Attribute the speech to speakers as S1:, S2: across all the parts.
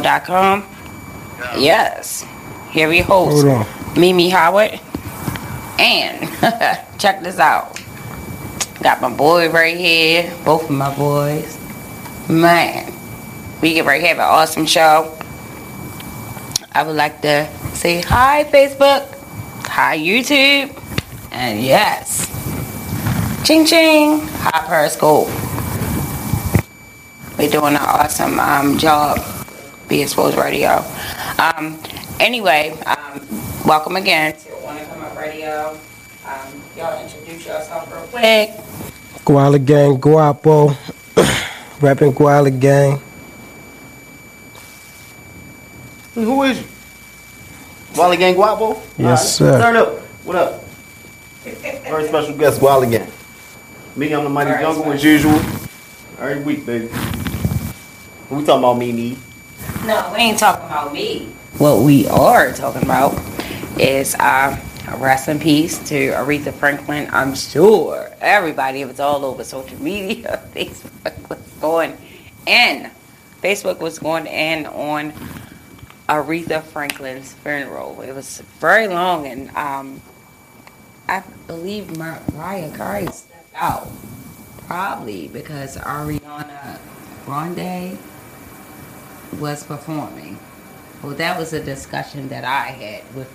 S1: radio.com. Yes. Here we host
S2: Hold on.
S1: Mimi Howard. And check this out. Got my boy right here. Both of my boys. Man. We get right here have an awesome show. I would like to say hi Facebook. Hi YouTube. And yes. Ching ching. Hi Periscope. We're doing an awesome um, job. Be Exposed Radio. Um, anyway, um, welcome again to Wanna Come Up Radio. Um, y'all introduce yourself real quick.
S2: Guala Gang, Guapo. Reppin' Guala Gang.
S3: Who is you? Wally Gang Guapo?
S2: Yes,
S3: All
S2: sir.
S3: right, Turn up. What up? Very special guest, Wally Gang. Me, I'm the Mighty
S1: Very
S3: Jungle as
S1: special.
S3: usual. Every week, baby. We talking about Mimi.
S1: No, we ain't talking about me. What we are talking about is uh, rest in peace to Aretha Franklin. I'm sure everybody it was all over social media. Facebook was going in. Facebook was going in on Aretha Franklin's funeral. It was very long, and um, I believe Mariah Carey stepped out probably because Ariana Grande was performing. Well, that was a discussion that I had with.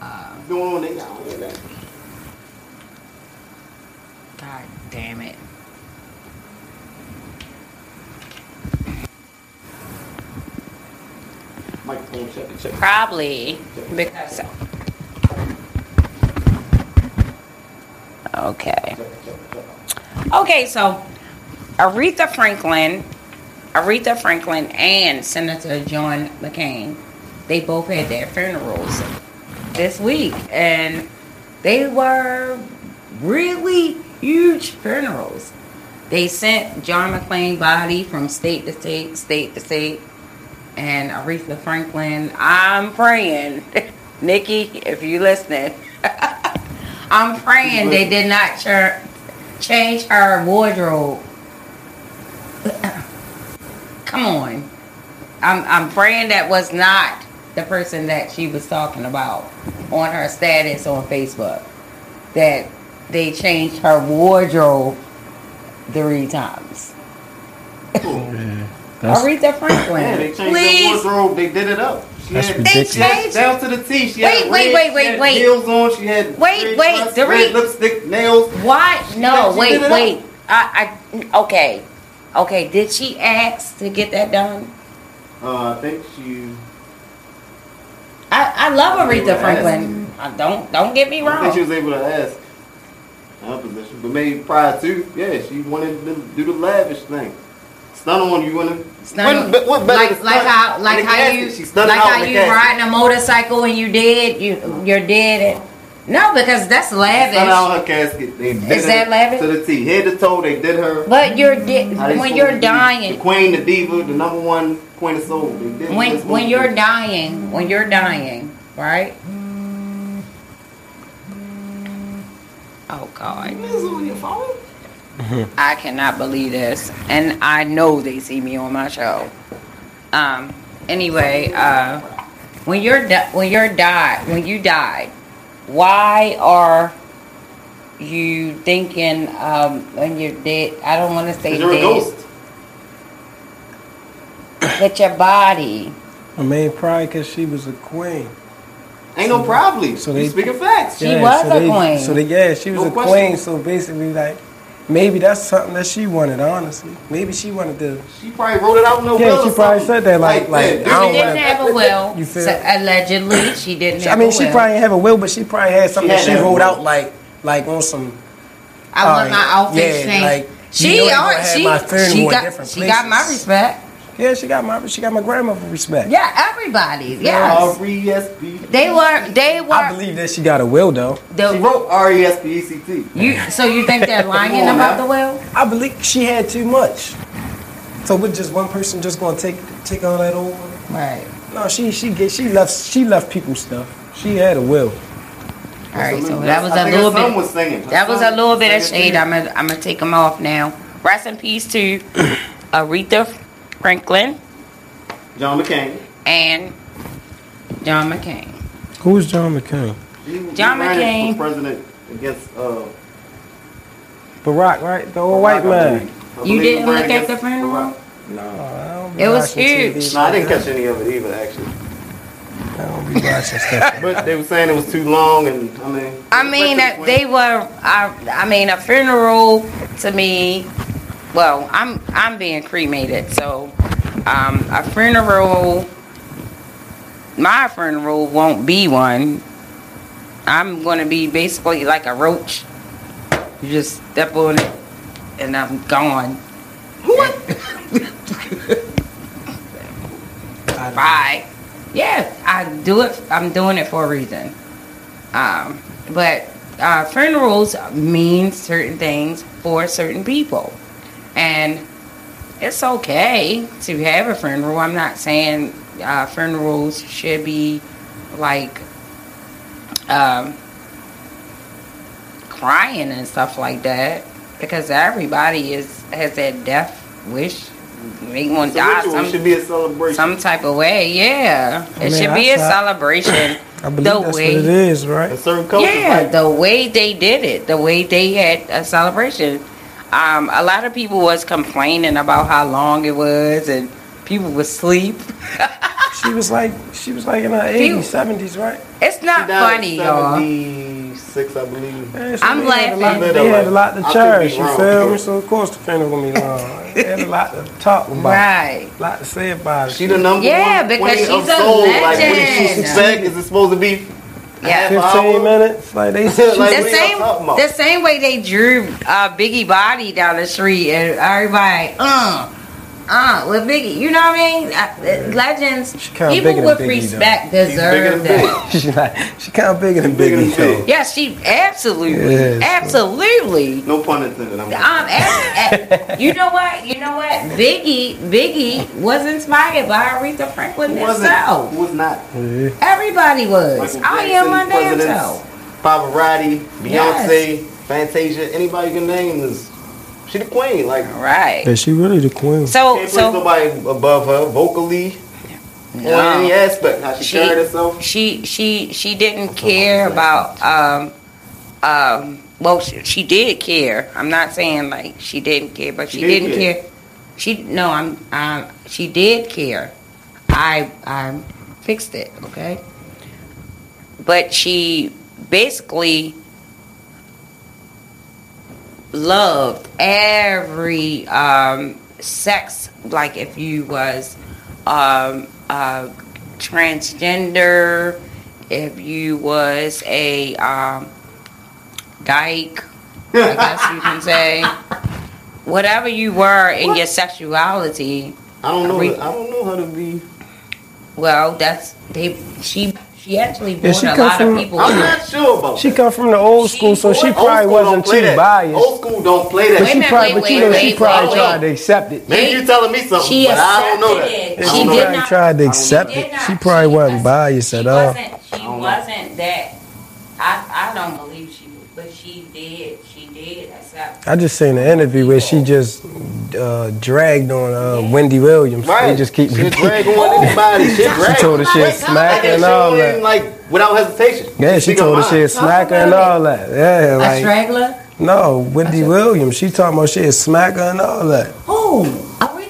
S1: Uh,
S3: Going on there? I don't hear that.
S1: God damn it.
S3: Microphone check it, check it.
S1: Probably because. Okay.
S3: check it, check it, check it.
S1: Okay, so Aretha Franklin, Aretha Franklin, and Senator John McCain, they both had their funerals this week, and they were really huge funerals. They sent John McCain body from state to state, state to state, and Aretha Franklin. I'm praying, Nikki, if you listening, I'm praying they did not churn change her wardrobe. Come on. I'm I'm praying that was not the person that she was talking about on her status on Facebook. That they changed her wardrobe three times.
S2: That's,
S1: Aretha
S3: Yeah, they
S1: Franklin.
S3: changed their
S1: Please.
S3: wardrobe. They did it up. She
S2: That's
S3: had,
S2: ridiculous.
S3: she had
S1: They
S3: down to the T. She
S1: Wait,
S3: had
S1: wait,
S3: red,
S1: wait, wait,
S3: she had
S1: wait.
S3: Heels on. She had
S1: Wait,
S3: red
S1: wait,
S3: dress,
S1: Dorit.
S3: red lipstick, nails.
S1: Why? No,
S3: She
S1: wait,
S3: did it
S1: wait. I, I okay. Okay, did she ask to get that done?
S3: Uh, I think she.
S1: I, I love
S3: They were
S1: Aretha Franklin. I don't don't get me
S3: I don't think she
S1: wrong.
S3: was able to ask her position, but maybe prior to, yeah, she wanted to do the lavish thing. Stun on you want to
S1: It's not a- like like how like how you
S3: she stunned
S1: like
S3: out
S1: how
S3: in the
S1: you
S3: casket.
S1: riding a motorcycle and you dead you you're dead. and- no, because that's
S3: Stun
S1: lavish.
S3: out her casket. They did
S1: Is
S3: her
S1: that lavish?
S3: to the T, head to toe. They did her
S1: But you're de-
S3: how they supposed
S1: when
S3: to
S1: you're
S3: be. The
S1: dying
S3: queen, the diva, the number one queen of soul. They did what they
S1: when
S3: supposed
S1: when
S3: to
S1: you're
S3: do.
S1: dying when you're dying right.
S3: Mm.
S1: Oh God.
S3: This is on your phone.
S1: I cannot believe this, and I know they see me on my show. Um. Anyway, uh, when you're di- when you're died when you died, why are you thinking um when you're dead? I don't want to say
S3: 'Cause You're a
S1: dead,
S3: ghost.
S1: but your body.
S2: I mean, probably because she was a queen.
S3: Ain't no problem.
S2: so
S3: So
S2: they-
S3: they speaking facts.
S1: She was
S2: so
S1: a
S2: they-
S1: queen.
S2: So they, yeah, she was
S3: No
S2: a
S3: question.
S2: queen. So basically, like, maybe that's something that she wanted. Honestly, maybe she wanted to.
S3: She probably wrote it out in no
S2: Yeah,
S3: will
S2: she
S3: or
S2: probably
S3: something.
S2: said that, like- like,
S3: yeah,
S2: I
S3: do
S2: don't
S1: She
S3: it.
S1: didn't
S2: wanna-
S1: have a will.
S2: You feel-
S1: so allegedly, she didn't.
S2: I
S1: Have
S2: mean,
S1: a
S2: she
S1: will.
S2: probably have a will, but she probably had something
S3: had
S2: that she
S3: that
S2: wrote
S3: will.
S2: out, like, like on some.
S1: I want my outfit
S2: yeah,
S1: changed.
S2: like, you know
S1: she,
S2: you
S1: al-
S2: gonna have
S1: she,
S2: my funeral
S1: she
S2: in
S1: got,
S2: different
S1: she got my
S2: places.
S1: respect.
S2: Yeah, she got my she got my grandmother respect.
S1: Yeah, everybody. Yes.
S3: R-E-S-P.
S1: They were. They were.
S2: I believe that she got a will though.
S3: She
S1: the,
S3: wrote E R-E-S-P-E-C-T.
S1: you. So you think they're lying
S3: on
S1: about
S3: now.
S1: the will?
S2: I believe she had too much. So with just one person just gonna take take all that over?
S1: Right.
S2: No, she she get she left she left people stuff. She had a will.
S1: All right. So
S3: That's-
S1: that was
S3: I
S1: a
S3: think her
S1: little
S3: son
S1: bit.
S3: was singing. Her
S1: That was a
S3: son
S1: little bit of
S3: singing
S1: shade.
S3: too.
S1: I'm gonna. I'm gonna take them off now. Rest in peace to Aretha Franklin
S3: John McCain.
S1: and John McCain.
S4: Who's John McCain?
S3: He- he
S1: John
S3: ran
S1: McCain.
S3: for president against uh,
S4: Barack, right? The old white
S3: Barack, I
S4: man.
S3: believe. I
S1: You
S3: believe he
S1: didn't
S3: ran
S1: look at
S3: against
S1: the funeral?
S3: Barack.
S4: No,
S3: No,
S4: I don't be
S1: It was
S4: watching TV
S1: huge.
S3: no, I didn't
S4: like
S3: catch any of it either, actually.
S4: that. I don't be watching stuff.
S3: But they were saying it was too long, and I mean.
S1: I mean that they were. I, I mean a funeral to me. Well, I'm I'm being cremated, so um, a funeral. My funeral won't be one. I'm gonna be basically like a roach. You just step on it, and I'm gone.
S4: I don't-
S1: Bye. Yeah, I do it. I'm doing it for a reason. Um, but uh, funerals mean certain things for certain people, and it's okay to have a funeral. I'm not saying uh, funerals should be like um, crying and stuff like that because everybody is has that death wish. Make one
S3: So
S1: die.
S3: ritual
S1: some-
S3: should be a celebration.
S1: some type of way. Yeah, it
S4: I mean,
S1: should be a
S4: that's how-
S1: celebration.
S4: I believe
S1: the
S4: that's
S1: way,
S4: what it is,
S3: in
S4: right?
S3: certain cultures,
S1: yeah,
S3: like,
S1: the way they did it, the way they had a celebration. Um, a lot of people was complaining about how long it was, and people would sleep.
S4: She was like, she was like in her
S1: Phew.
S4: 80s, 70s, right?
S1: It's
S3: she
S1: not
S3: died at
S1: funny, y'all.
S3: 76, I believe.
S4: Yeah, so
S1: I'm
S4: they had a lot-
S3: laughing.
S4: They had a lot to
S3: I could be
S4: cherish, you
S3: wrong.
S4: feel me? So of course the funeral gonna be long. They had a lot to talk about,
S1: Right.
S4: a lot to say about it.
S3: She the number
S1: Yeah,
S3: one
S1: because
S3: queen
S1: she's
S3: of
S1: a
S3: soul. Like when she
S1: legend.
S3: suspect, is it supposed to be?
S1: Yeah.
S3: Half hour?
S4: 15 minutes, like they said.
S3: Like-
S1: the
S3: what y'all
S1: same,
S3: talking about?
S1: the same way they drew uh, Biggie body down the street, and everybody, uh, uh, with Biggie. You know what I mean? Uh, legends,
S4: She kinda
S1: people
S4: bigger than
S1: with
S4: Biggie, though.
S1: respect
S3: She's bigger
S1: deserve
S3: than
S1: that.
S3: Big.
S4: she like, she kind of bigger than
S3: Bigger than
S4: Biggie though.
S3: Big.
S1: Yeah, she absolutely,
S4: Yes.
S1: absolutely.
S3: No pun intended. I'm
S1: Um, as- as- you know what? You know what? Biggie, Biggie was inspired by Aretha Franklin
S3: Who wasn't?
S1: herself.
S3: Who was not?
S4: Yeah.
S1: Everybody was.
S3: Michael
S1: I am my
S3: Jackson,
S1: damn
S3: presidents,
S1: self.
S3: Pavarotti,
S1: Yes.
S3: Beyonce, Fantasia, anybody you can name is. She the queen. Like,
S1: All right.
S4: Yeah, she really the queen.
S1: So,
S3: can't place
S1: so
S3: nobody above her vocally
S1: No.
S3: on any aspect. How she,
S1: She-
S3: carried herself.
S1: she she she didn't care about um um well she, she did care i'm not saying like she didn't care but she,
S3: She did
S1: didn't care.
S3: care.
S1: she no i'm um she did care i i fixed it okay but she basically loved every um sex like if you was um uh transgender, if you was a um, dyke, I guess you can say, whatever you were in your sexuality.
S3: I don't know.
S1: Re-
S3: I don't know how to be.
S1: Well, that's they. She she actually
S4: Yeah,
S1: brought
S4: she
S1: a
S4: come
S1: lot
S4: from-
S1: of people.
S3: I'm not sure about.
S4: She
S3: that.
S4: come from the old
S1: She-
S4: school, so she
S1: old
S3: Old
S4: probably
S3: school don't
S4: wasn't
S3: play
S4: too
S3: that.
S4: biased.
S3: Old school don't play
S4: But
S1: Wait a
S4: she
S3: that.
S1: minute,
S4: probably,
S1: wait,
S4: but you
S1: wait,
S4: know,
S1: wait,
S4: she probably
S1: wait,
S4: tried
S1: wait.
S4: to accept it.
S3: Maybe you're telling me something,
S1: She
S3: but I don't know that.
S1: accepted it.
S3: I
S1: She
S3: don't know
S1: did
S3: that.
S1: not-
S4: tried to
S3: She
S4: accept
S1: did
S4: it.
S1: not-
S4: She probably wasn't biased
S1: she
S4: at all.
S1: Wasn't,
S3: I
S1: she
S3: don't know.
S1: wasn't that. I I don't believe she. was, But she did. She did accept.
S4: I just seen an interview where she just uh, dragged on uh, Wendy Williams. They just keep
S3: She'll
S4: repeating.
S3: drag on anybody. She'll drag.
S4: told her she
S3: Like,
S4: smack
S3: like,
S4: and
S3: she
S4: all
S3: won't
S4: that.
S3: even, Like without hesitation.
S4: Yeah, she
S3: Speak
S4: told her
S3: mind.
S4: she a smacker and all that. Yeah,
S1: a
S4: like
S1: straggler.
S4: no, Wendy Williams. She talking about she a smacker and all that.
S1: Who?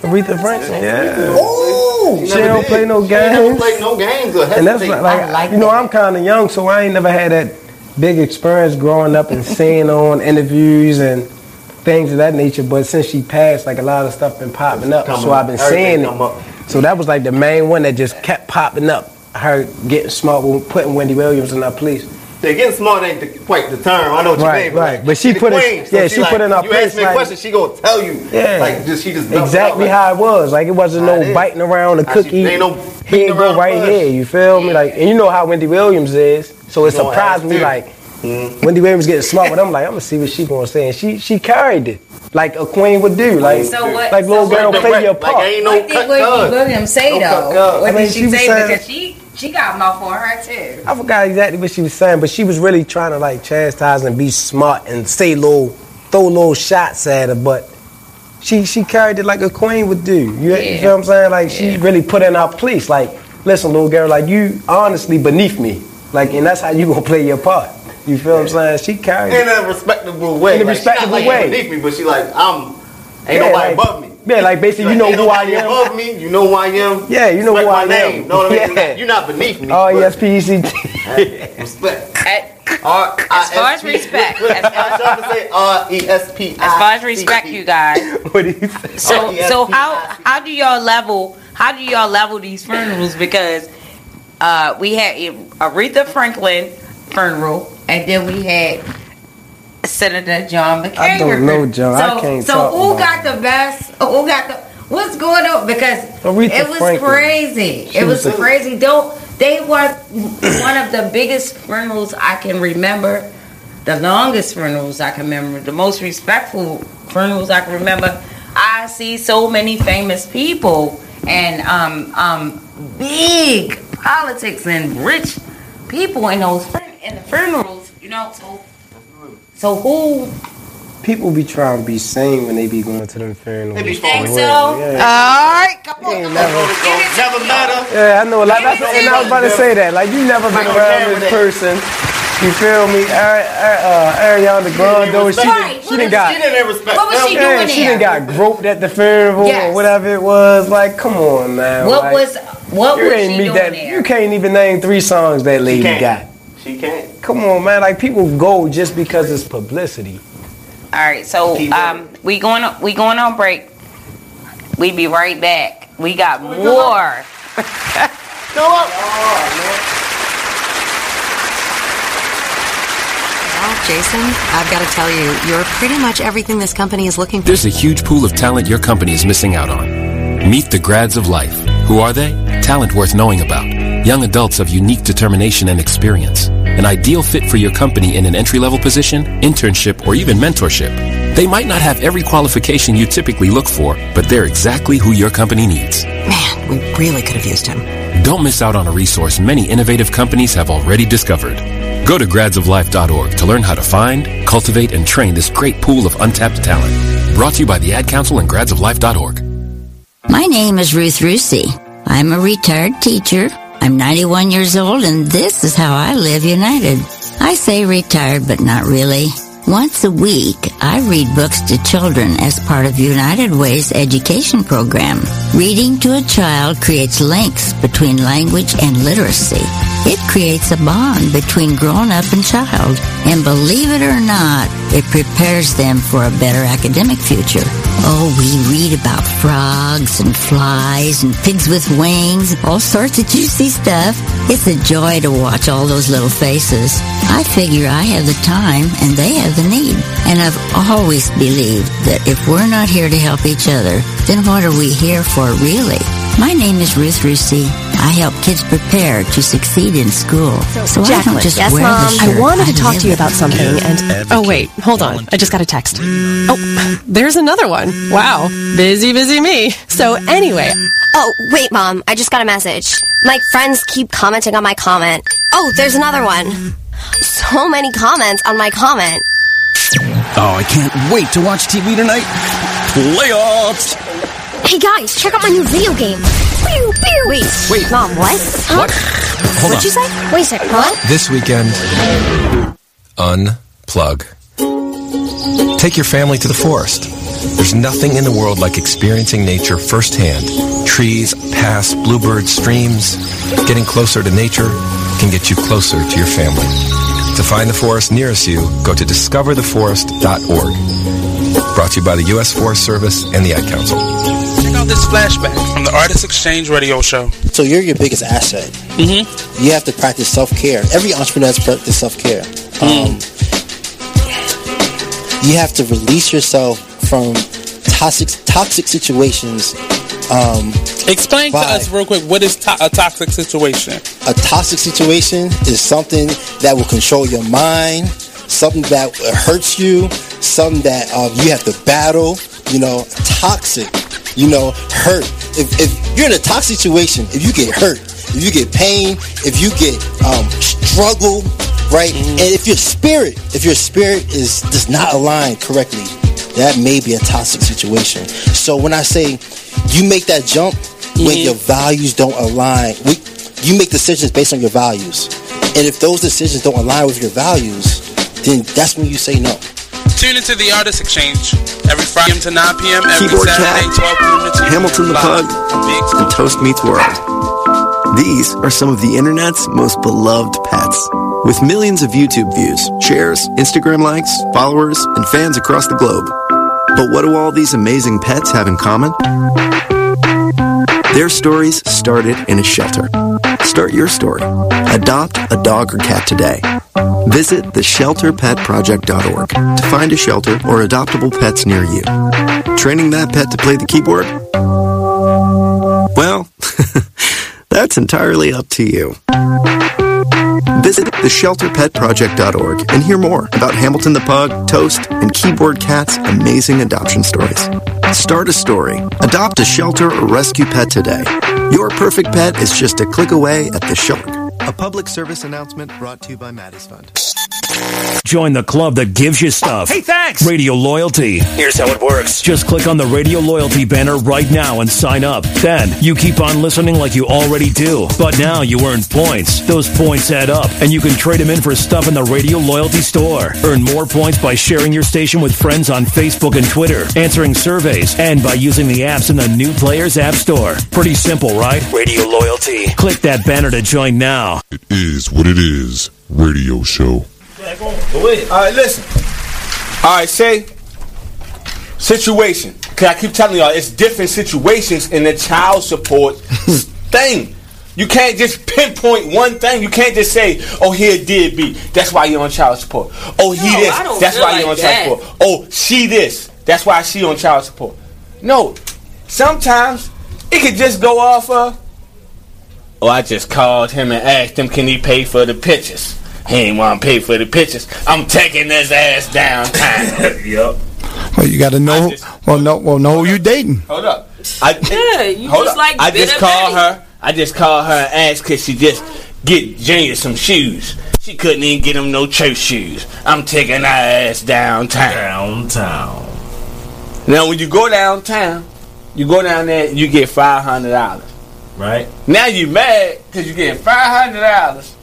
S4: Aretha Franklin. Yeah,
S1: Oh.
S4: She
S3: never
S4: don't play no
S3: She ain't never
S4: games.
S3: played no games or hesitate.
S4: and that's like,
S1: I like
S4: you know
S1: that.
S4: I'm kind of young, so I ain't never had that big experience growing up and seeing on interviews and things of that nature. But since she passed, like a lot of stuff been popping up,
S3: Come
S4: so
S3: up.
S4: I've been
S3: Everything
S4: seeing
S3: come up.
S4: it. So that was like the main one that just kept popping up. Her getting smart with putting Wendy Williams in our police.
S3: They're getting smart ain't the, quite the term. I know what
S4: Right,
S3: you mean. but
S4: right.
S3: like,
S4: But she
S3: the
S4: put it-
S3: queen,
S4: yeah, she
S3: like,
S4: put in our
S3: You ask
S4: place,
S3: me a
S4: like-
S3: question, she gonna tell you.
S4: Yeah.
S3: like just she just
S4: exactly how it was. Like it wasn't
S3: How
S4: no
S3: it is.
S4: biting around the
S3: How she-
S4: cookie.
S3: ain't no
S4: here
S3: beating
S4: you
S3: around
S4: go
S3: the
S4: right
S3: bush.
S4: here. You feel me? Like, and you know how Wendy Williams is, so it
S3: You gonna
S4: surprised
S3: ask
S4: me.
S3: too.
S4: Like
S3: Mhm.
S4: Wendy Williams getting smart, but I'm like, I'm gonna see what she gonna say, and she she carried it like a queen would do. Like
S1: So what?
S4: like little
S1: so
S4: girl,
S1: What,
S4: play your
S3: Like,
S4: part.
S3: ain't no
S1: what
S3: cut
S1: did Wendy
S3: cuz.
S1: Williams say
S3: No cut
S1: though?
S3: cuz.
S1: What
S4: I mean,
S1: did she,
S4: she was
S1: say?
S4: saying-
S1: because she she got a mouth on her too.
S4: I forgot exactly what she was saying, but she was really trying to like chastise and be smart and say little, throw little shots at her, but she she carried it like a queen would do. You, you
S5: Yeah.
S4: feel what I'm saying? Like she
S5: Yeah.
S4: really put in her place. Like, listen, little girl, like you honestly beneath me. Like, and that's how you gonna play your part. You feel what I'm saying? She carried it.
S3: in a respectable way.
S4: In a
S3: Like, she not
S4: respectable
S3: like
S4: way.
S3: Beneath me, but she like I'm. Ain't
S4: Yeah,
S3: nobody
S4: like-
S3: above me.
S4: Yeah, like basically, you know
S3: Ain't
S4: who I
S3: nobody
S4: am.
S3: Above me, you know who I am.
S4: Yeah, you
S3: respect
S4: know who
S3: my
S4: I am.
S3: name. Know what I mean?
S4: Yeah.
S3: You're not beneath me.
S4: Oh
S3: but
S4: yes, PECT.
S3: Respect.
S5: At-
S3: R-
S5: As far as
S3: I-
S5: respect, as
S3: I
S5: far-
S3: was trying to say R E S P.
S5: as far as respect, you guys.
S4: what do you say?
S5: So
S3: Oh, yeah.
S5: so how how do y'all level how do y'all level these funerals because uh, we had Aretha Franklin funeral and then we had Senator John McCain.
S4: I don't know, John. I
S5: So,
S4: can't
S5: so
S4: talk
S5: who
S4: about
S1: got the best? Who got the? What's going on? Because
S4: Aretha
S1: it was
S4: Franklin.
S1: crazy.
S4: She
S1: it was
S4: was a-
S1: crazy. Don't they were one of the biggest funerals I can remember, the longest funerals I can remember, the most respectful funerals I can remember. I see so many famous people and um um big politics and rich people in those fun- in the funerals. You know so. So who?
S4: People be trying to be sane when they be going to them funerals.
S3: They be
S4: For
S3: think
S4: real,
S1: so? Oh,
S4: Yeah.
S5: All right, come on.
S4: Ain't
S5: come
S4: never-
S5: on. Give it to
S3: Never
S5: me.
S3: matter.
S4: Yeah, I know a lot. That's, and I was about to say that. Like, you never been
S3: Michael
S4: around this
S3: Cameron.
S4: person. You feel me? Ari- Ari- uh, Ariana Grande, though, she,
S1: Right,
S4: done- she
S1: what
S4: done
S1: is
S4: got,
S3: She didn't have respect.
S1: What was she
S4: yeah,
S1: doing
S4: she
S1: there?
S4: done got groped at the funeral or
S1: Yes.
S4: whatever it was. Like, come on now.
S1: What
S4: Like,
S1: was? What
S4: you
S1: was
S4: ain't
S1: she
S4: meet
S1: doing
S4: that?
S1: there?
S4: You can't even name three songs that lady
S3: can't.
S4: got.
S3: She can't.
S4: Come on, man. Like, people go just because it's publicity.
S5: All right, so um, we going on, we going on break. We be right back. We got more.
S3: Go up. Oh,
S2: Well, Jason, I've got to tell you, you're pretty much everything this company is looking for.
S6: There's a huge pool of talent your company is missing out on. Meet the grads of life. Who are they? Talent worth knowing about. Young adults of unique determination and experience. An ideal fit for your company in an entry level position, internship, or even mentorship. They might not have every qualification you typically look for, but they're exactly who your company needs.
S2: Man, we really could have used him.
S6: Don't miss out on a resource many innovative companies have already discovered. Go to gradsoflife.org to learn how to find, cultivate, and train this great pool of untapped talent. Brought to you by the Ad Council and gradsoflife.org.
S7: My name is Ruth Rusey. I'm a retired teacher. I'm 91 years old and this is how I live united. I say retired, but not really. Once a week, I read books to children as part of United Way's education program. Reading to a child creates links between language and literacy. It creates a bond between grown up and child. And believe it or not, it prepares them for a better academic future. Oh, we read about frogs and flies and pigs with wings, all sorts of juicy stuff. It's a joy to watch all those little faces. I figure I have the time and they have the need. And I've always believed that if we're not here to help each other, then what are we here for really? My name is Ruth Rusey. I help kids prepare to succeed in school. So I don't
S8: Jacqueline,
S7: just
S8: yes,
S7: wear
S8: Mom.
S7: the shirt.
S8: I wanted to talk
S7: live
S8: to you
S7: it.
S8: about something, and oh wait, hold on. I just got a text. Oh, there's another one. Wow, busy, busy me. So anyway,
S9: Oh, wait, Mom. I just got a message. My friends keep commenting on my comment. Oh, there's another one. So many comments on my comment.
S10: Oh, I can't wait to watch TV tonight. Playoffs!
S9: Hey, guys, check out my new video game. Pew, pew. Wait,
S10: Wait.
S9: Mom, what? Huh?
S10: What? Hold
S9: What'd you
S10: on.
S9: say? Wait a sec, what?
S10: This weekend, unplug. Take your family to the forest. There's nothing in the world like experiencing nature firsthand. Trees, paths, bluebirds, streams. Getting closer to nature can get you closer to your family. To find the forest nearest you, go to discovertheforest.org. Brought to you by the U.S. Forest Service and the Ad Council.
S11: Check out this flashback from the Artist Exchange Radio Show.
S12: So you're your biggest asset. Mm-hmm. You have to practice self-care. Every entrepreneur has to practice self-care. Um, you have to release yourself from toxic toxic situations. Um,
S11: Explain to
S12: Why?
S11: us real quick what is to- a toxic situation.
S12: a toxic situation is something that will control your mind, something that hurts you, something that um, you have to battle. You know, toxic. You know, hurt. If, if you're in a toxic situation, if you get hurt, if you get pain, if you get um, struggle, right? And if your spirit, if your spirit is does not align correctly, that may be a toxic situation. So when I say you make that jump when your values don't align, we, you make decisions based on your values. And if those decisions don't align with your values, then that's when you say no.
S11: Tune into the Artist Exchange every Friday to 9 p.m. every
S13: Keyboard
S11: Saturday, 12 p.m. to 2
S13: Hamilton the Pug, and Toast Meets World. These are some of the internet's most beloved pets. With millions of YouTube views, shares, Instagram likes, followers, and fans across the globe. But what do all these amazing pets have in common? Their stories started in a shelter. Start your story. Adopt a dog or cat today. Visit theshelterpetproject.org to find a shelter or adoptable pets near you. Training that pet to play the keyboard? Well, that's entirely up to you. Visit theshelterpetproject.org and hear more about Hamilton the Pug, Toast, and Keyboard Cat's amazing adoption stories. Start a story. Adopt a shelter or rescue pet today. Your perfect pet is just a click away at the shelter. A public service announcement brought to you by Maddie's Fund.
S14: Join the club that gives you stuff.
S13: Hey,
S14: thanks! Radio Loyalty.
S13: Here's how it works.
S14: Just click on the Radio Loyalty banner right now and sign up. Then you keep on listening like you already do. But now you earn points. Those points add up, and you can trade them in for stuff in the Radio Loyalty store. Earn more points by sharing your station with friends on Facebook and Twitter, answering surveys, and by using the apps in the new Players App Store. Pretty simple, right?
S13: Radio Loyalty.
S14: Click that banner to join now.
S15: It is what it is. Radio show.
S16: All right, listen. All right, say situation. Cause I keep telling y'all, it's different situations in the child support thing. You can't just pinpoint one thing. You can't just say, "Oh, he a did B. That's why you're on child support." Oh, he
S11: No,
S16: this.
S11: I don't
S16: That's
S11: feel
S16: why
S11: like
S16: you're on
S11: that.
S16: child support. Oh, she this. That's why she on child support. No, sometimes it could just go off of. Oh, I just called him and asked him, can he pay for the pictures? He ain't want to pay for the pictures. I'm taking his ass downtown. yep.
S17: Well, you got to know. Well, no, well, know who you dating.
S16: Hold up. I,
S18: Yeah, you
S16: hold
S18: just
S16: up.
S18: like
S16: I just
S18: bitter
S16: called her. I just called her and asked could she just get Junior some shoes. She couldn't even get him no church shoes. I'm taking her ass downtown. Downtown. Now, when you go downtown, you go down there and you get five hundred dollars. Right. Now you mad because you get five hundred dollars,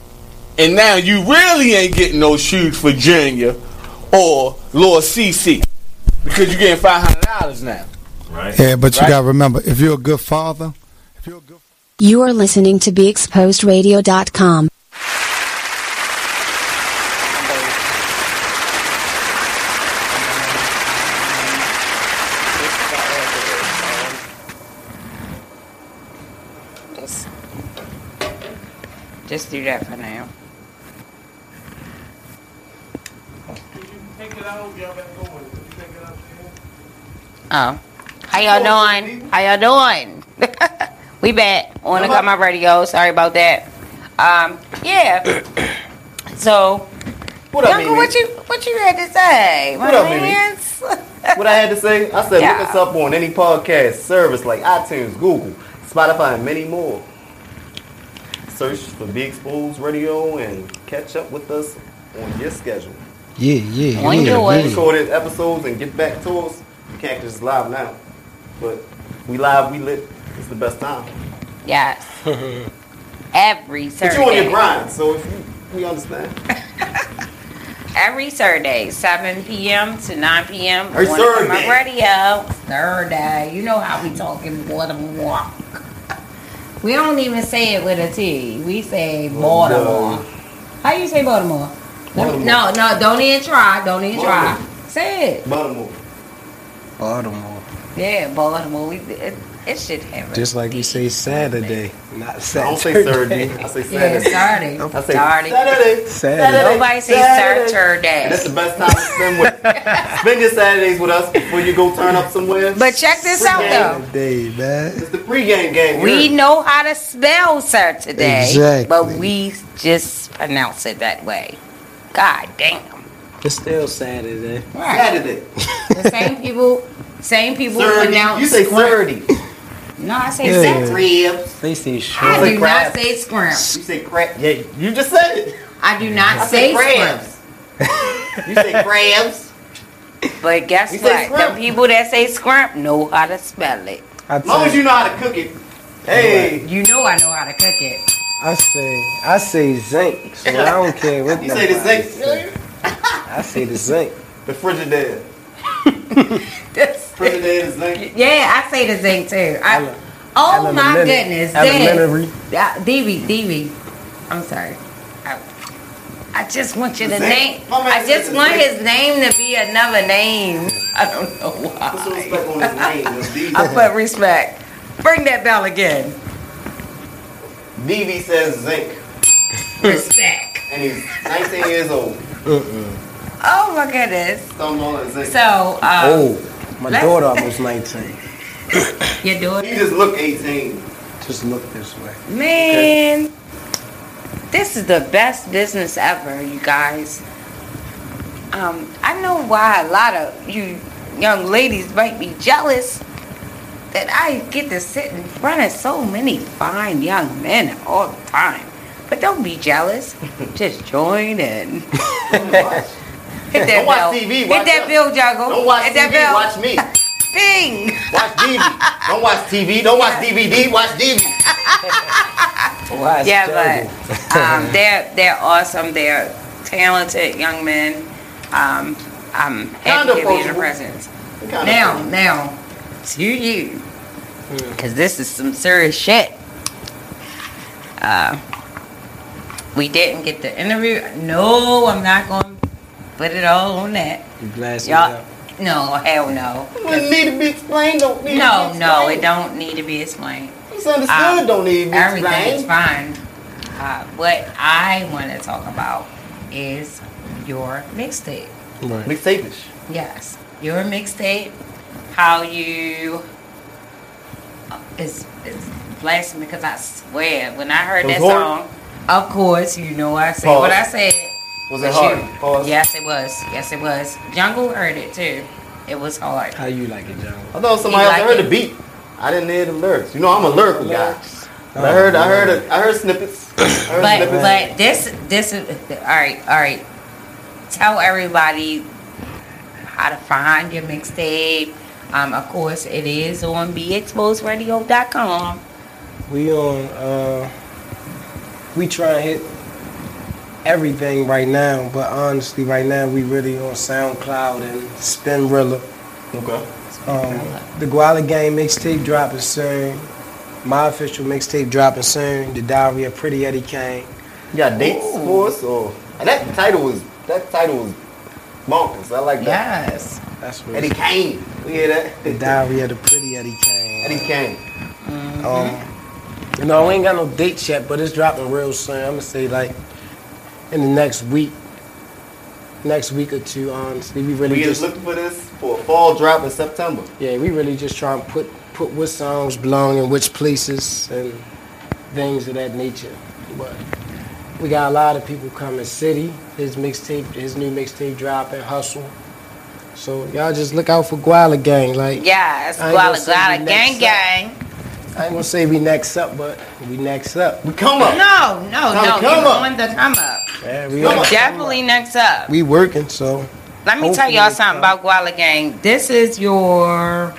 S16: and now you really ain't getting no shoes for Junior or Lord CC because you getting five hundred dollars now. Right.
S17: Yeah, but you
S16: Right.
S17: got to remember, if you're a good father,
S19: You are listening to BeExposedRadio.com.
S1: Just, just do that for now. Oh. How y'all doing? How y'all doing? we back on the Got My Radio. Sorry about that. Um, yeah. so,
S3: What up,
S1: Yonka,
S3: Mimi?
S1: what you what you had to say? my
S3: What up, Mimi?
S1: man?
S3: What I had to say, I said
S1: Yeah.
S3: look us up on any podcast service like iTunes, Google, Spotify, and many more. Search for Big Exposed Radio and catch up with us on your schedule.
S4: Yeah, yeah.
S3: When
S4: yeah,
S3: you
S4: yeah.
S3: recorded episodes and get back to us, you can't just live now. But we live, we lit. It's the best time.
S1: Yes.
S3: but you
S1: Every Saturday.
S3: on your grind, so if you, we understand.
S1: Every Saturday, 7 p.m. to 9 p.m.
S3: Every
S1: on Got My
S3: Saturday.
S1: Radio. Saturday. You know how we talking Baltimore. We don't even say it with a T. We say
S3: Oh,
S1: Baltimore. How you say Baltimore?
S18: Baltimore.
S1: No, no, don't even try. Don't even try.
S18: Baltimore.
S1: Say it.
S3: Baltimore.
S4: Baltimore.
S1: Yeah, Baltimore. We, it, it should happen.
S4: Just like we say Saturday, not Saturday.
S3: don't say Saturday. I say
S1: Yeah,
S3: Saturday.
S1: Saturday.
S3: I say
S1: Saturday.
S3: Saturday. Saturday.
S1: Nobody say
S3: Saturday.
S1: Saturday.
S3: That's the best time to spend with. spend your Saturdays with us before you go turn up somewhere.
S1: But check this out, though.
S4: Saturday, man.
S3: It's the pregame game.
S1: We
S3: You're-
S1: know how to spell Saturday,
S4: Exactly.
S1: but we just pronounce it that way. God damn.
S4: It's still Saturday.
S3: Saturday.
S1: The same people, same people
S4: Saturday.
S1: pronounce.
S4: You say
S1: scrimp.
S3: Saturday.
S1: No, I say
S4: Yeah.
S1: scrimp.
S4: They say shrimp.
S1: I do not say scrimp.
S3: You say crap. Yeah, you just said it.
S1: I do not
S3: I
S1: say
S3: said crabs.
S1: scrimp.
S3: You say crabs.
S20: But guess
S1: You say
S20: what? The people that say scrimp know how to spell it.
S4: As long as you know
S3: how to cook it.
S4: Hey.
S20: You know I know how to cook it.
S4: I say, I say zinc. So I don't care what
S3: You say the
S4: nobody
S3: zinc.
S4: say. I say the zinc.
S3: The Frigidaire. Frigidaire is zinc.
S1: Yeah, I say the zinc too. I, oh my
S4: elementary-
S1: goodness,
S4: elementary.
S1: Dad. Dv, Dv. I'm sorry. I, I just want you to
S20: Zinc?
S1: name.
S20: My man
S1: I
S20: said
S1: just
S20: the
S1: want
S20: zinc.
S1: his name to be another name. I don't know why. I put respect. Bring that bell again.
S3: DV says zinc.
S1: Respect.
S3: And he's 19 years old.
S1: Oh my goodness.
S3: Some more than zinc.
S1: So, um,
S3: Uh,
S4: oh, my
S1: let's-
S4: daughter almost 19.
S1: Your daughter?
S3: You just look 18.
S4: Just look this way.
S20: Man, this is the best business ever, you guys.
S1: Um, I know why a lot of you young ladies might be jealous that I get to sit in front of so many fine young men all the time. But don't be jealous. Just join in. Hit that
S3: Don't
S1: bell.
S3: watch TV,
S1: Hit
S3: watch
S1: that
S3: us.
S1: bill, juggle.
S3: Don't watch
S1: Hit that
S3: TV,
S1: bell.
S3: watch me.
S1: Bing.
S3: Watch DV. Don't watch TV. Don't watch DVD. Watch DV.
S4: Watch
S1: Yeah,
S4: but
S1: um, they're they're awesome. They're talented young men. Um, I'm happy to
S20: Kinda
S1: be in your
S20: approachable.
S1: presence.
S20: Kinda
S1: Now,
S20: approachable.
S1: now, to you, because this is some serious shit. Uh, we didn't get the interview. No, I'm not going to put it all on that.
S4: You blast me
S1: Y'all, no, hell no.
S3: Wouldn't need to be explained. Don't need
S1: No,
S3: to be
S1: no, it
S3: explained.
S1: don't need to be explained.
S3: It's understood.
S1: Um,
S3: don't need to be
S1: Everything's
S3: explained.
S1: fine. Uh, what I want to talk about is your mixtape.
S3: Right. Mixtape-ish.
S1: Yes, your mixtape. How you uh, it's, it's blasphemy because I swear when I heard
S20: It was
S1: that
S20: hard.
S1: song, of course you know I said what I
S20: Pause.
S1: said.
S20: Was it
S1: But
S20: hard?
S1: you- Yes, it was. Yes, it was. Jungle heard it too. It was hard.
S4: How you like it, John?
S3: I thought somebody
S1: You
S3: else
S1: like
S3: heard
S1: it?
S3: the beat. I didn't hear the lyrics. You know, I'm a lyrical guy. I
S4: Oh,
S3: heard, I
S4: Lord.
S3: heard, I heard snippets. I heard
S1: But
S3: snippets.
S1: but this this is all right all right. Tell everybody how to find your mixtape. Um, of course, it is on BeExposedRadio.com.
S4: We on uh we try and hit everything right now, but honestly right now we really on SoundCloud and Spinrilla.
S3: Okay.
S4: Um the Guala Game mixtape dropping soon. My official mixtape dropping soon, the diary of Pretty Eddie Kane.
S3: You got dates for us, or and that title was that title was bonkers. I like that.
S1: Yes,
S4: that's what
S3: Eddie Kane. We hear that.
S4: The diary of the pretty Eddie Kane.
S3: Eddie Kane.
S4: Um, you know, we ain't got no dates yet, but it's dropping real soon. I'm gonna say like in the next week, next week or two. Honestly, we really
S3: we just
S4: just
S3: looking for this for a fall drop in September.
S4: yeah, we really just trying to put put what songs belong in which places and things of that nature. But we got a lot of people coming. City, his mixtape, his new mixtape dropping, Hustle. So y'all just look out for Guala Gang, like
S1: yes,
S4: I ain't gonna
S1: Guala
S4: say we
S1: Guala
S4: next
S1: Gang
S4: up.
S1: Gang.
S4: I ain't gonna say we next up, but we next up. We
S3: come
S1: No, no,
S4: Come
S1: no.
S4: up.
S1: You're
S4: Come up.
S1: on the come up.
S4: Yeah, we,
S1: You're definitely next up.
S4: we working, so
S1: Let me tell
S4: Hopefully
S1: y'all
S4: next
S1: something about Guala Gang. This is your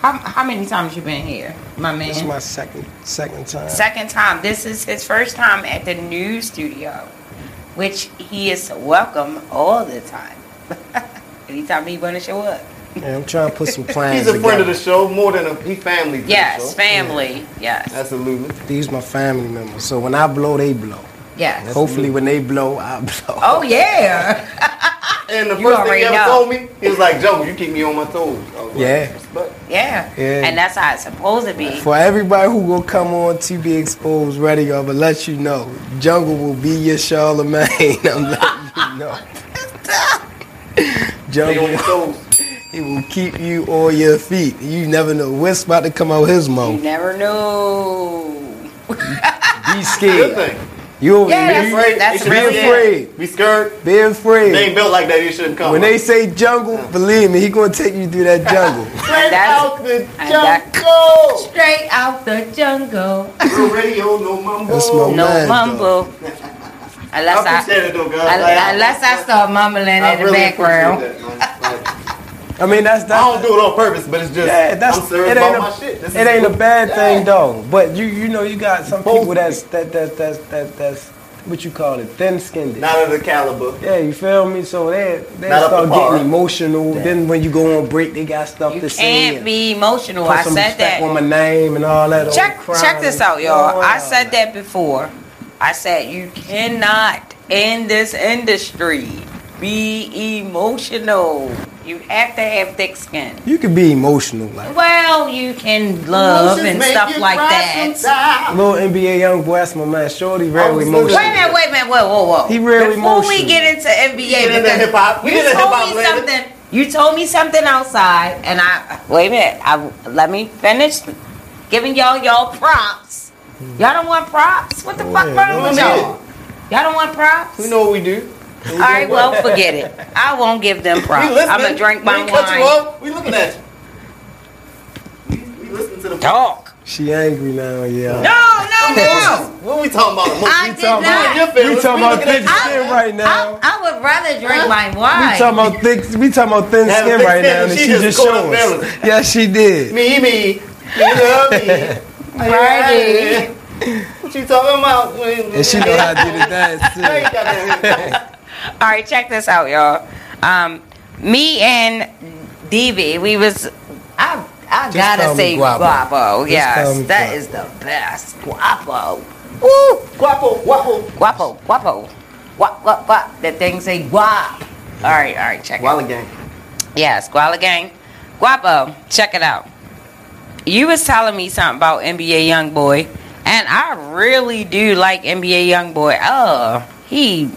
S1: how, how many times you been here, my man?
S4: this is my second second time.
S1: Second time. This is his first time at the new studio, which he is welcome all the time. Anytime he want to show up.
S4: Yeah, I'm trying to put some plans.
S3: He's a friend
S4: together.
S3: of the show more than a he family. to the
S1: Yes,
S3: show.
S1: family. Yes,
S3: Absolutely.
S4: These my family members, so when I blow, they blow.
S1: yes.
S4: Hopefully, when they blow, I blow.
S1: Oh yeah.
S3: And the
S1: You
S3: first thing
S1: already
S3: he ever
S1: know.
S3: told me, he was like, "Joe, you keep me on my toes." I was like,
S4: Yeah.
S3: But
S1: Yeah.
S4: Yeah.
S1: And that's how it's supposed to be.
S4: For everybody who will come on to be exposed radio, but let you know, Jungle will be your Charlemagne. I'm letting you know. Jungle, he will keep you on your feet. You never know what's about to come out his
S1: You
S4: mouth.
S1: never know.
S4: Be scared. You
S1: Yeah,
S4: be
S1: that's-
S4: afraid.
S1: that's
S4: be
S1: really it.
S4: afraid.
S3: Be scared.
S4: Be afraid.
S3: They ain't built like that. You shouldn't come.
S4: When they say jungle, believe me, he gonna take you through that jungle.
S3: Straight out the
S1: and that-
S3: jungle.
S1: Straight out the jungle.
S3: No radio, no mumbo.
S4: That's my
S1: No
S4: man,
S1: mumble. Unless
S3: I
S1: I,
S3: appreciate it though, guys.
S1: un-
S3: Like, I-
S1: unless I start mumbling
S3: I
S1: in the
S3: really appreciate
S1: background.
S3: that, man. Like,
S4: I mean, that's that's.
S3: I don't do it on purpose, but it's just
S4: yeah, that's
S3: I'm serious
S4: it
S3: about
S4: ain't a,
S3: my shit. This
S4: it
S3: is
S4: ain't a
S3: what-
S4: bad
S3: Yeah.
S4: thing though. But you you know you got some people that's that that that's that that's what you call it thin skinned.
S3: Not of the caliber.
S4: Yeah, you feel me? So they they
S3: Not up
S4: start
S3: to par.
S4: getting emotional. Then when you go on break, they got stuff to say.
S1: Can't be emotional.
S4: put
S1: Oh, I
S4: some
S1: said
S4: respect
S1: that.
S4: on my name and all that. old
S1: Check
S4: crap.
S1: check this out, y'all. I said that before. I said you cannot in this industry be emotional. You have to have thick skin.
S4: You could be emotional, like
S1: Well, you can love
S4: Emotions
S1: and
S4: make
S1: stuff
S4: you
S1: like
S4: cry
S1: that.
S4: little NBA young boy. That's my man, Shorty. Very
S1: Wait a
S4: emotional.
S1: minute, wait a minute, whoa, whoa, whoa.
S4: He real
S1: Before we
S4: emotional.
S1: get into NBA,
S4: get into
S1: because
S4: hip-hop. We
S1: you
S4: get into
S1: told
S4: hip-hop
S1: me
S4: later.
S1: something. You told me something outside, and I wait a minute. I let me finish giving y'all y'all props. Y'all don't want props. What the fuck wrong with y'all? Y'all don't want props.
S3: We know what we do.
S1: All right, well, forget it. I won't give them props.
S3: listening.
S1: I'm gonna drink my
S3: We ain't cut you
S1: wine.
S3: off. We looking at you. We, we listen to the
S1: talk.
S4: She angry now, yeah.
S1: No, no,
S3: no. What we talking about?
S1: I
S3: we
S1: did
S3: talking
S1: not.
S3: About your feelings.
S4: We talking about
S3: looking at
S4: thick skin right now.
S1: I would rather drink my wine.
S4: We talking about thick. We talking about thin
S3: Have
S4: skin
S3: thick
S4: right
S3: skin
S4: now,
S3: and
S4: and
S3: she
S4: she
S3: just
S4: just
S3: called us
S4: showed us. Yes, she did.
S3: Me, me. You love me.
S1: Righty.
S3: What you talking about? And
S4: she know how to do the dance too.
S1: All right, check this out, y'all. Um, me and DV, we was I I
S2: Just
S1: gotta
S2: call me
S1: say
S2: Guapo.
S1: guapo.
S2: Just call me
S1: Yes, that
S2: Guapo.
S1: is the best guapo. Woo!
S3: Guapo, guapo,
S1: guapo, guapo, guap, guap, guap. That thing say guap. All right, all right, check
S3: Guala
S1: it.
S3: gang.
S1: Yes, Guala gang, guapo. Check it out. You was telling me something about NBA YoungBoy, and I really do like NBA YoungBoy. Oh, he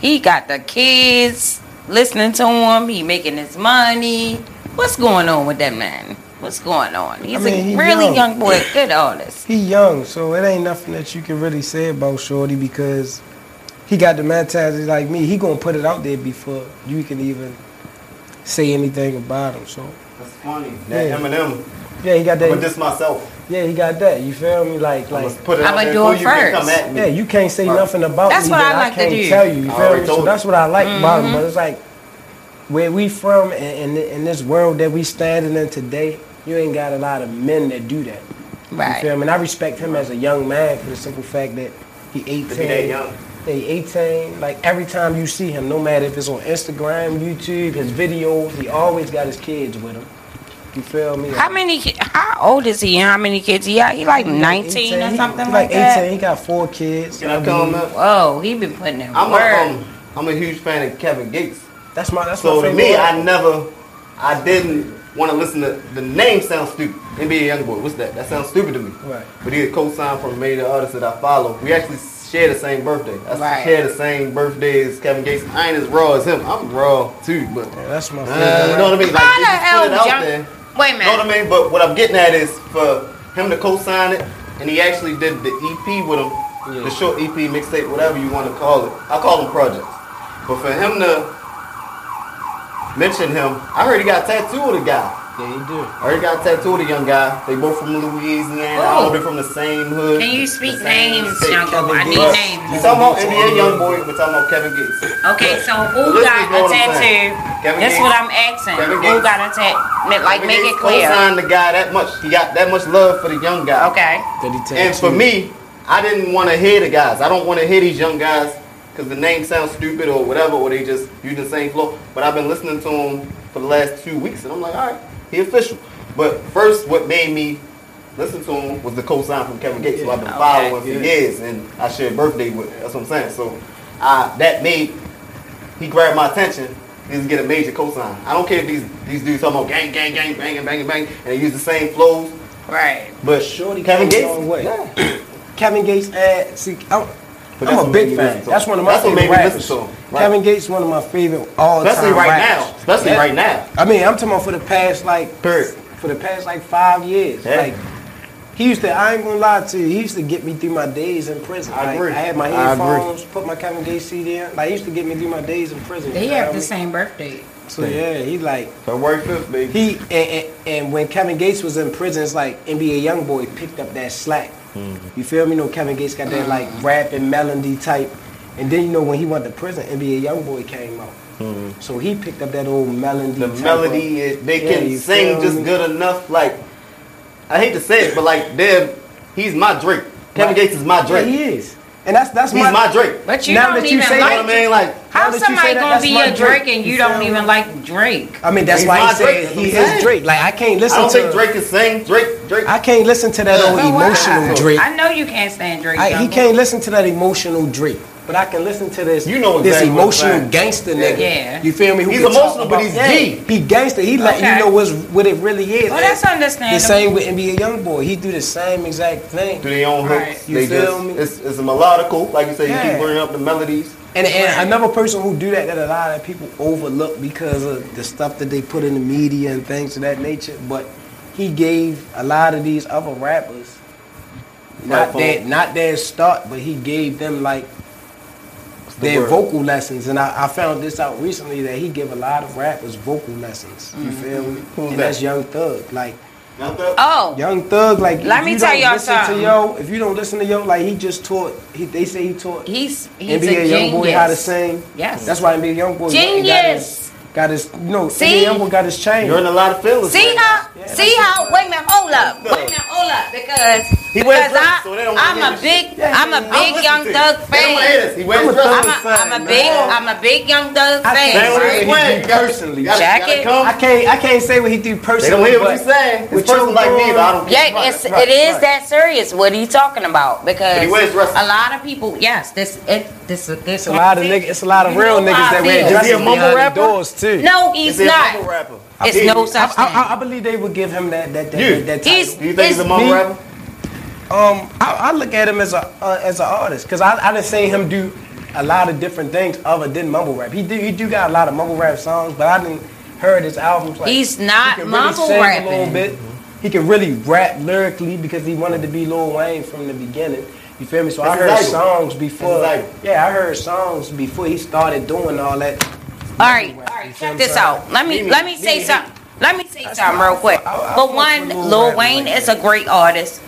S1: he got the kids listening to him. He making his money. What's going on with that man? What's going on? He's
S4: mean, he
S1: a really
S4: young.
S1: young, boy, good artist.
S4: He young, so it ain't nothing that you can really say about Shorty because he got the mentality like me. He gonna put it out there before you can even say anything about him. So
S3: That's funny. That
S4: Yeah.
S3: Eminem.
S4: yeah, he got that.
S3: I'ma diss myself.
S4: Yeah, he got that. You feel me? Like,
S3: I'ma
S4: like
S3: put it out I'ma there do before it you can come first. at me.
S4: Yeah, you can't say nothing about
S1: That's
S4: me
S1: what
S4: that
S1: I like to
S4: can't
S1: do. Mm-hmm.
S4: tell you. You
S3: I
S4: feel
S3: already
S4: me?
S3: told
S4: So
S3: you.
S4: that's what I like about him.
S3: Mhm.
S4: But it's like where we from and in, in this world that we standing in today, you ain't got a lot of men that do that.
S1: Right.
S4: You feel me? And I respect him as a young man for the simple fact that he
S3: To
S4: 18.
S3: be that young.
S4: Yeah, he 18. Like every time you see him, no matter if it's on Instagram, YouTube, his videos, he always got his kids with him. You feel me?
S1: How many? ki- How old is he? And how many kids he got? He like nineteen or something
S4: He like
S1: like, that.
S4: 18. He got four kids.
S3: Can I call him up?
S1: Whoa, he been putting in
S3: I'm
S1: work.
S3: a, um, I'm a huge fan of Kevin Gates.
S4: That's my that's
S3: so
S4: my
S3: to
S4: favorite
S3: me, I
S4: rapper.
S3: never, I didn't want to listen to the name. Sounds stupid. NBA YoungBoy. What's that? That sounds stupid to me.
S4: Right.
S3: But he a co-signed from many of the artists that I follow. We actually share the same birthday. I
S4: Right.
S3: share the same birthday as Kevin Gates. I ain't as raw as him. I'm raw too, but
S4: that's my.
S3: Uh, you know what I mean? Like,
S1: How
S3: they
S1: the
S3: just put
S1: hell
S3: it out
S1: John-
S3: there.
S1: Wait a
S3: You know what
S1: minute.
S3: I mean? But what I'm getting at is for him to co-sign it, and he actually did the EP with him, the short EP, mixtape, whatever you want to call it. I call them projects. But for him to mention him, I heard he got tattooed a guy.
S4: Yeah, he do.
S3: I heard he got tattooed a young guy. They both from Louisiana.
S1: Oh.
S3: All been from the same hood.
S1: Can you speak names, Junko? I need
S3: But
S1: names.
S3: We're talking about NBA young boy. We're talking about Kevin Gates.
S1: Okay, so
S3: Well,
S1: who
S3: let's
S1: got
S3: keep going
S1: a
S3: on the thing.
S1: tattoo?
S3: Kevin
S1: That's
S3: Gates.
S1: what I'm asking.
S3: Kevin
S1: Who
S3: Gates.
S1: got a tattoo? Like, make it clear.
S3: Co-signed the guy that much. He got that much love for the young guy.
S1: Okay.
S3: And for me, I didn't want to hear the guys. I don't want to hear these young guys because the name sounds stupid or whatever, or they just use the same flow. But I've been listening to him for the last two weeks, and I'm like, all right, he official. But first, what made me listen to him was the co-sign from Kevin Gates, who I've been following for
S4: Yeah.
S3: years, and I shared birthday with. That's what I'm saying. So I, that made he grabbed my attention. He's get a major cosign. I don't care if these these dudes talking about gang, gang, gang, banging, banging, banging, and they use the same flows.
S1: Right.
S3: But
S4: Shorty
S3: Kevin
S4: came a
S3: Gates,
S4: long way. Kevin Gates, uh, see, I'm,
S3: But that's
S4: I'm
S3: what
S4: a
S3: made
S4: big
S3: me
S4: fan.
S3: listen to
S4: That's
S3: him.
S4: one of my
S3: That's what made
S4: favorite
S3: me
S4: rappers.
S3: listen to him. Right.
S4: Kevin Gates, one of my favorite all
S3: Especially
S4: time
S3: right now. Especially right now.
S4: I mean, I'm talking about for the past like for the past like five years.
S3: Yeah.
S4: Like he used to. I ain't gonna lie to you. He used to get me through my days in prison.
S3: I
S4: Like,
S3: agree.
S4: I had my
S3: I agree.
S4: headphones, put my Kevin Gates CD in. Like he used to get me through my days in prison.
S1: They
S4: you know
S1: have
S4: what I
S1: the
S4: mean?
S1: same birthday.
S4: So yeah, he like
S3: February fifth, baby.
S4: He and, and, and when Kevin Gates was in prison, it's like NBA YoungBoy picked up that slack. You feel me? You know Kevin Gates
S3: Mm.
S4: got that like rap and melody type, and then you know when he went to prison, NBA YoungBoy came out. So he picked up that old melody.
S3: The melody is they can sing just good enough. Like I hate to say it, but like Deb, he's my Drake. Kevin Gates is my Drake.
S4: Yeah, he is. And that's that's
S3: He's my Drake. But you don't even like it.
S4: that-
S3: You know what I mean? Like,
S4: now
S1: How
S4: that you
S1: somebody
S4: say that,
S1: gonna
S4: that's
S1: be
S4: my
S1: your Drake and you don't even like Drake?
S4: I mean, that's
S1: He's
S4: why
S1: my
S4: I said
S1: Drake,
S4: he
S1: that's what I'm
S4: is
S1: saying.
S4: Drake. Like I can't listen.
S1: I don't
S4: to,
S1: think Drake
S3: can sing. Drake, Drake.
S4: I can't listen to that old
S1: But why?
S4: emotional Drake.
S1: I know you can't stand Drake.
S4: I, he
S1: Jungle.
S4: can't listen to that emotional Drake, but I can listen to this. You know
S1: exactly
S4: this
S1: what I'm
S4: emotional
S1: saying.
S4: gangster nigga.
S1: Yeah.
S4: you feel me?
S1: He's
S4: can talk
S1: emotional, but
S4: about-
S1: he's
S4: Yeah,
S1: deep.
S4: He gangster. He let
S1: Okay.
S4: you know what's what it really is.
S1: Well, that's understandable.
S4: The same with NBA YoungBoy. He do the same exact thing.
S3: Do their own hooks.
S4: You
S3: They
S4: feel
S3: just,
S4: me?
S3: It's, it's a melodical, like you say. You
S4: Yeah.
S3: keep bringing up the melodies.
S4: And, and another person who do that that a lot of people overlook because of the stuff that they put in the media and things of that nature. But he gave a lot of these other rappers not
S3: Platform.
S4: their not their start, but he gave them like
S3: the
S4: their
S3: word?
S4: vocal lessons. And I, I found this out recently that he give a lot of rappers vocal lessons. You feel me?
S3: Mm-hmm. Who's
S4: and
S3: that?
S4: that's Young Thug. Like
S3: Young Thug.
S1: Oh,
S4: Young Thug, like
S1: Let
S4: if
S1: me
S4: you
S1: tell
S4: don't
S1: y'all
S4: listen
S1: something.
S4: To yo, if you don't listen to yo, like he just taught. He, they say he taught.
S1: He's, he's
S4: NBA
S1: a
S4: young boy how to
S1: genius.
S4: sing.
S1: Yes.
S4: that's why NBA young boy
S1: Genius.
S4: got his, got his you know
S1: See?
S4: NBA young boy got his chain.
S3: You're in a lot of feelings.
S1: See how? see how? Wait a minute. Hold up. Wait a minute. Hold up. Because
S3: He wears
S1: because
S3: dresses,
S1: I,
S3: so they don't wanna
S1: I'm
S3: hear
S1: a
S3: this
S1: big I'm a big Young
S3: to you.
S1: Thug
S3: They don't wanna hear
S1: fan.
S3: this. He wears I'm a dresses. Thug
S1: I'm a, I'm
S3: fan,
S1: a big
S3: man.
S1: I'm a big Young Thug
S4: I
S1: fan.
S4: can't
S1: right?
S4: say what he do personally.
S1: gotta- Jacket. gotta come.
S4: I can't. I can't say what he do personally.
S3: don't hear what
S4: but
S3: you saying. It's
S4: with your
S3: personal like me, but I
S4: girl-
S3: don't
S1: Yeah, it's, it is that serious. What are you talking about? Because
S4: But he wears dresses.
S1: a lot of people, yes, this it this this
S4: It's a lot of nigga, It's a lot of
S1: You
S4: real
S1: know how
S4: niggas that
S1: I
S4: wear
S1: feel. Is he
S4: dresses
S1: a mumble
S4: behind
S1: rapper?
S4: the doors too.
S1: No, he's Is he a not. mumble rapper? It's
S4: I-
S1: no such
S4: I, I, I believe they would give him that that that,
S3: You.
S4: that, that
S3: He's-
S4: title.
S3: Do you think he's a mumble
S4: Me?
S3: rapper?
S4: Um, I, I look at him as a uh, as an artist because I I done seen him do a lot of different things other than mumble rap. He do he do got a lot of mumble rap songs, but I didn't heard his albums. Like,
S1: He's not
S4: he can
S1: mumble
S4: really sing a
S1: rapping.
S4: little bit. He can really rap lyrically because he wanted to be Lil Wayne from the beginning. You feel me? So I
S3: That's
S4: heard
S3: his idol.
S4: songs
S3: That's
S4: before.
S3: his idol.
S4: Yeah, I heard songs before he started doing all that.
S1: All right, all right, check this out. Let me let me say something. Let me say something real quick. But one, Lil Wayne is a great artist.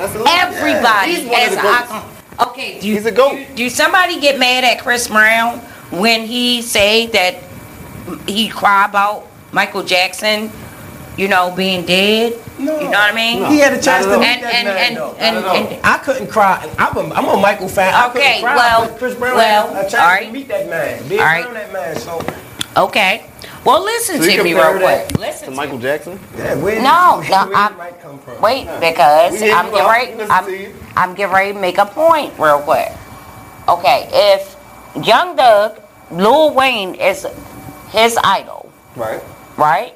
S1: Everybody
S5: He's one of
S1: is
S5: the
S1: an
S5: goats.
S1: icon. Okay, do, he's a goat. Do, do somebody get mad at Chris Brown when he say that he cry about Michael Jackson, you know, being dead? No, you know what I mean.
S4: He had a chance to
S1: and,
S4: meet
S1: and,
S4: that
S1: and,
S4: man,
S1: and,
S4: though.
S1: and,
S4: I couldn't cry. I'm a, I'm a Michael fan. I
S1: Okay,
S4: couldn't cry.
S1: well,
S4: but Chris Brown
S1: well,
S4: had a chance
S1: all right.
S4: to meet that man. Be
S1: All
S4: around
S1: right.
S4: that man. So
S1: okay. Well, listen
S3: you
S1: to me
S3: compare
S1: real
S3: that
S1: quick. Listen
S3: to Michael Jackson.
S4: Yeah,
S1: No, no, I, wait, because
S3: We hear
S1: I'm
S3: you,
S1: getting
S3: bro.
S1: ready.
S3: We listen to you.
S1: I'm, I'm getting ready to make a point real quick. Okay, if Young Doug, Lil Wayne is his idol,
S3: Right.
S1: right?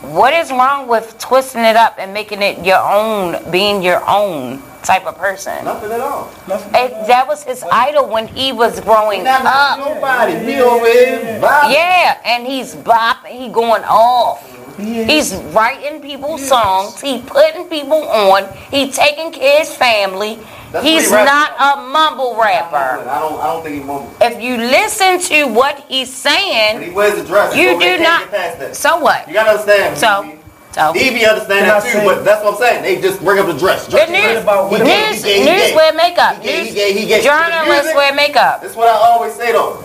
S1: What is wrong with twisting it up and making it your own, being your own type of person?
S3: Nothing at all.
S1: It, that was his idol when he was growing
S3: Not
S1: up.
S3: nobody. He over here bopping.
S1: Yeah, and he's bopping. He going off. He's writing people's songs. He putting people on. He taking kids' family.
S3: That's
S1: he's
S3: what he
S1: not
S3: raps
S1: a mumble rapper.
S3: I don't. I don't think he mumbles.
S1: If you listen to what he's saying,
S3: He wears a dress.
S1: you
S3: so they
S1: do
S3: can't
S1: not.
S3: Get past that.
S1: So what?
S3: You gotta understand.
S1: So, so
S3: Evie understand
S1: Can I
S3: that too,
S1: say-
S3: but that's what I'm saying. They just bring up the dress.
S1: The
S3: dress
S1: news,
S3: He gay,
S1: news,
S3: he gay, he
S1: news
S3: gay.
S1: wear makeup.
S3: He gay,
S1: News-
S3: he gay, he gay.
S1: Journalists
S3: Music-
S1: wear makeup.
S3: That's what I always say though.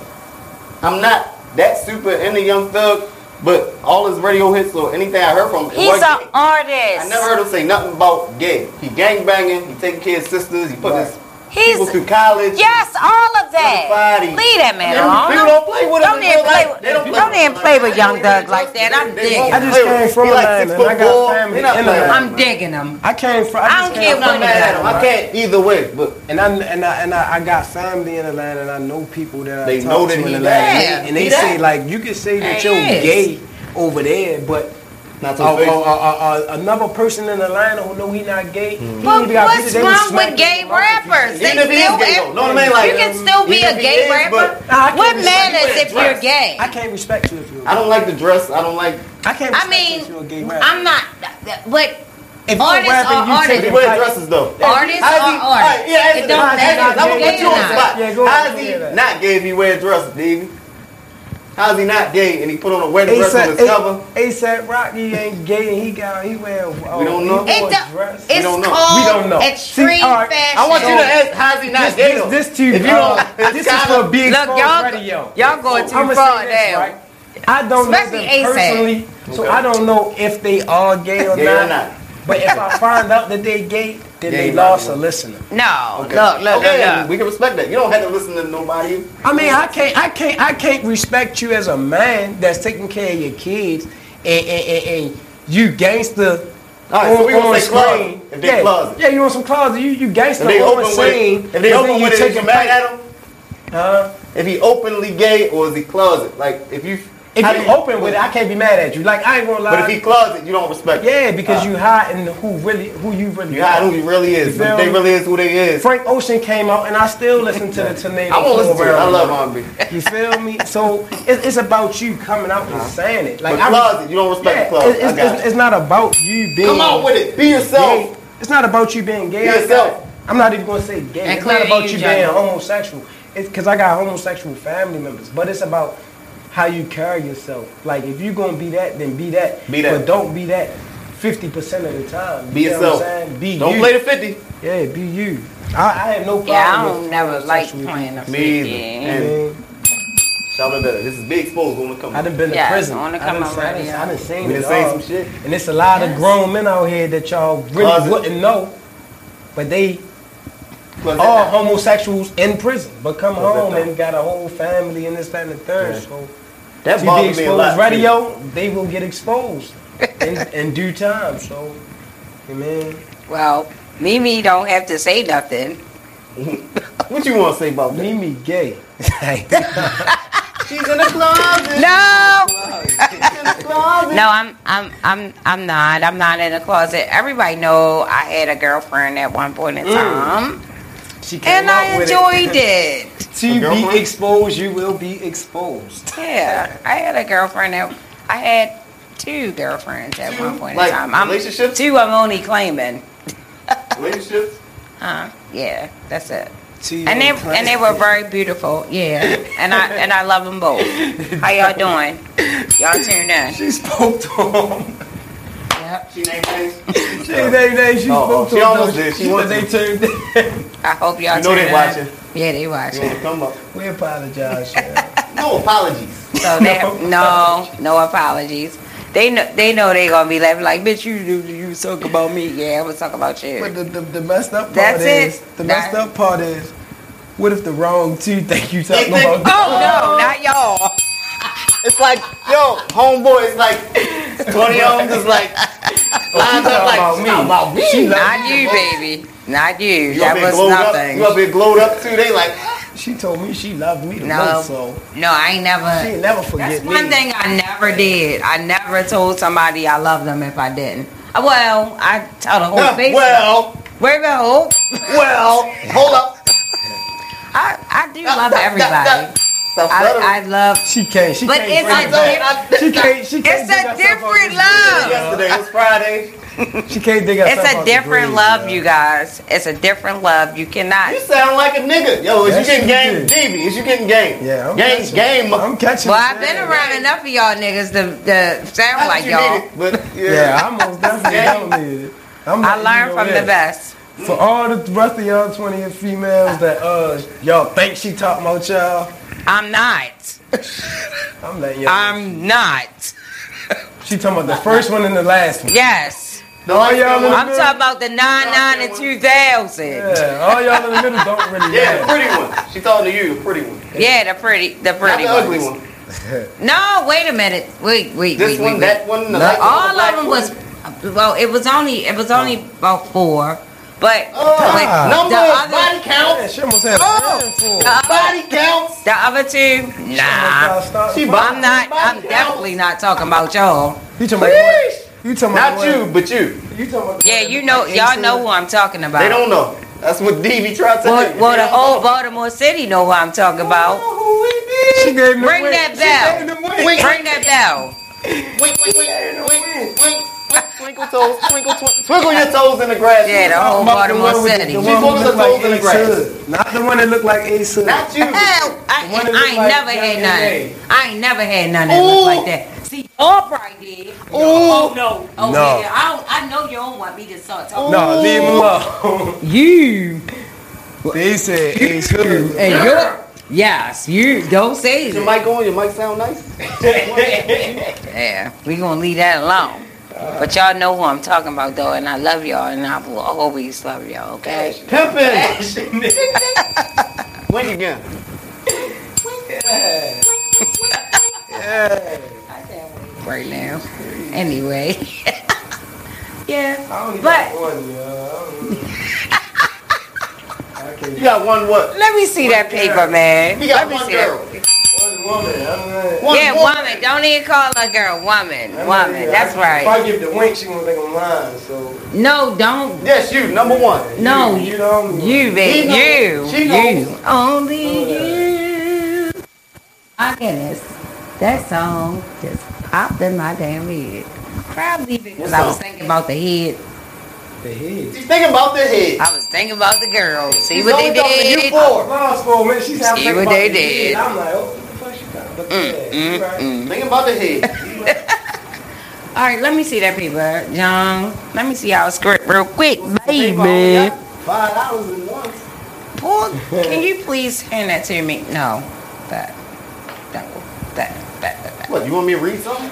S3: I'm not that super into Young Thug, but all his radio hits or anything I heard from him. it
S1: He's
S3: was
S1: an
S3: gay.
S1: artist.
S3: I never heard him say nothing about gay. He gang banging. He taking care of sisters. He put his people through college.
S1: Yes, all of that. Leave that man
S3: Them
S1: alone.
S3: people don't play with him
S1: Don't
S3: in
S1: even
S3: real
S1: play
S3: life.
S1: with.
S3: They don't play
S1: Don't
S3: with
S1: even play with Young Doug like that. I'm digging.
S4: I just came from
S1: He like
S4: Atlanta,
S1: six
S4: and
S1: foot
S4: I got
S1: four.
S4: family
S1: He not
S4: in
S1: playing.
S4: Atlanta.
S1: I'm digging him.
S4: I came from. I,
S1: I
S4: just
S1: don't
S4: came
S1: care what
S4: from
S1: he
S4: Atlanta,
S1: got on.
S4: right?
S1: I
S3: can't either way. But
S4: and I and I and I, I got family in Atlanta, and I know people that
S3: They
S4: I talk
S3: know that
S4: to
S3: he
S4: in Atlanta, and
S3: bad.
S4: they- and they
S3: He
S4: say
S3: bad.
S4: like you can say that
S3: He
S4: you're
S3: is.
S4: gay over there, but.
S3: Not
S4: uh,
S3: so big.
S4: uh, uh, uh, another person in Atlanta who know he not gay. he
S1: But
S4: got- they
S1: what's
S4: would
S1: wrong
S4: smack
S1: with gay rappers? They
S4: Even if he is
S1: still
S4: gay,
S1: have-
S4: though, know what I mean? Like, um,
S1: you can still be
S4: even
S1: a
S4: if
S1: gay
S4: he is,
S1: rapper.
S4: but- Nah, I can't
S1: what
S4: respect you
S1: matters
S4: with
S1: if
S4: a
S1: you're
S4: dress.
S1: gay?
S4: I can't respect you if you're.
S3: I don't like the dress. I don't like.
S4: I can't.
S1: I mean, I'm not. But
S4: If you're
S1: artists
S4: rapping,
S1: are
S4: you
S1: artists.
S3: He wears dresses though.
S1: Artists
S3: How is
S1: are
S3: he-
S1: artists.
S3: all right, Yeah,
S1: It
S3: answer
S1: don't
S3: that.
S1: matter if
S3: Answer that. I'm
S1: he's
S3: gonna put you on
S1: gay or
S3: the
S1: not.
S3: spot. How is he not gay if he wears dresses, Davey? How's he not gay? And he put on a wedding dress on his cover.
S4: ASAP Rocky ain't gay and he got he wearing. Oh,
S3: We don't know.
S4: He wore
S3: It
S4: a
S3: do-
S4: dress.
S3: it's We don't know. called
S4: we don't know.
S3: extreme
S4: See, all right,
S3: fashion. I want you to ask, how's he not
S4: this,
S3: gay, though?
S4: This, this to you.
S3: If you don't-
S4: uh, this is
S3: Look,
S4: for big
S3: y'all-
S4: y'all, radio.
S3: y'all going too
S4: I'ma
S3: far
S4: say this,
S3: now.
S4: right? I don't
S3: Especially
S4: know
S3: A$AP.
S4: them personally, so
S3: Okay.
S4: I don't know if they are gay or
S3: Gay or
S4: not.
S3: not.
S4: But if I find out that they gay, then
S3: Gay
S4: they
S3: not
S4: lost a listener.
S21: No,
S3: Okay. okay, we can respect that. You don't have to listen to nobody.
S4: I mean, I can't, I can't, I can't respect you as a man that's taking care of your kids, and and, and, and you gangster.
S3: All right, so we gonna say closet, if they
S4: yeah,
S3: closet.
S4: yeah, you want some closet? You you gangster
S3: If they
S4: on
S3: open with
S4: scene.
S3: it, if they
S4: and
S3: open
S4: then you
S3: with it,
S4: take
S3: is you
S4: a
S3: mad
S4: bite.
S3: at him?
S4: Huh?
S3: If he openly gay or is he closet? Like if you
S4: If
S3: how
S4: you
S3: do
S4: open with it, I can't be mad at you. Like I ain't gonna lie.
S3: But if he closet, you don't respect.
S4: yeah, because you hiding who really who you really
S3: You hiding who you really is.
S4: feel
S3: They
S4: me?
S3: really is who they is.
S4: Frank Ocean came out, and I still listen to the tornado.
S3: I won't listen to it. I
S4: Around.
S3: love R&B.
S4: You feel me? So it, it's about you coming out and saying it. Like
S3: Uh-huh. But
S4: I
S3: closet, you don't respect
S4: yeah,
S3: the closet.
S4: It's,
S3: I got
S4: it's- it's not about you being.
S3: Come out with it. Be yourself.
S4: gay. It's not about you being gay.
S3: Be yourself.
S4: I'm not even gonna say gay.
S3: And
S4: it's not
S3: clearly
S4: about
S3: you
S4: you
S3: gender.
S4: being homosexual. It's because I got homosexual family members, but it's about how you carry yourself. Like if you're gonna be that, then be that.
S3: Be that.
S4: But don't be that. Fifty percent of the time.
S3: Be
S4: You know what I'm
S3: yourself.
S4: saying? Be
S3: Don't
S4: you.
S3: play the 50.
S4: Yeah, be you. I, I have no problem.
S21: Yeah, I
S4: with
S21: don't never like
S4: homosexual
S21: playing a
S4: people.
S3: Me either. And shout out to This is big exposed on the come.
S4: I done been to prison. I done, seen- I done, seen
S3: We
S4: it
S3: done seen
S4: all.
S3: some shit.
S4: And it's a lot of grown men out here that y'all really
S3: Closet.
S4: wouldn't know, but they
S3: Closet.
S4: are homosexuals in prison, but come
S3: Closet
S4: home
S3: down.
S4: and got a whole family and this, that, and the third. So
S3: That
S4: to be
S3: bothered
S4: exposed
S3: me a lot,
S4: radio, they will get exposed in, in due time. So, you mean,
S1: Well, Mimi don't have to say nothing.
S3: what you want to say about that?
S4: Mimi gay.
S3: She's in the closet.
S1: No.
S3: closet.
S1: No, I'm I'm I'm I'm not. I'm not in the closet. Everybody know I had a girlfriend at one point in
S4: Mm.
S1: time.
S4: She came
S1: and I
S4: out with
S1: enjoyed
S4: it.
S1: it.
S4: to be exposed, you will be exposed.
S1: Yeah. I had a girlfriend at I had two girlfriends at one point
S3: Like,
S1: in time. I'm,
S3: relationships?
S1: Two I'm only claiming.
S3: Relationships?
S1: Huh? Uh, Yeah, that's it.
S4: Two
S1: And they
S4: only claiming.
S1: and they were very beautiful. Yeah. And I and I love them both. How y'all doing? Y'all tuned in.
S4: She spoke to him.
S3: She named names.
S4: She, they, they, she
S3: Oh,
S4: spoke
S3: she
S4: to him.
S3: almost
S4: though.
S3: did. She
S4: said
S3: wanted
S4: they
S3: to.
S4: tuned in.
S1: I hope y'all
S3: You know
S1: tuned
S3: they
S1: in.
S3: watching.
S1: Yeah, they
S3: You
S1: watching.
S3: want to come up?
S4: We apologize.
S3: No apologies.
S1: So they no, no apologies. They know they know they gonna be laughing like, bitch, you you, you talk about me. Yeah, I'm gonna talk about you.
S4: But the, the, the messed up part
S1: That's
S4: is
S1: it.
S4: the messed up part is what if the wrong two think you talking
S3: They think-
S4: about?
S1: Oh no, not y'all.
S3: It's like, yo, homeboy is like, Tony Holmes is like, lines up like,
S4: Oh, about
S3: she
S4: me.
S3: talking about me.
S4: She like-
S1: Not you, baby. Not you.
S3: You
S1: that
S3: up here
S1: was
S3: glowed up?
S1: nothing.
S3: You up here glowed up too? They like, "Ah."
S4: She told me she loved me the
S1: No.
S4: most, so
S1: No, I ain't never.
S4: she ain't never forget
S1: That's
S4: me.
S1: one thing I never did. I never told somebody I loved them if I didn't. Uh, Well, I tell the whole
S3: Huh,
S1: Facebook.
S3: well.
S1: wait a minute, who?
S3: well, hold up.
S1: I, I do love everybody. I, I love.
S4: She can't. She
S1: But
S4: can't.
S1: it's
S4: bring
S1: a
S4: it back.
S1: diff-
S4: She can't. She can't
S1: It's a
S4: dig herself out
S1: different
S4: the
S1: love.
S3: Yesterday was Friday.
S4: grave. She can't dig herself
S1: It's
S4: out
S1: a
S4: the
S1: different
S4: grave,
S1: love,
S4: yo.
S1: you guys. It's a different love. You cannot.
S3: You sound like a nigga. Yo, is
S4: Yes,
S3: you getting
S4: you
S3: game?
S4: did.
S3: DB, is you getting game?
S4: Yeah, I'm
S3: game,
S4: catching.
S3: game.
S4: I'm catching.
S1: Well,
S4: the
S1: I've been
S4: shit.
S1: around enough of y'all niggas to, to sound
S3: Not that
S1: like
S3: you
S1: y'all.
S3: need it, But yeah,
S4: Yeah, I'm most definitely
S3: Yeah.
S4: don't need it. I'm letting
S1: I
S4: you
S1: learned
S4: know
S1: from the
S4: this.
S1: best.
S4: For all the rest of y'all 20 and females that uh y'all think she talking about y'all,
S1: I'm not.
S4: I'm letting y'all.
S1: I'm not.
S4: she talking about the first one and the last one.
S1: Yes.
S4: All y'all in the
S1: I'm
S4: middle,
S1: talking about the 99 and 2000. Yeah,
S4: yeah, all y'all in the middle don't really
S3: yeah, the
S4: matter.
S3: pretty one. She talking to you, the pretty one,
S1: the pretty, the
S3: not
S1: pretty
S3: the ugly
S1: ones.
S3: one.
S1: No, wait a minute. Wait, wait,
S3: This
S1: wait,
S3: one,
S1: wait,
S3: that
S1: wait.
S3: one, the
S1: No,
S3: light one, the
S1: all
S3: black
S1: of them
S3: one.
S1: was. Well, it was only it was only about four, but but
S4: Ah.
S1: the
S3: Numbers,
S1: other
S3: Oh, body
S4: Yeah,
S3: counts,
S4: she almost had
S1: Oh.
S4: a handful.
S1: the other,
S3: body counts.
S1: the other two. Nah,
S3: She
S1: I'm not. I'm definitely not talking about y'all.
S4: You talking about you talking about
S3: Not you, but you.
S4: but you talking about the
S1: Yeah,
S4: one
S1: you
S4: that
S1: know,
S4: like
S1: y'all
S4: 18?
S1: know who I'm talking about.
S3: They don't know. That's what DB tried to
S1: Well,
S3: say.
S1: well, the whole Baltimore City know who I'm talking about.
S4: She gave him the
S1: Bring
S4: win.
S1: that
S4: She gave him
S1: bell.
S4: the win.
S1: Bring that bell.
S3: Wait, wait, wait, wait, wait, wait, wait, Twinkle toes, twinkle, twinkle, twinkle your toes in the grass.
S1: Yeah, the whole
S3: Mark, the
S1: Baltimore
S3: one with-
S1: City.
S3: the one with the toes in the grass.
S2: Not the one that looked like Ace Hood.
S3: Not you.
S1: Hell, I, I ain't
S2: one that look like
S1: never had
S2: Young
S1: none.
S2: M.A.
S1: I ain't never had none that looked like that. See, y'all probably did. Oh no. Oh
S14: No.
S1: yeah. I, don't, I know you don't want me to start talking.
S14: No, leave him alone.
S1: You.
S14: They said Ace Hood.
S1: And you're yes, you don't say
S3: Your
S1: that.
S3: mic on, your mic sound nice.
S1: Yeah, we gonna leave that alone. But y'all know who I'm talking about though, and I love y'all, and I will always love y'all. Okay.
S3: Pimpin'. Wink again.
S1: Right now. Anyway. yeah.
S2: But
S3: You got one what?
S1: Let me see that paper, man.
S3: You got
S1: Let me
S3: one
S1: see that.
S3: girl.
S1: yeah, woman. Don't even call her girl woman. woman. That's
S2: If I
S1: right.
S2: give the wink, she gonna think I'm lying. So
S1: No, don't.
S3: Yes, you. Number one.
S1: No,
S2: you, you the only one.
S1: You, babe. You.
S3: She
S1: You. Only you. My goodness. That song just popped in my damn head. Probably because I was thinking about the head.
S2: The head.
S3: She's thinking about the head.
S1: I was thinking about the girl. See
S2: She's
S1: what they
S2: only talking to
S1: did.
S2: You four. Mom's four. Man, she's having
S1: See
S2: think
S1: what
S2: about
S1: they
S2: the head.
S1: did. Mm,
S2: I'm like, oh, what the fuck she got? But yeah, you right.
S3: Thinking about the head.
S1: All right, let me see that paper, John. Let me see y'all script real quick, baby.
S2: Five hours in one.
S1: Paul, can you please hand that to me? No, that, that, that, that, that.
S3: What, you want me to read something?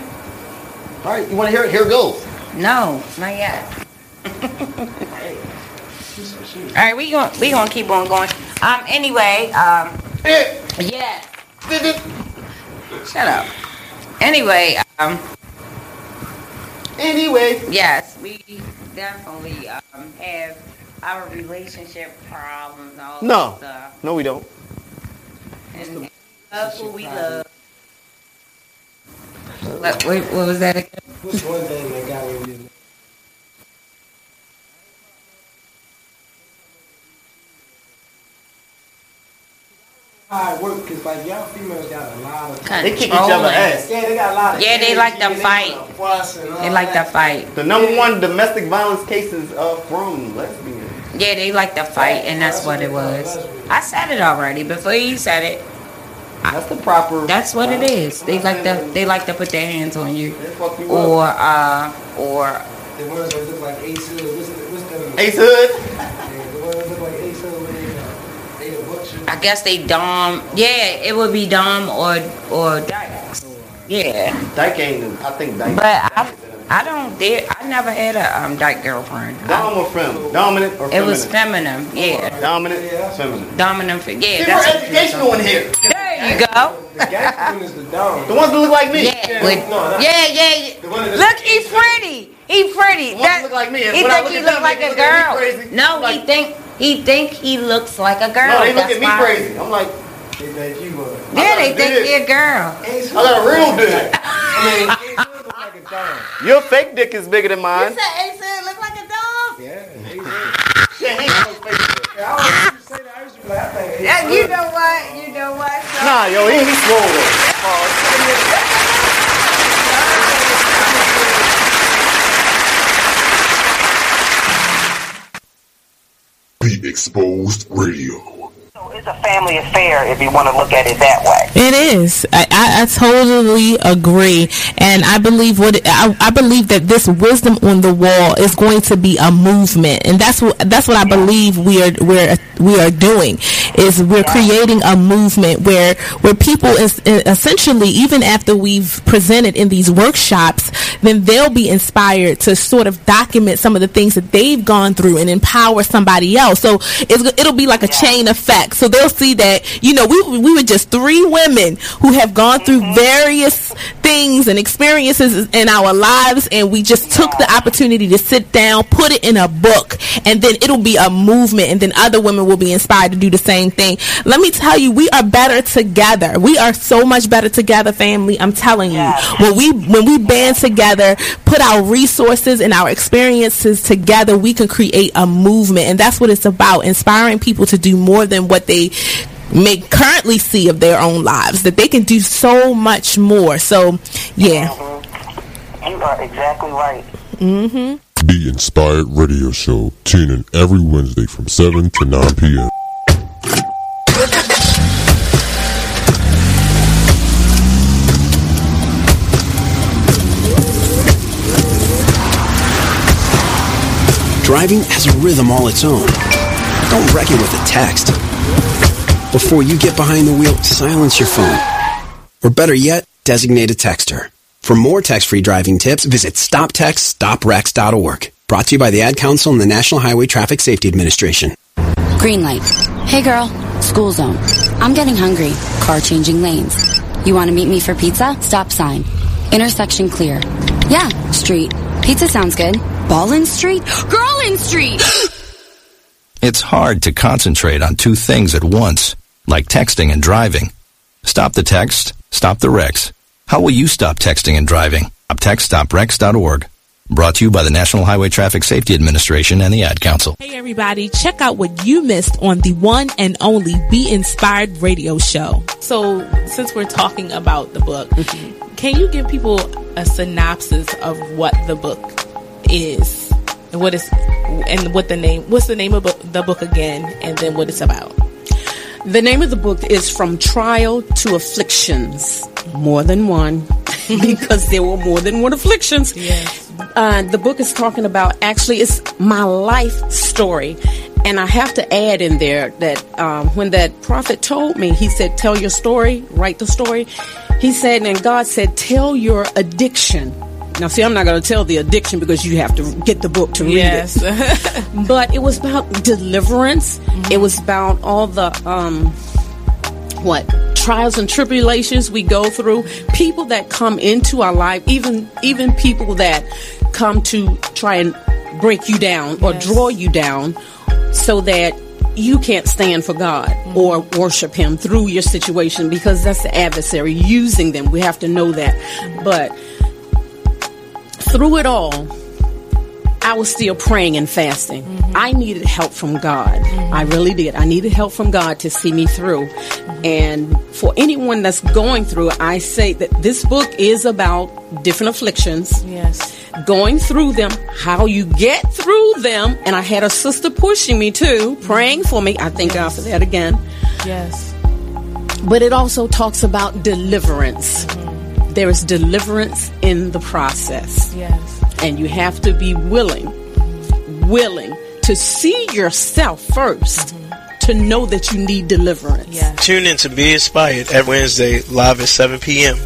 S3: All right, you want to hear it? Here it goes.
S1: No, not yet. All right, we gonna we gonna keep on going. Um, anyway, um,
S3: Eh.
S1: yeah. Shut up. Anyway, um,
S3: Anyway.
S1: yes, we definitely um have our relationship problems. All
S3: No.
S1: Stuff.
S3: No, we don't.
S1: And love who we love. What, wait, what was that again?
S2: What's one thing that got in you? How it work? Cause like y'all females got a lot of
S1: They kick each other ass.
S2: Yeah, they got a lot of.
S1: Yeah, they like to
S2: energy and
S1: fight.
S2: wanna fuss and all
S1: They like to
S2: that.
S1: fight.
S3: The number one domestic violence cases are from lesbians.
S1: Yeah, they like to fight, and that's what it was. I said it already before you said it.
S3: That's the proper.
S1: That's what it is. They like to they like to put their hands on you,
S3: Fuck you up.
S1: or uh, or
S2: The ones that look like Ace Hood. What's, what's them?
S3: Ace Hood.
S2: Yeah, the ones that look like Ace Hood. What they, uh, they a bunch of-
S1: I guess they dom. Yeah, it would be dom or or dykes. Yeah,
S3: Dyke ain't. the- I think Dyke.
S1: but I I don't did I never had a um dyke girlfriend.
S3: Dom or fem? Dominant or
S1: It
S3: feminine?
S1: was feminine. Yeah,
S3: Dominant. Feminine.
S1: dominant. fe- Yeah,
S3: See,
S1: that's
S3: we're
S1: what you was
S3: educational in
S1: talking
S3: here.
S1: about. There you go.
S2: The gangster one is the dumb.
S3: The ones that look like me.
S1: Yeah, with-
S2: no, no.
S1: yeah, yeah, yeah.
S2: The one that-
S1: Look, he pretty. He pretty.
S3: Wants to look like me, and
S1: He
S3: when I
S1: think
S3: look
S1: he
S3: at
S1: look
S3: them,
S1: like
S3: they
S1: a
S3: look at me
S1: girl.
S3: crazy.
S1: No, he
S3: Like-
S1: think he think he looks like a girl.
S3: No, they look
S1: That's
S3: at me
S1: why-
S3: crazy. I'm like,
S2: They think you were.
S1: Yeah, they
S3: I
S1: think
S3: did.
S1: he a girl.
S2: Ace
S3: I got a real
S2: Hood.
S3: dick.
S2: I mean, Ace Hood look like a dumb.
S3: Your fake dick is bigger than mine.
S1: said Asa look like a dog.
S2: Yeah, Ace Hood.
S3: Shit, ain't no fake dick.
S2: I used to say that. I used to be like, I think
S1: Yeah, you know what? You know what? So-
S3: Nah, yo, he, he swole though.
S15: The Exposed Radio.
S8: It's a family affair if you want to look at it that way.
S5: It is. I, I, I totally agree, and I believe what I, I believe that this wisdom on the wall is going to be a movement, and that's what that's what I believe we are we're we are doing is we're creating a movement where where people is essentially even after we've presented in these workshops, then they'll be inspired to sort of document some of the things that they've gone through and empower somebody else. So it's, it'll be like a chain effect. So they'll see that, you know, we, we were just three women who have gone through various things and experiences in our lives. And we just took the opportunity to sit down, put it in a book, and then it'll be a movement. And then other women will be inspired to do the same thing. Let me tell you, we are better together. We are so much better together, family. I'm telling you, when we when we band together, put our resources and our experiences together, we can create a movement, and that's what it's about: inspiring people to do more than what they may currently see of their own lives. That they can do so much more. So, yeah,
S8: You are exactly right.
S4: Mm-hmm.
S15: Be Inspired Radio Show. Tune in every Wednesday from 7 to 9 p.m.
S22: Driving has a rhythm all its own. Don't wreck it with a text. Before you get behind the wheel, silence your phone. Or better yet, designate a texter. For more text-free driving tips, visit stoptextstoprex.org. Brought to you by the Ad Council and the National Highway Traffic Safety Administration.
S23: Green light. Hey girl, school zone. I'm getting hungry. Car changing lanes. You want to meet me for pizza? Stop sign. Intersection clear. Yeah, street. Pizza sounds good. Ball in street? Girl in street!
S24: It's hard to concentrate on two things at once, like texting and driving. Stop the text, stop the wrecks. How will you stop texting and driving? Stop textstoprex.org. Brought to you by the National Highway Traffic Safety Administration and the Ad Council.
S25: Hey everybody, check out what you missed on the one and only Be Inspired radio show. So, since we're talking about the book,
S20: Mm-hmm.
S25: can you give people a synopsis of what the book is? And what is and what the name what's the name of bo- the book again and then what it's about?
S20: The name of the book is From Trial to Afflictions. More than one, because there were more than one afflictions. Uh, the book is talking about actually, it's my life story. And I have to add in there that um, when that prophet told me, he said, Tell your story, write the story. He said, and God said, Tell your addiction. Now, see, I'm not going to tell the addiction because you have to get the book to read
S25: Yes.
S20: it but it was about deliverance. It was about all the um, what trials and tribulations we go through. People that come into our life, even even people that come to try and break you down or draw you down, so that you can't stand for God or worship Him through your situation because that's the adversary using them. We have to know that, but. Through it all, I was still praying and fasting. I needed help from God. I really did. I needed help from God to see me through. And for anyone that's going through, I say that this book is about different afflictions.
S25: Yes.
S20: Going through them, how you get through them. And I had a sister pushing me too, praying for me. I thank God for that again.
S25: Yes.
S20: But it also talks about deliverance. There is deliverance in the process.
S25: Yes.
S20: And you have to be willing, willing to see yourself 1st
S4: Mm-hmm.
S20: to know that you need deliverance.
S26: Tune in to Be Inspired at Wednesday, live at 7 p.m.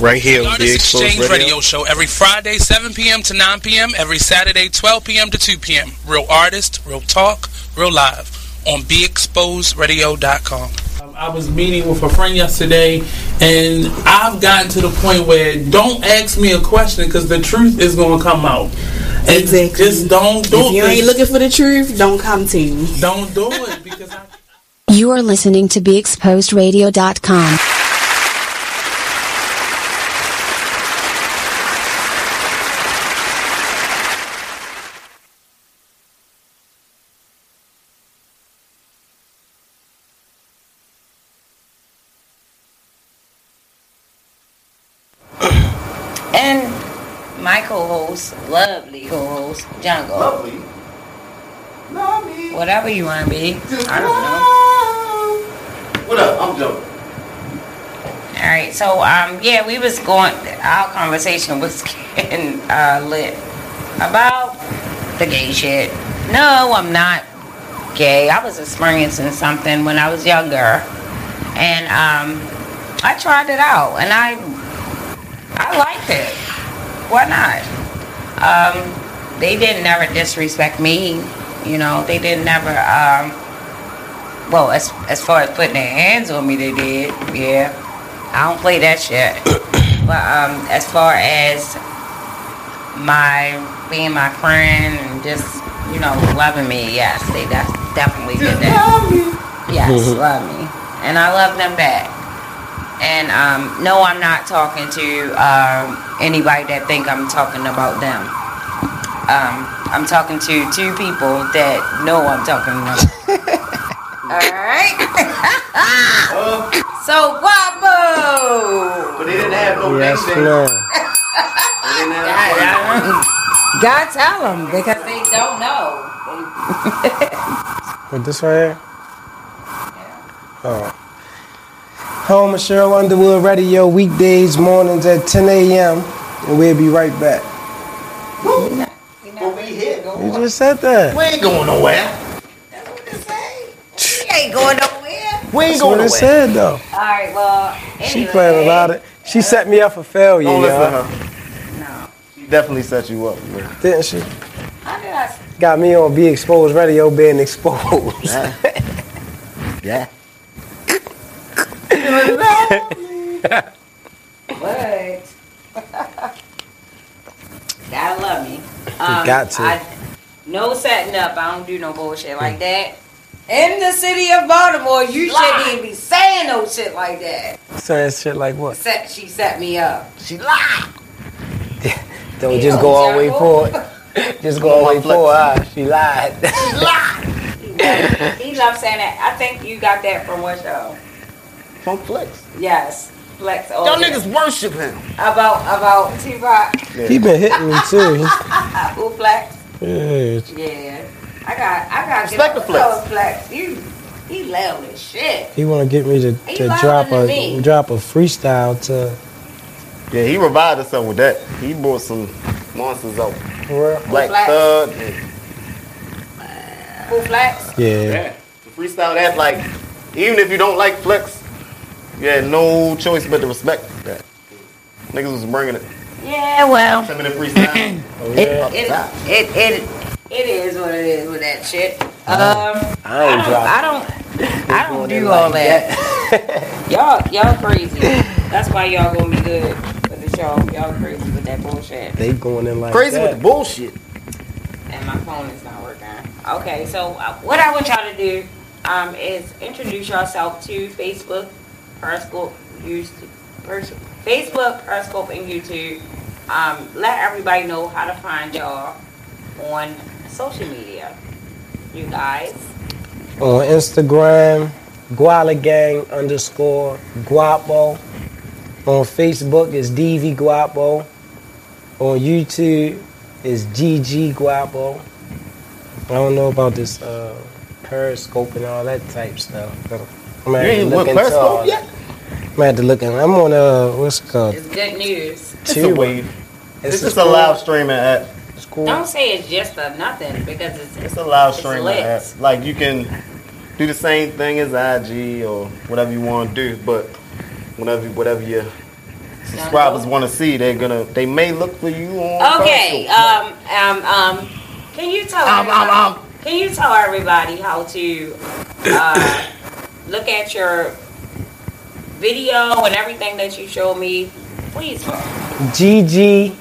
S26: right here on Be
S11: Artist
S26: Exposed
S11: Exchange
S26: Radio.
S11: radio. Show every Friday, 7 p.m. to 9 p.m. Every Saturday, 12 p.m. to 2 p.m. Real artist, real talk, real live on BeExposedRadio.com.
S27: Um, I was meeting with a friend yesterday, and I've gotten to the point where don't ask me a question because the truth is going to come out. And exactly. Just don't do
S28: If you
S27: it.
S28: ain't looking for the truth, don't come to me.
S27: Don't do it because I.
S19: You are listening to BeExposedRadio.com.
S1: And my co-host, lovely co-host, Jungle. Lovely. Whatever you want to be. I don't know. What up? I'm Jungle. All right. So um, yeah, we was going. Our conversation was getting uh, lit about the gay shit. No, I'm not gay. I was experiencing something when I was younger, and um, I tried it out, and I I liked it. Why not? Um, they didn't never disrespect me. You know, they didn't never. Um, well, as as far as putting their hands on me, they did. Yeah, I don't play that shit. but um, as far as my being my friend and just you know loving me, yes, they def- definitely did that. Yes, love me, and I love them back. And um, no, I'm not talking to um, anybody that think I'm talking about them. Um, I'm talking to two people that know I'm talking to them. All right. so Guapo.
S3: Uh. But they didn't have no
S2: Yes,
S3: big thing.
S2: Lord.
S3: They didn't have
S1: God tell them because they don't know.
S4: With this right here? Oh. Home with Cheryl Underwood Radio, weekdays, mornings at 10 a.m. And we'll be right back.
S3: But we here. Go
S4: You just said that.
S3: We ain't going nowhere.
S1: He ain't going nowhere.
S4: We ain't That's going what it nowhere. said, though.
S1: All right, well,
S4: She played a lot of. She set me up for failure,
S3: Don't listen to
S4: y'all.
S3: her. She definitely set you up.
S4: Didn't she?
S1: how did I
S4: Got me on Be Exposed Radio being exposed.
S3: yeah.
S1: What? Gotta love me. Um,
S4: got to. Hmm.
S1: I, no setting up. I don't do no bullshit like that. In the city of Baltimore, you shouldn't even be saying no shit like that.
S4: Saying shit like what?
S1: Set, she set me up. She lied.
S4: Don't just go all the way forward. Just go all the way forward. Ah, she lied.
S1: He loves saying that. I think you got that from what show?
S3: From Flex.
S1: Yes, Flex. all
S3: Y'all
S1: day.
S3: niggas worship him.
S1: About about T Rock.
S4: He been hitting me too.
S1: Who Flex?
S4: Yeah.
S1: Yeah. I got I got
S3: Respect the Flex.
S1: Flex. You he loud as shit.
S4: He want to get me to,
S1: He
S4: to
S1: louder
S4: drop
S1: than
S4: a
S1: me.
S4: drop a freestyle to
S3: Yeah, he revived us up with that. He brought some monsters out. Black
S1: Flex.
S3: Thug. and-
S1: Who Flex?
S3: Yeah. The freestyle that like, even if you don't like Flex, you had no choice but to respect that. Niggas was bringing it.
S1: Yeah, well.
S3: Send me the freestyle. oh,
S1: It,
S3: yeah.
S1: it,
S3: Outside.
S1: it, it, it is what it is with that shit. Um,
S3: Uh-huh. I ain't
S1: I don't, I don't do all that. y'all, y'all crazy. That's why y'all gonna be good with the show. Y'all crazy with that bullshit.
S4: they going in like
S3: Crazy
S4: that.
S3: with the bullshit.
S1: And my phone is not working. Okay, so uh, what I want y'all to do um, is introduce yourself to Facebook, Periscope, YouTube, Pers- Facebook, Periscope, and YouTube. Um, let everybody know how to find y'all on social media. You guys,
S4: on Instagram, Guala Gang underscore Guapo. On Facebook is DV Guapo. On YouTube is GG Guapo. I don't know about this uh, Periscope and all that type stuff. but I'm gonna
S3: You
S4: have to
S3: ain't
S4: look
S3: with
S4: into
S3: Periscope
S4: all
S3: yet?
S4: that. I'm gonna have to look in. I'm on uh, what's it called?
S1: it's good news.
S3: It's a
S4: Tubi.
S3: wave.
S4: It's
S3: It's
S4: a
S3: just a
S4: school.
S3: live streaming app.
S4: It's
S1: Don't say it's just a nothing because it's
S3: It's a live streaming
S1: lit.
S3: app. Like you can do the same thing as IG or whatever you want to do, but whenever whatever your subscribers want to see, they're gonna they may look for you on.
S1: Okay. Um. Um. Um. Can you tell?
S3: Um, um,
S1: everybody, Can you tell everybody how to uh, look at your video and everything that you showed me? Please.
S4: GG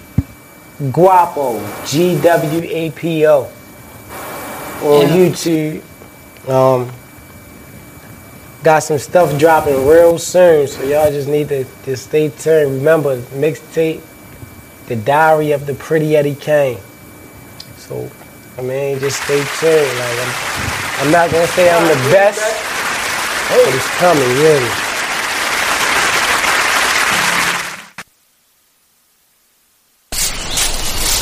S4: Guapo, G W A P O, on YouTube. Um, got some stuff dropping real soon, so y'all just need to, to stay tuned. Remember, mixtape, The Diary of the Pretty Eddie Kane. So, I mean, just stay tuned. Like, I'm, I'm not gonna say I'm the best, but it's coming, really.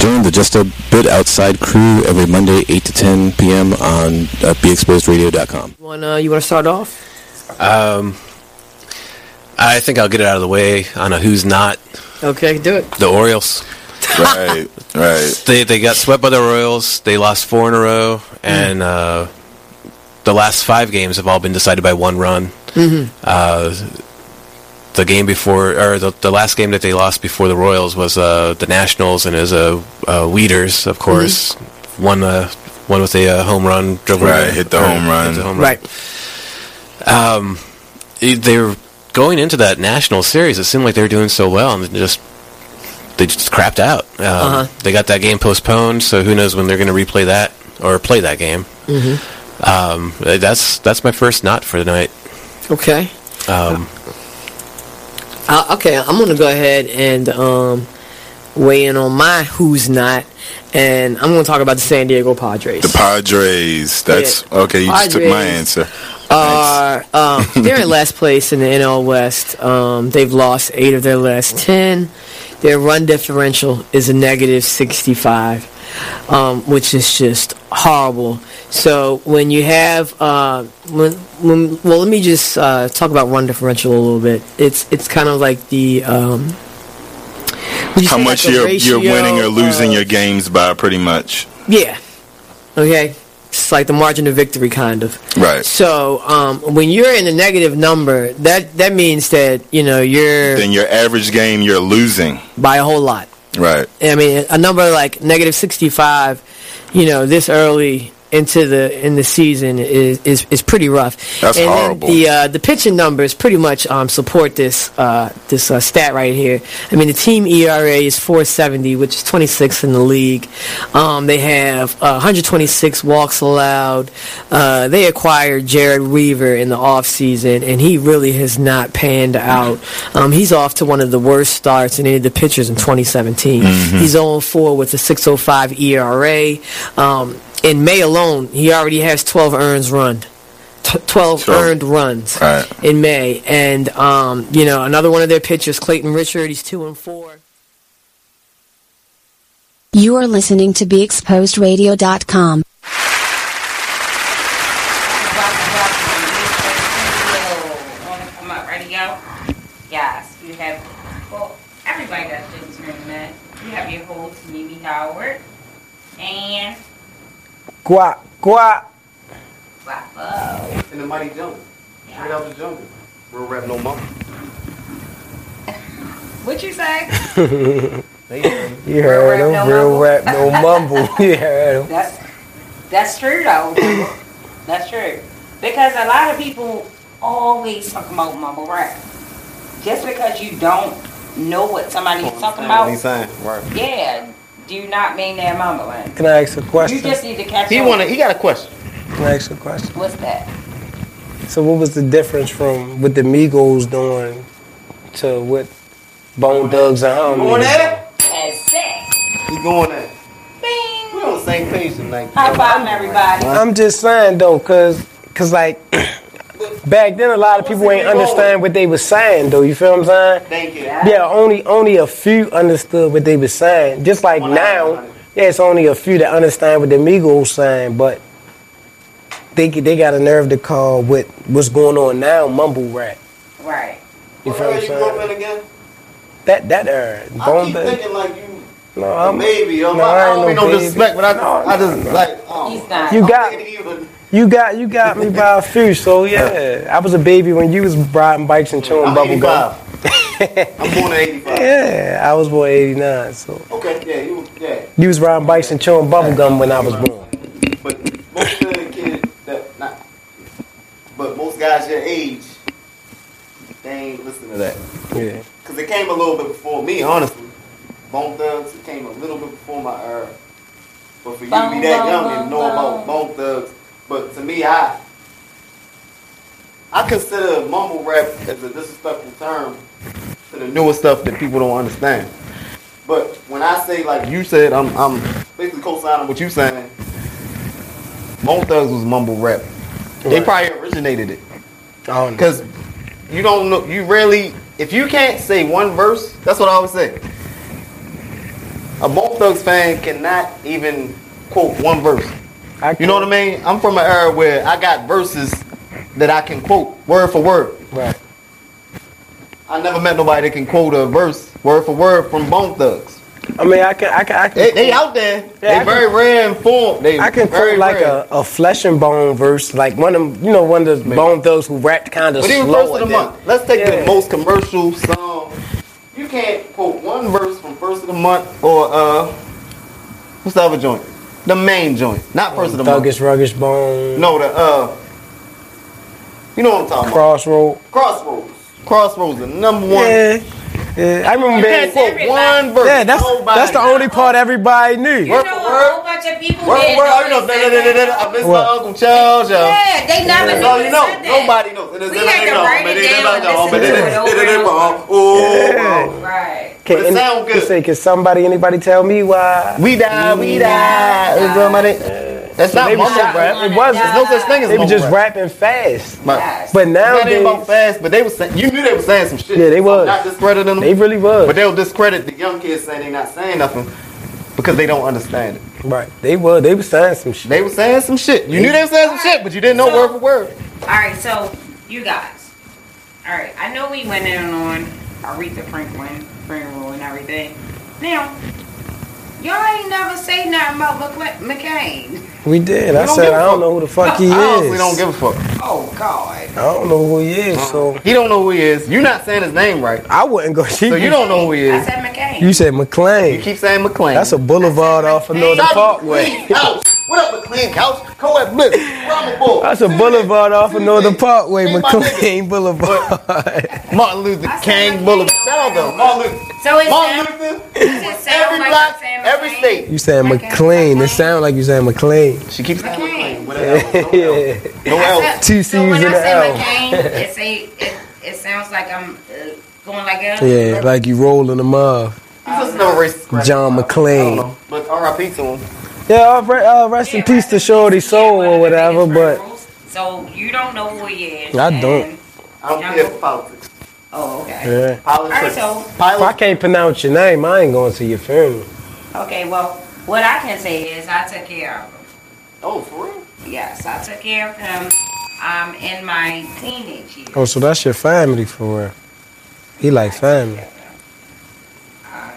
S29: Join the Just a Bit Outside crew every Monday, 8 to 10 p.m. on uh, BeExposedRadio.com.
S30: Wanna, you want to start off?
S29: Um,
S31: I think I'll get it out of the way on a who's not
S30: Okay, do it.
S31: the Orioles.
S30: right, right.
S31: They they got swept by the Royals. They lost four in a row,
S30: Hmm.
S31: and uh, the last five games have all been decided by one run.
S30: Mhm.
S31: Uh, the game before, or the, the last game that they lost before the Royals was uh, the Nationals, and it was uh, uh, Weeders, of course. One uh, one with a uh, home run, drove
S30: Right, hit the home run. Right.
S31: Um, it- they were going into that National Series. It seemed like they were doing so well, and it just they just crapped out. Um,
S30: Uh-huh.
S31: They got that game postponed, so who knows when they're going to replay that or play that game. Um, eh, that's that's my first knot for tonight.
S30: Okay.
S31: Um,
S30: Uh, okay, I'm gonna go ahead and um, weigh in on my who's not, and I'm gonna talk about the San Diego Padres. The Padres. That's- That's Yeah. okay. You just took my Padres. answer. are um, they're in last place in the NL West. Um, they've lost eight of their last ten. Their run differential is a negative sixty-five, um, which is just horrible. So when you have uh, when, when well, let me just uh, talk about run differential a little bit. It's it's kind of like the um, would you How say much like a you're you're ratio winning or losing of- your games by, pretty much.
S29: Yeah.
S30: Okay. It's like the margin of victory, kind of. Right. So um, when you're in a negative number, that that means that you know you're Then your average game you're losing. by a whole lot. Right. I mean, a number like negative 65, you know, this early into the in the season is is, is pretty rough. That's and then horrible. the uh, the pitching numbers pretty much um, support this uh, this uh, stat right here. I mean, the team ERA is 470, which is 26th in the league. Um, they have uh, 126 walks allowed. Uh, they acquired Jared Weaver in the offseason, and he really has not panned out. Um, he's off to one of the worst starts in any of the pitchers in 2017.
S32: Mhm.
S30: He's 0 4 with a 605 ERA. E Um, in May alone, he already has 12 earns run. T- 12 earned runs in May. And, um, you know, another one of their pitchers, Clayton Richard, he's 2 and 4.
S19: You are listening to BeExposedRadio.com.
S1: I'm up. Ready, yo? Yes. You have, well, everybody got things during that. You have your host, Mimi Howard. And
S4: Guap, guap.
S1: Oh.
S3: In the mighty jungle. Straight out the jungle. Real rap no more.
S1: what you say?
S4: you heard him. Real rap, no mumble. you heard him.
S1: That's that's true though. that's true. Because a lot of people always talk about mumble rap. Just because you don't know what somebody's talking about,
S3: Right.
S1: yeah, do not mean they're mumbling.
S4: Can I ask a question?
S1: You just need to catch
S3: He
S1: on.
S3: wanna he got a question.
S4: Can I ask a question?
S1: What's that?
S4: So what was the difference from what the Migos doing to what Bone Thugs and Harmony?
S3: Going at it?
S1: That's it.
S3: We going at it. We on the same page tonight.
S1: High five, everybody.
S4: I'm just saying though, cause, cause like back then a lot of people ain't understand what they was saying though. You feel what I'm saying?
S3: Thank you.
S4: Yeah, only only a few understood what they was saying. Just like now, yeah, it's only a few that understand what the Migos saying, but they they got a nerve to call what what's going on now mumble rap.
S1: Right.
S4: You
S3: What
S4: feel
S3: era
S4: what I'm
S3: you grew
S4: saying?
S3: up in again?
S4: That that era,
S3: I
S4: Bone
S3: keep
S4: Thugs.
S3: thinking like you
S4: No,
S3: I'm,
S4: I'm
S3: baby. I'm
S4: no,
S3: not,
S4: I
S3: I,
S4: ain't
S3: don't mean
S4: no
S3: no
S4: baby.
S3: disrespect, but I,
S4: No,
S3: I just
S4: no.
S3: like. Oh,
S1: He's not.
S4: You
S3: I'm
S4: got-
S3: thinking you the-
S4: You got you got me by a few, so yeah. I was a baby when you was riding bikes and chewing
S3: I'm
S4: bubble gum.
S3: 85. I'm born in 85.
S4: Yeah, I was born '89, so
S3: Okay, yeah, you, yeah.
S4: you was riding bikes and chewing bubble gum when I was born.
S3: Most of the kids that not, but most guys your age, they ain't listen to that.
S4: Yeah.
S3: Cause it came a little bit before me, honestly. Bone Thugs it came a little bit before my era. But for you to be
S1: Bone,
S3: that
S1: bone,
S3: young and
S1: bone,
S3: know about Bone Thugs, but to me, I I consider mumble rap as a disrespectful term to the newer stuff that people don't understand. But when I say like you said, I'm I'm basically co-signing what you saying. Bone Thugs was mumble rap. They
S4: Right.
S3: probably originated it.
S4: Oh, no.
S3: Because you don't know, you really, if you can't say one verse, that's what I always say. a Bone Thugs fan cannot even quote one verse. You know what I mean? I'm from an era where I got verses that I can quote word for word.
S2: Right.
S3: I never met nobody that can quote a verse word for word from Bone Thugs.
S4: I mean, I can, I can, I can
S3: They, they out there.
S4: Yeah, I
S3: they very
S4: can-
S3: rare and formed. They
S4: I can
S3: very
S4: quote like
S3: rare.
S4: a, a flesh and bone verse, like one of them, you know, one of the bone thugs who rapped kind of
S3: But even
S4: slow.
S3: first of the month, let's take the most commercial song. You can't quote one verse from first of the month or uh, what's the other joint? The main joint, not first of the month.
S4: Thuggish, ruggish bone.
S3: No, the uh, you know what I'm talking
S4: Crossroad.
S3: about? Crossroads. Crossroads, the number one.
S4: Yeah. Yeah, I remember
S3: You can't
S4: being
S3: quote one verse.
S4: Yeah, that's
S3: Nobody.
S4: that's the only part everybody knew.
S3: Word for word.
S1: bunch of people
S3: Word
S1: didn't
S3: for word. I
S1: know
S3: know. da- da- da- da- da- I miss
S4: What?
S3: my Uncle Charles, y'all.
S1: Yeah, they never
S3: That's
S1: knew
S3: all
S1: you
S3: you know.
S1: said that.
S3: Nobody knows.
S1: We had to write it down and listen to it over and
S3: Oh,
S1: Right.
S4: Can,
S3: But it
S4: any-
S3: sound
S4: you Say, can somebody, anybody tell me why?
S3: We die, we die. It's on my That's not
S4: They was
S3: mumble
S4: shot-
S3: rap.
S4: It wasn't.
S3: There's no such thing as
S4: They were
S3: mumble
S4: just
S3: rap.
S4: rapping fast.
S3: Right.
S4: But
S3: It's not even
S4: nowadays,
S3: about fast, but they was saying, you knew they were saying some shit.
S4: Yeah, they was.
S3: Not discrediting them.
S4: They really was.
S3: But they'll discredit the young kids saying they not saying nothing because they don't understand it.
S4: Right. They were. They were saying some shit.
S3: They were saying some shit. You knew they were saying some shit, but you didn't know word for word.
S1: All right, so you guys. All right, I know we went in on Aretha Franklin funeral and everything. Now, y'all ain't never say nothing about Mc- McCain.
S4: We did.
S1: We
S4: I
S1: don't
S4: said
S1: give a
S4: I don't know who the fuck he is.
S3: I honestly don't give a fuck.
S1: Oh God.
S4: I don't know who he is. So
S3: Uh-huh. he don't know who he is. You're not saying his name right.
S4: I wouldn't go. So
S3: you don't know who he
S1: I
S3: is.
S1: said McCain.
S4: You said McLean. You
S3: keep saying McLean.
S4: That's a boulevard off of Northern
S3: Shout out to
S4: Parkway.
S3: Clean Couch. What up, a clean couch? Co-ed bliss. Ramen boy.
S4: That's a boulevard off of Northern Parkway, McLean Boulevard.
S3: Martin Luther King Boulevard. Shout out to Martin Luther.
S1: So it's
S3: Martin Luther. Every block, every state.
S4: You said McLean. It sounded like you said McLean.
S3: She keeps
S1: McCain.
S4: yeah.
S1: I said-
S4: Two C's
S1: so when
S4: in
S1: I
S4: the
S1: say
S4: L.
S1: McCain, it, say, it, it sounds like I'm uh, going like a
S4: yeah, like you rolling them off.
S3: This is no racist.
S4: John McLean.
S3: But R.I.P. to him.
S4: Yeah, uh, re- uh, rest in peace to Shorty Soul or whatever, but
S1: So you don't know who he is.
S4: I don't.
S3: I don't care for politics.
S1: Oh, okay.
S4: Yeah.
S1: All right, so
S4: If I can't pronounce your name, I ain't going to your funeral.
S1: okay, well, what I can say is I took care of him.
S3: Oh, for real?
S1: Yes, I took care of him. Um, in my teenage years.
S4: Oh, so that's your family for real. He like family.
S1: um,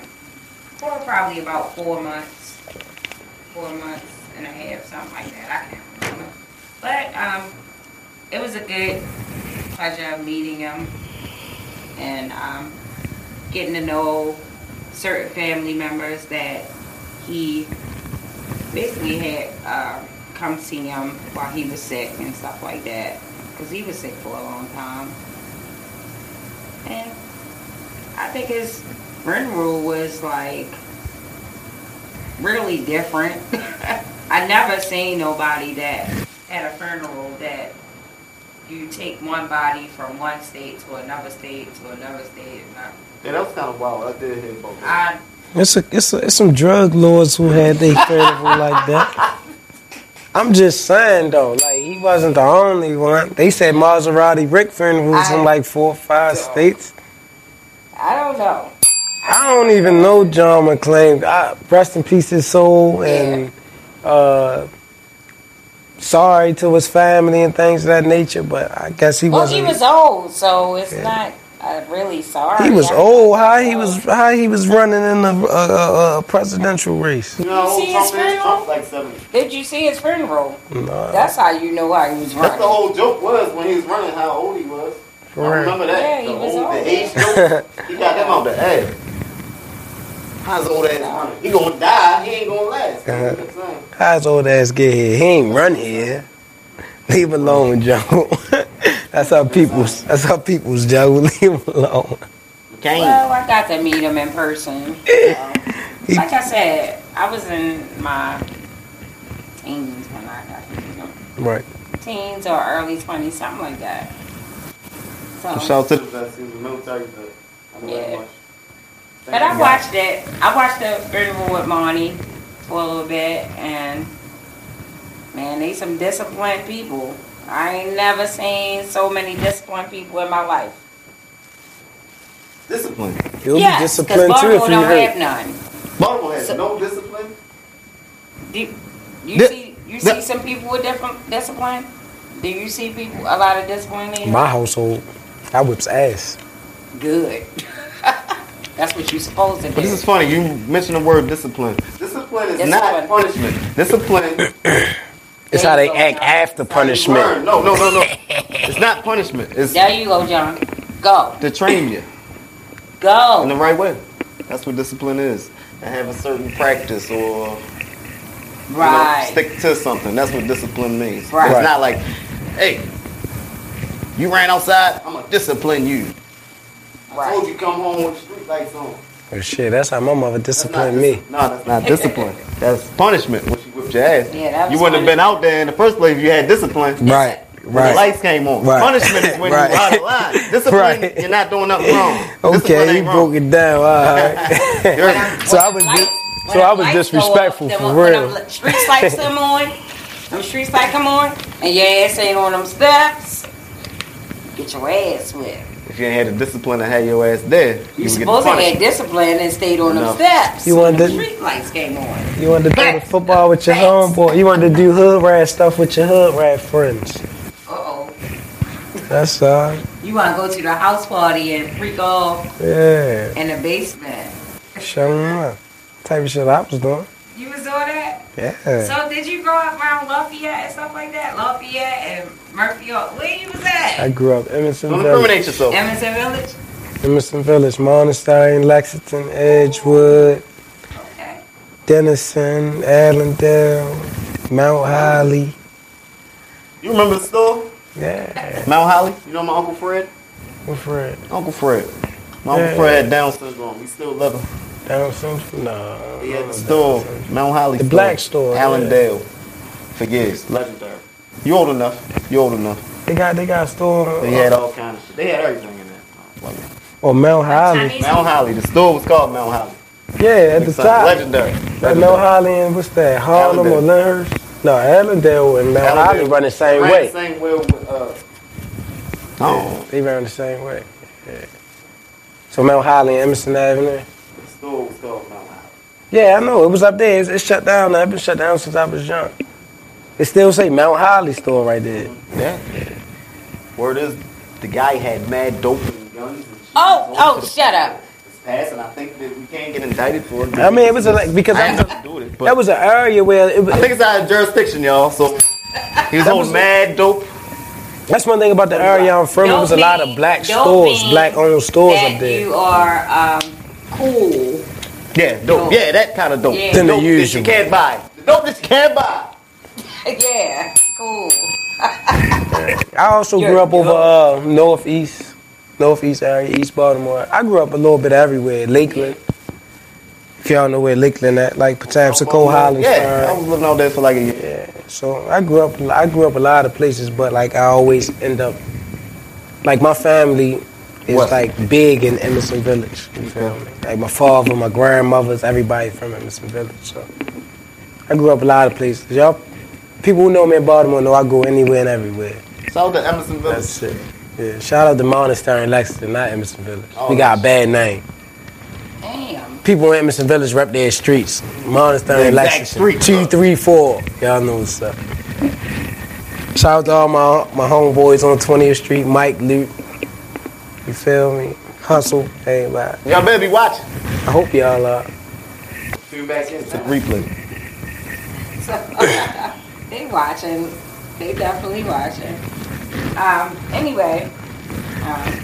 S1: for probably about four months, four months and a half, something like that. I can't remember. But um, it was a good pleasure of meeting him and um, getting to know certain family members that he basically had um, come see him while he was sick and stuff like that. Because he was sick for a long time. And I think his funeral was like really different. I never seen nobody that at a funeral that you take one body from one state to another state to another state. And I,
S3: Yeah, that was kind of wild. I did hear both.
S1: I
S4: It's a, it's a, it's some drug lords who had their funeral like that. I'm just saying though, like he wasn't the only one. They said Maserati Rick funerals in like four or five states.
S1: I don't know.
S4: I don't even know John McClane. I, rest in peace, his soul, and uh, sorry to his family and things of that nature. But I guess he
S1: well,
S4: wasn't.
S1: Oh, he was old, so it's
S4: Yeah.
S1: not uh, really sorry.
S4: He was
S1: I-
S4: old. How he was? How he was running in the uh, uh, uh, presidential race?
S1: Did you see his funeral?
S3: Like seventy.
S1: Did you see his funeral?
S4: Nah.
S1: That's how you know why he was running.
S3: That's the whole joke was when he was running how old he was.
S4: For
S3: I
S4: real.
S3: remember that.
S1: Yeah, he
S3: the
S1: was
S3: old,
S1: old.
S3: The age joke. he got them out the ass. How's old ass running? He gonna die. He ain't gonna last.
S4: Uh-huh.
S3: That's what I'm saying.
S4: How his old ass get here? He ain't run here. Leave alone, Joe. that's how people's. That's how people's Joe. Leave him alone.
S1: Well, I got to meet him in person. so. like I said, I was in my teens when I got to meet him.
S4: Right.
S1: Teens or early 20s, something like that. So,
S3: Shout out to the vets. He was a military vet. I know
S1: Yeah.
S3: that much.
S1: But I watched it. I watched the funeral with Monty for a little bit, and man, they some disciplined people. I ain't never seen so many disciplined people in my life.
S3: Discipline.
S4: You'll
S1: Yes,
S4: be
S1: 'cause
S4: disciplined too if
S1: Baltimore
S4: you
S1: don't
S4: hurt.
S1: have none.
S3: Baltimore has no discipline.
S1: Do you
S3: Th-
S1: see you see some people with different discipline? Do you see people a lot of discipline in?
S4: My household, I whips ass.
S1: Good. That's what you supposed to do.
S3: But this is funny. You mentioned the word discipline. Discipline is not punishment. Discipline.
S4: It's how they act after
S3: Learn.
S4: punishment.
S3: No, no, no, no. It's not punishment. It's
S1: there you go, John. Go.
S3: to train you.
S1: Go.
S3: In the right way. That's what discipline is. And have a certain practice or you know,
S1: Right.
S3: stick to something. That's what discipline means.
S1: Right.
S3: It's not like, hey, you ran outside, I'm gonna discipline you. I told you come home with street lights on.
S4: Oh, shit, that's how my mother disciplined me.
S3: No, that's not discipline. that's punishment when she whipped your ass.
S4: Yeah, that was
S3: you wouldn't have been out there in the first place if you had discipline.
S4: Right,
S3: When
S4: right.
S3: the lights came on.
S4: Right.
S3: Punishment is when
S4: Right.
S3: you're out of line. Discipline, you're not doing nothing wrong.
S4: Okay, you broke it down. All right. so I was, dis- so I was disrespectful
S1: Them-
S4: for
S1: when
S4: real.
S1: them Street lights come on. Them street lights come on, and your ass ain't on them steps. Get your ass whipped.
S3: If you ain't had the discipline to have your ass there, you,
S1: You
S3: would get
S1: supposed to
S3: punished.
S1: have discipline and stayed on
S3: No.
S1: them steps.
S4: You wanted
S1: when
S4: to-
S1: the street lights came on.
S4: You wanted to play the football with your homeboy. You wanted to do hood rat stuff with your hood rat friends.
S1: Uh oh.
S4: That's all.
S1: You want to go to the house party and freak off
S4: Yeah.
S1: in the basement.
S4: Shut 'em up. Type of shit I was doing.
S1: You was doing that?
S4: Yeah.
S1: So did you grow up around Lafayette and stuff like that? Lafayette and Murphy York. Where you was at?
S4: I grew up Emerson
S3: Don't
S4: Village.
S3: incriminate yourself.
S1: Emerson Village?
S4: Emerson Village, Monastery, Lexington, Edgewood, Denison, Allendale, Mount Holly.
S3: You remember the store?
S4: Yeah.
S3: Mount Holly? You know my Uncle Fred?
S4: What Fred?
S3: Uncle Fred. My
S4: Yeah.
S3: Uncle Fred had Down syndrome. We still love him.
S4: Down syndrome? No.
S3: He had the store, Mount Holly.
S4: The black store,
S3: Allendale. For years. Legendary. You old enough. You old enough.
S4: They got they got a store.
S3: They had all kind of shit. They had everything in there.
S4: Oh, Mount Holly.
S3: Mount Holly. The store was called Mount Holly.
S4: Yeah, at the
S3: It's
S4: top.
S3: Legendary.
S4: That Mount Holly and what's that? Harlem or Lyndhurst? No, Allendale and Mount Holly run the same
S3: Ran
S4: way.
S3: the same way with, uh,
S4: Oh. they run the same way. Yeah. So Mount Holly, Emerson Avenue.
S3: the store was called Mount Holly.
S4: Yeah, I know. It was up there. It's, it's shut down. now. It's been shut down since I was young. It still say Mount Holly store right there.
S3: Yeah. Word is, the guy had mad dope and guns. And
S1: Oh, oh, shut up.
S3: It's passed, and I think that we can't get indicted for it.
S4: I mean, it was a, like because
S3: I ain't
S4: I,
S3: nothing to do with it. But
S4: that was an area where it, was.
S3: I think it's out of jurisdiction, y'all. So he was
S4: That
S3: on
S4: was-
S3: mad dope.
S4: That's one thing about the area I'm from. It was a lot of black
S1: Don't
S4: stores,
S1: mean
S4: black owned stores up
S1: That
S4: there.
S1: you are um, cool.
S3: Yeah, dope. Yeah, that kind of dope.
S1: Yeah.
S4: Than the
S3: dope
S4: usual.
S3: That you can't buy. The Dope that you can't buy.
S1: yeah, cool.
S4: I also grew up over uh, northeast, northeast area, East Baltimore. I grew up a little bit everywhere, Lakeland. If y'all know where Lakeland at, like Patapsco, Holland.
S3: Yeah, I was living out there for like a year.
S4: So I grew up. I grew up a lot of places, but like I always end up, like my family is
S3: What?
S4: like big in Emerson Village. You feel me? Like my father, my grandmothers, everybody from Emerson Village. So I grew up a lot of places. Y'all, people who know me in Baltimore know I go anywhere and everywhere.
S3: So the Emerson Village.
S4: That's it. Yeah, shout out to Monastery in Lexington, not Emerson Village.
S3: Oh,
S4: we got a bad name. Damn. People in Emerson Village rep their streets. Monastery
S3: The
S4: in
S3: exact street,
S4: Lexington. Two, three, four. Y'all know what's up. Shout out to all my my homeboys on 20th Street, Mike, Luke. You feel me? Hustle, everybody.
S3: Y'all better be watching.
S4: I hope y'all uh, are.
S3: Tune back in. It's a replay.
S1: So, they watching. They definitely watching. Um, anyway, um,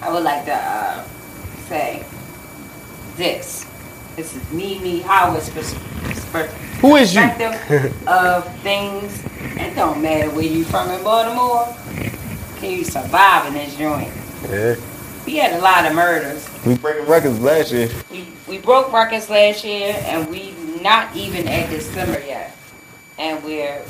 S1: I would like to uh, say this. This is Mimi Howard's pers- pers-
S3: Who is you?
S1: perspective of things. It don't matter where you from in Baltimore. Can you survive in this joint?
S4: Yeah.
S1: We had a lot of murders.
S3: We breaking records last year.
S1: We we broke records last year, and we not even at December yet, and we're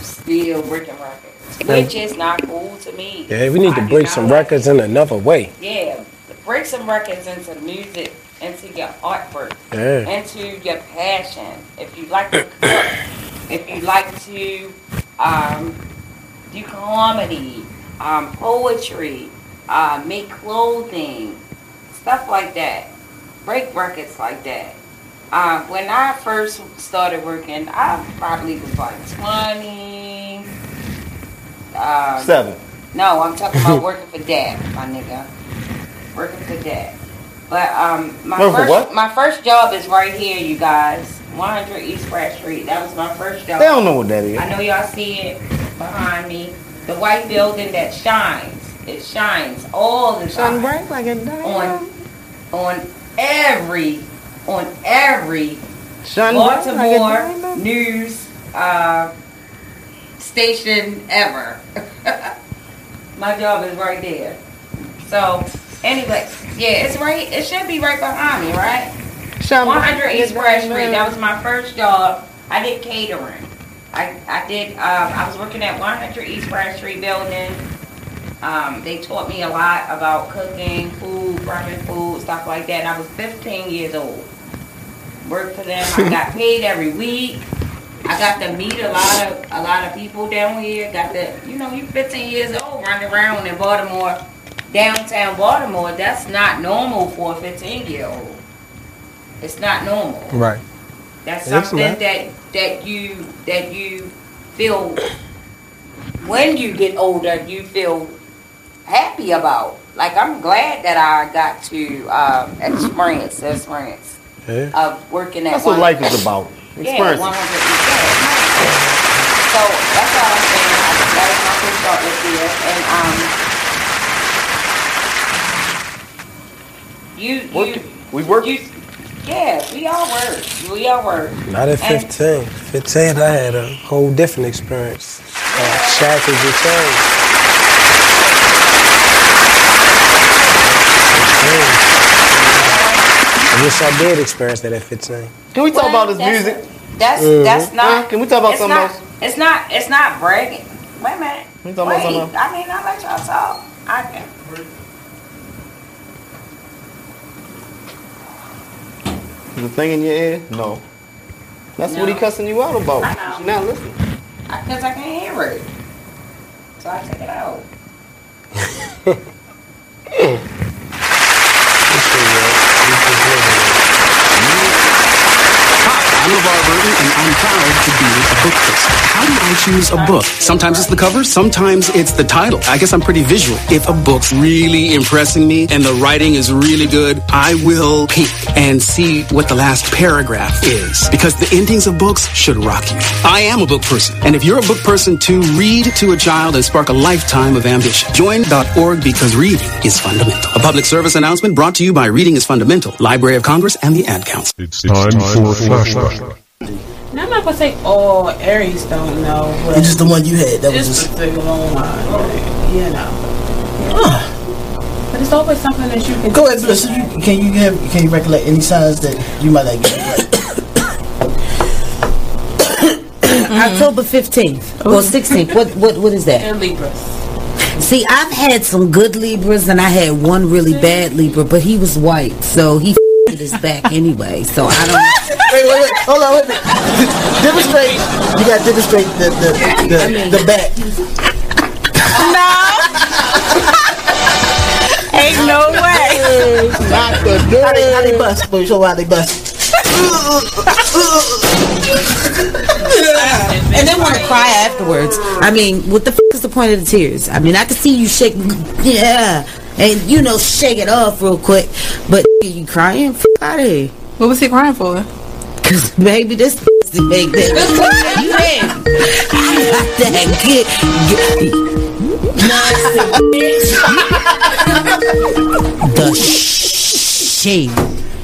S1: still breaking records, which is not cool to me.
S4: Yeah, we need to break some records in another way.
S1: Yeah, break some records into music, into your artwork,
S4: Yeah.
S1: into your passion. If you like to cook, if you like to um, do comedy, um, poetry, uh, make clothing, stuff like that. break records like that. Uh, when I first started working, I probably was like 20. Um,
S3: Seven.
S1: No, I'm talking about working for dad, my nigga. Working for dad. But um, my
S3: Working for
S1: first
S3: what?
S1: my first job is right here, you guys. 100 East Pratt Street. That was my first job.
S3: They don't know what that is.
S1: I know y'all see it behind me. The white building that shines. It shines all the time. bright like a diamond. On on every on every
S3: Shine bright like a
S1: Baltimore news uh, station ever. My job is right there. So anyway, yeah, it's right. It should be right behind me, right?
S3: Shine
S1: One
S3: bright
S1: hundred East
S3: like a
S1: Fresh Street.
S3: diamond.
S1: That was my first job. I did catering. I I did. Um, I was working at one hundred East Fresh Street building. Um, they taught me a lot about cooking, food, running food, stuff like that. And I was fifteen years old. Worked for them. I got paid every week. I got to meet a lot of a lot of people down here. Got to you know, you 15 years old running around in Baltimore, downtown Baltimore. That's not normal for a 15 year old. It's not normal.
S4: Right.
S1: That's
S4: It's
S1: something
S4: not.
S1: that that you that you feel when you get older. You feel happy about. Like I'm glad that I got to um, experience the experience of working at.
S3: That's what
S1: one-
S3: life is about.
S1: yeah,
S3: Experiences.
S1: 100 So that's all I'm saying. I think that was my first thought this year. And um, you,
S4: Mm-hmm.
S1: you,
S3: we work.
S1: yeah, we all work. We all work.
S4: Not at
S1: And-
S4: 15. 15, I had a whole different experience. Uh, shackles and chains. I wish I did experience that at 15.
S3: Can we talk
S1: Well,
S3: about this
S1: that's-
S3: music?
S1: That's
S4: Mhm.
S1: that's not.
S3: Huh? Can we talk about
S1: it's
S3: something
S1: not-
S3: else?
S1: It's not. It's not bragging. Wait a minute.
S3: Can we talk about
S1: Wait,
S3: something else?
S1: I mean, I let y'all talk. I can.
S3: The thing in your ear? No. That's what he cussing you out about.
S1: I
S3: Now listen.
S1: Because I can't hear it. So I take it out.
S33: I'm LeVar Burton, and I'm proud to be a book person. How do I choose a book? Sometimes it's the cover, sometimes it's the title. I guess I'm pretty visual. If a book's really impressing me and the writing is really good, I will peek and see what the last paragraph is. Because the endings of books should rock you. I am a book person, and if you're a book person too, read to a child and spark a lifetime of ambition. Join.org because reading is fundamental. A public service announcement brought to you by Reading is Fundamental, Library of Congress, and the Ad Council. It's time, for flashback.
S25: Now I'm not gonna say all Aries don't know. But
S12: It's just the one you had. That was
S25: this
S12: just.
S25: particular one, like, you know.
S5: Ah.
S25: But it's always something that you can.
S12: Go ahead, Bliss. You, can you have, can you recollect any signs that you might not get it right?
S15: October 15th
S12: Oh.
S15: or 16th. What what what is that?
S25: And Libras.
S15: See, I've had some good Libras and I had one really bad Libra, but he was white, so he f***ed his back anyway. So I don't
S12: wait, wait, wait. Hold on, wait a minute. Demonstrate. You got to demonstrate the, the, the, the back.
S25: No. Ain't no way.
S12: Not the How they, how they bust? But show how they bust.
S15: and then want to cry afterwards. I mean, what the f- is the point of the tears? I mean, I can see you shake, yeah, and you know, shake it off real quick. But you crying? F- out of here. What was he crying for? Cause baby, this is the big thing. You in? I got that good. good- The shame.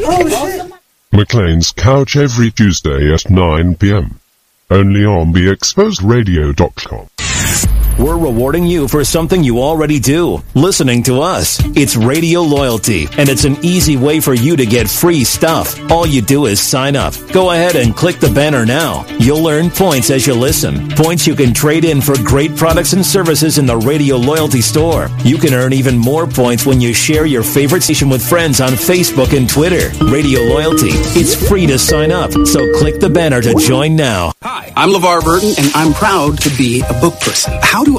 S1: Oh,
S16: McLean's Couch every Tuesday at 9 p.m. Only on BeExposedRadio.com.
S14: We're rewarding you for something you already do, listening to us. It's radio loyalty, and it's an easy way for you to get free stuff. All you do is sign up. Go ahead and click the banner now. You'll earn points as you listen. Points you can trade in for great products and services in the radio loyalty store. You can earn even more points when you share your favorite station with friends on Facebook and Twitter. Radio loyalty. It's free to sign up, so click the banner to join now. Hi,
S33: I'm LeVar Burton, and I'm proud to be a book person. How do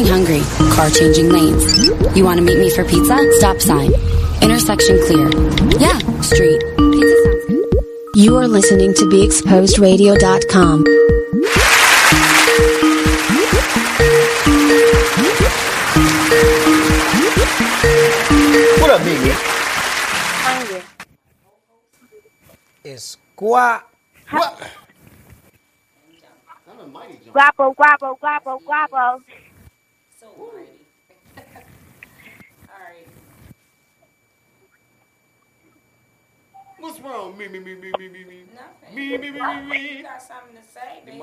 S19: hungry. Car changing lanes. You want to meet me for pizza? Stop sign. Intersection clear. Yeah, street. Pizza sounds- You are listening to BeExposedRadio.com.
S3: What up, Mimi?
S2: It's squat.
S11: Guapo, guapo, guapo, guapo.
S3: What's wrong? Me, me, me, me, me, me, me.
S1: Nothing.
S3: Me, me, me, me, me.
S1: You got something to say, baby.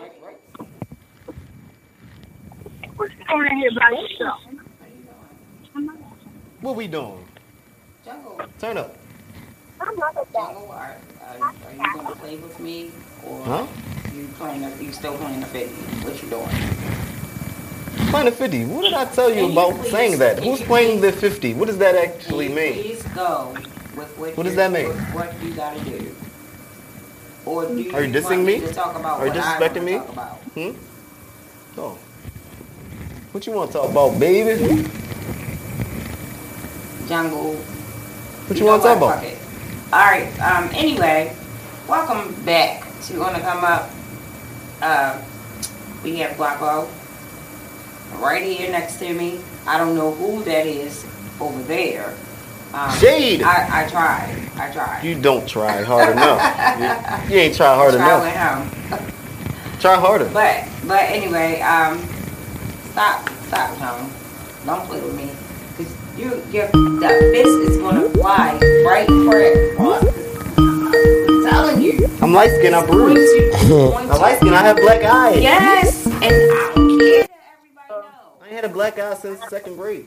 S11: What's going on here by yourself?
S3: What we doing?
S1: Jungle.
S3: Turn up.
S1: Jungle, are, are, are you going to play with me? Or
S3: Huh?
S1: you playing? A, you still playing a video? What you doing?
S3: Playing the 50. What did I tell you about saying that? Who's playing the 50? What does that actually mean?
S1: Please go with what.
S3: What does
S1: you-
S3: that mean?
S1: with What you gotta do? Or do you
S3: Are you
S1: want
S3: dissing me?
S1: To talk about
S3: Are you
S1: what I
S3: disrespecting
S1: wanna
S3: me?
S1: talk about?
S3: Hmm? No. What you want to talk about, baby?
S1: Jungle.
S3: What you want to
S1: know
S3: talk
S1: what?
S3: about?
S1: Fuck it. All right. Um. Anyway, welcome back to Wanna Come Up. Uh, we have Guapo right here next to me. I don't know who that is over there. Um,
S3: Shade.
S1: I, I tried. I tried.
S3: You don't try hard enough. You, you ain't try hard
S1: Try with
S3: enough.
S1: him.
S3: Try harder.
S1: But but anyway, um, stop stop, Tom. Don't play with me, cause you your the fist is gonna fly right for it. I'm telling you.
S3: I'm light skinned, I'm bruised. I'm light skinned, I have black eyes. Uh,
S1: Yes, and I don't care.
S3: I ain't had a black eye since second grade.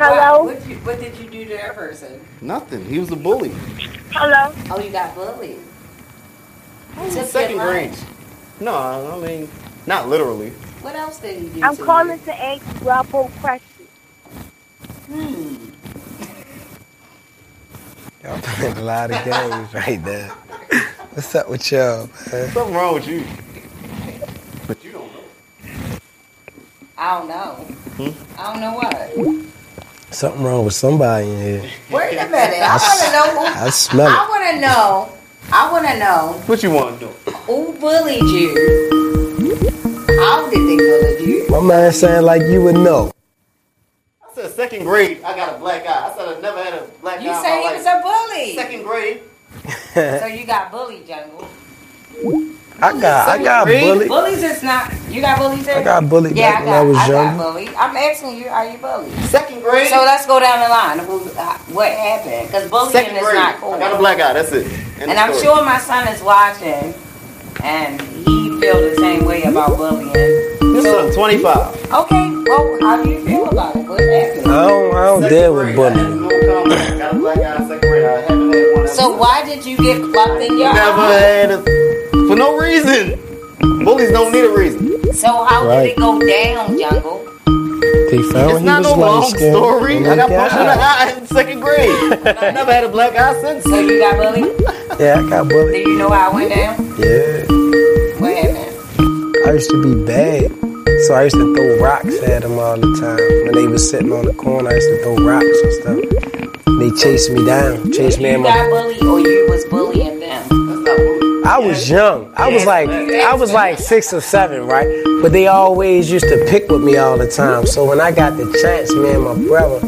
S1: Hello. What, you, what did you do to that person?
S3: Nothing. He was a bully.
S1: Hello. Oh, you got bullied.
S3: In
S1: Just
S3: second
S1: get
S3: grade.
S1: lunch.
S3: No, I mean, not literally.
S1: What else did he do?
S11: I'm
S1: to
S11: calling to ask Guapo question.
S1: Hmm.
S4: Y'all playing a lot of games right there. What's up with y'all, man?
S3: Something wrong with you.
S1: you? I don't know. I don't know what.
S4: Something wrong with somebody in here.
S1: Wait a minute. I want to know who.
S4: I smell it.
S1: I want to know. I want to know
S3: What you want to do?
S1: who bullied you. How did they bully you?
S4: My man sound like you would know.
S3: I said second grade, I got a black eye. I said I never had a black
S1: You
S3: eye. in
S1: say
S3: my
S1: he
S3: life.
S1: was a bully.
S3: Second grade.
S1: so you got bullied, Jungle.
S4: I got, I got bullied.
S1: Bullies is not. You got bullied too?
S4: I got bullied
S1: yeah,
S4: back
S1: I
S4: when
S1: got,
S4: I was
S1: got
S4: younger.
S1: bullied. I'm asking you, are you bullied?
S3: Second grade.
S1: So let's go down the line. of who- uh, What happened? Because bullying
S3: Second
S1: is
S3: grade.
S1: not cool.
S3: I got a black eye. That's it. End
S1: and
S3: of
S1: I'm
S3: story.
S1: sure my son is watching, and he feel the same way about bullying.
S3: This one, 25.
S1: Okay, well, how do you feel about it? What
S4: I
S1: happened?
S4: don't, I don't deal with bullying.
S3: Got a black eye in second grade. I haven't had one.
S1: So why did you get plucked in your
S3: Never
S1: eye?
S3: had a. For no reason. Bullies don't need a reason.
S1: So how
S3: Right.
S1: did it go down, Jungle?
S4: They found
S3: It's not no long story. I got punched in the
S4: Yeah,
S3: eye in second grade. I never had a black eye since.
S1: So you got bullied?
S4: I got bullied.
S1: Do you know how I went down?
S4: Yeah.
S1: What happened?
S4: I used to be bad. So I used to throw rocks at them all the time. When they was sitting on the corner, I used to throw rocks and stuff. They chased me down, chased me
S1: You
S4: and my.
S1: got bullied or you was bullying them?
S4: I was young. I was like, I was like six or seven, right? But they always used to pick with me all the time. So when I got the chance, me and my brother,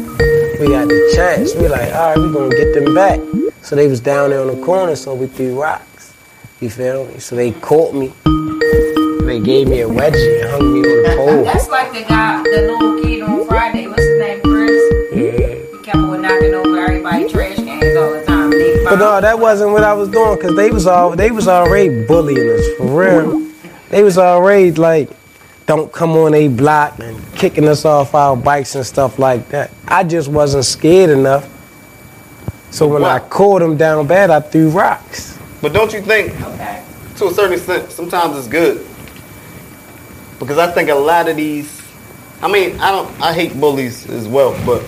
S4: we got the chance. We like, all right, we gonna get them back. So they was down there on the corner, so we threw rocks. You feel me? So they caught me. They gave me a wedgie and hung me on the pole.
S1: That's like the guy, the little kid on Friday. What's his name, Chris?
S4: Yeah.
S1: He kept on knocking over everybody's trash cans all the time. They
S4: But no, that wasn't what I was doing because they was all they was already bullying us for real. They was already like, don't come on a block and kicking us off our bikes and stuff like that. I just wasn't scared enough. So when I caught them down bad, I threw rocks.
S3: But don't you think, to a certain extent, sometimes it's good? Because I think a lot of these, I mean, I don't, I hate bullies as well, but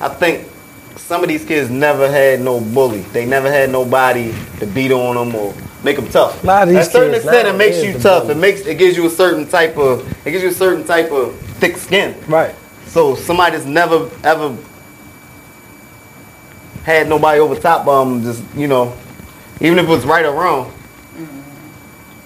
S3: I think some of these kids never had no bully. They never had nobody to beat on them or make them tough.
S4: lot of these
S3: a certain
S4: kids
S3: extent,
S4: now
S3: it makes
S4: is
S3: you
S4: the
S3: tough. It makes it gives you a certain type of it gives you a certain type of thick skin.
S4: Right.
S3: So somebody that's never ever had nobody over top of them, just you know, even if it was right or wrong.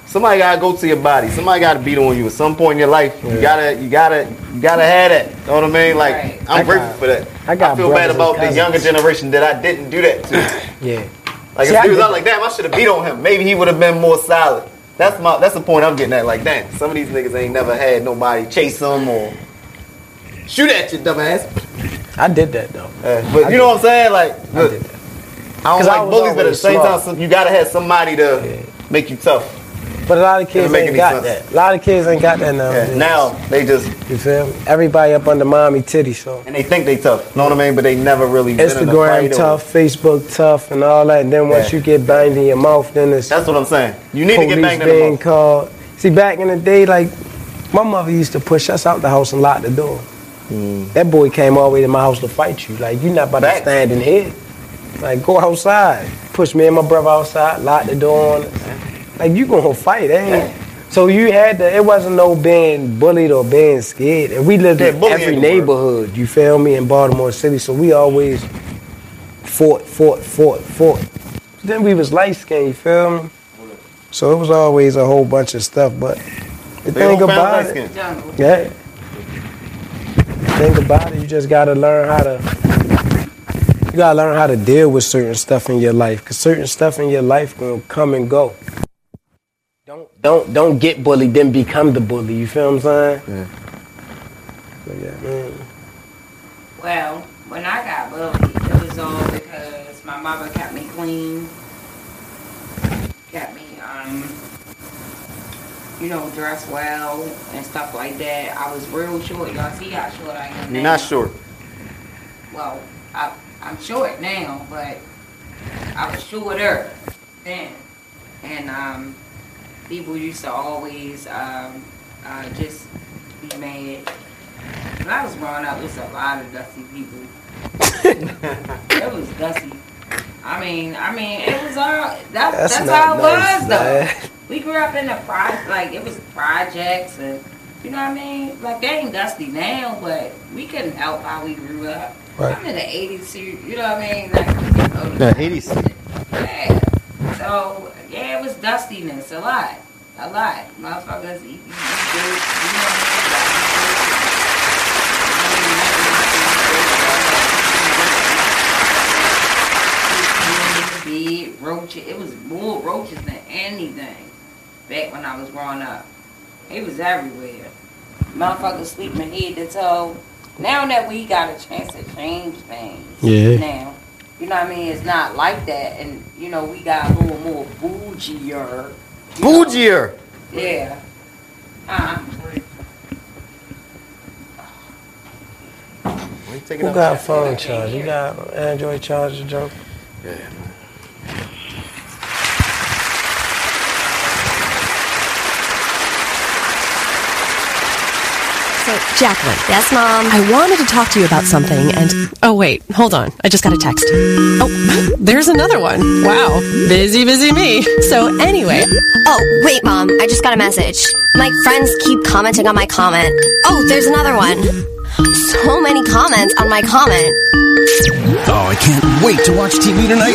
S3: Somebody gotta go to your body. Somebody gotta beat on you at some point in your life. You
S4: Yeah.
S3: gotta, you gotta, you gotta have that. You know what I mean? Like
S4: I
S3: I'm grateful
S4: got-
S3: for that.
S4: I got
S3: feel
S4: brothers
S3: bad
S4: and
S3: about the
S4: cousins.
S3: younger generation that I didn't do that to.
S4: Yeah.
S3: Like
S4: See,
S3: if
S4: I
S3: he was
S4: did-
S3: out like, damn, I should have beat on him. Maybe he would have been more solid. That's my that's the point I'm getting at. Like, damn, some of these niggas ain't never had nobody chase them or shoot at your dumb ass.
S4: I did that though.
S3: but you know what I'm saying? Like, look, I, don't
S4: 'Cause I
S3: like
S4: was
S3: bullies, but at the
S4: always
S3: same
S4: smart.
S3: time, some, you gotta have somebody to make you tough.
S4: But a lot of kids
S3: Doesn't make
S4: ain't
S3: any
S4: got
S3: sense.
S4: that. A lot of kids ain't got that now.
S3: Yeah, now they just
S4: you feel me? Everybody up under mommy titty, so
S3: and they think they tough. Know what I mean? But they never really been in a fight
S4: Instagram
S3: or-
S4: tough, Facebook tough, and all that. And then once
S3: Yeah.
S4: you get banged in your mouth, then it's
S3: That's what I'm saying. You need to get
S4: police
S3: banged in the
S4: being called. See, back in the day, like my mother used to push us out the house and lock the door. Mm. That boy came all the way to my house to fight you. Like you're not about to stand in here. Like go outside. Push me and my brother outside, lock the door on. us. Like you gonna fight, ain't? So you had to. It wasn't no being bullied or being scared. And we lived
S3: Yeah,
S4: in
S3: bullying ain't
S4: every
S3: the word.
S4: neighborhood. You feel me? In Baltimore City, so we always fought, fought, fought, fought. Then we was light skinned, you feel me? So it was always a whole bunch of stuff, but the
S3: They
S4: thing
S3: don't found
S4: about
S3: light
S4: it,
S3: skin.
S4: yeah. The thing about it, you just gotta learn how to, you gotta learn how to deal with certain stuff in your life, cause certain stuff in your life gonna come and go. Don't don't don't get bullied, then become the bully. You feel what I'm saying? Yeah. yeah, man.
S1: Well, when I got bullied, it was all because my mother kept me clean, kept me, um, you know, dressed well and stuff like that. I was real short. Y'all see how short I am.
S3: You're
S1: now?
S3: not short.
S1: Well, I, I'm short now, but I was shorter then. And um, people used to always um, uh, just be mad. When I was growing up, it was a lot of dusty people. it was dusty. I mean, I mean, it was all that, that's,
S4: That's
S1: how
S4: not
S1: it
S4: nice,
S1: was
S4: man.
S1: though. We grew up in the pro like it was projects and you know what I mean? Like they ain't dusty now, but we couldn't help how we grew up.
S3: Right.
S1: I'm in the eighties too, you know what I mean? Like,
S3: The Hades.
S1: so yeah, it was dustiness a lot, a lot. Motherfuckers eat, eat, eat, eat, eat, roaches. It was more roaches than anything back when I was growing up. It was everywhere. Motherfuckers sleeping head to toe. Now that we got a chance to change things,
S4: Yeah.
S1: Now, you know what I mean? It's not like that, and you know we got a little more bougier.
S3: Bougier.
S1: Yeah. Uh,
S4: Who got a phone charger? You got an Android charger, Joe?
S3: Yeah.
S8: So, Jacqueline. Yes, Mom. I wanted to talk to you about something and. Oh, wait. Hold on. I just got a text. Oh, there's another one. Wow. Busy, busy me. So, anyway.
S6: Oh, wait, Mom. I just got a message. My friends keep commenting on my comment. Oh, there's another one. So many comments on my comment.
S10: Oh, I can't wait to watch TV tonight.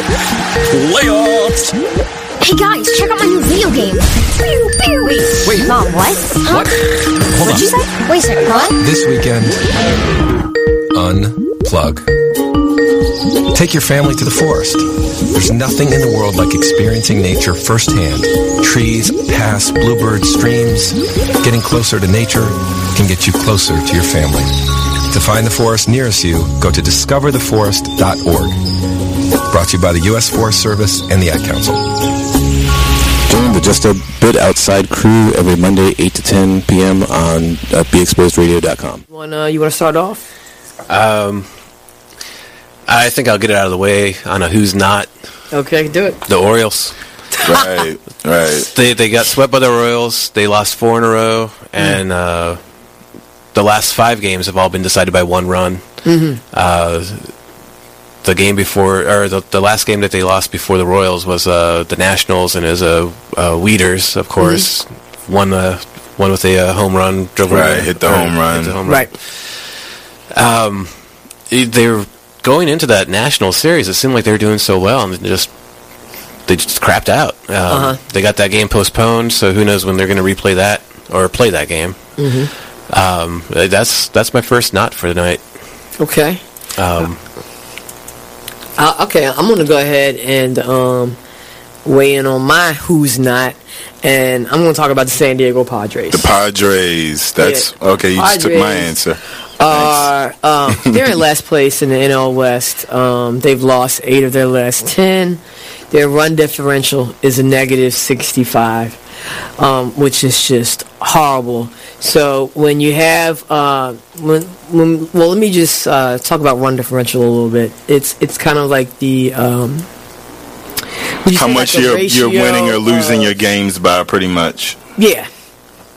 S10: Playoffs!
S6: Hey, guys, check out my new video game. Pew, pew. Wait, wait. Mom, what? What?
S10: Hold
S6: What'd you
S10: on.
S6: say? Wait a second, what?
S10: This weekend, unplug. Take your family to the forest. There's nothing in the world like experiencing nature firsthand. Trees, paths, bluebirds, streams. Getting closer to nature can get you closer to your family. To find the forest nearest you, go to discovertheforest.org. Brought brought to you by the U.S. Forest Service and the Ad Council.
S29: Join the Just a Bit Outside crew every Monday, 8 to 10 p.m. on uh, BeExposedRadio.com.
S30: Wanna uh, you wanna start off?
S31: Um, I think I'll get it out of the way on a who's not
S30: Okay, do it.
S31: the Orioles.
S30: Right,
S31: right. They they got swept by the Royals. They lost four in a row, and uh, the last five games have all been decided by one run.
S30: Mm-hmm.
S31: Uh, the game before, or the, the last game that they lost before the Royals was uh, the Nationals, and it was uh, uh, Weeders, of course, one uh, one with a uh, home run, drove
S32: Right, hit the
S31: or
S32: home run.
S30: Right.
S31: Um, it- they're going into that National Series. It seemed like they were doing so well, and then just they just crapped out. Um,
S30: Uh-huh.
S31: They got that game postponed, so who knows when they're going to replay that or play that game. Um, that's that's my first knot for the night.
S30: Okay.
S31: Um,
S30: Uh, okay, I'm gonna go ahead and um, weigh in on my who's not, and I'm gonna talk about the San Diego Padres.
S32: The Padres. That's
S30: Yeah.
S32: okay. You just took my
S30: Padres.
S32: answer.
S30: are um, they're in last place in the NL West. Um, they've lost eight of their last ten. Their run differential is a negative sixty-five, um, which is just horrible. So when you have uh, when, when well, let me just uh, talk about run differential a little bit. It's it's kind of like the um, would you
S32: How
S30: say like
S32: much
S30: the
S32: you're you're
S30: ratio
S32: winning or losing your games by, pretty much.
S30: yeah.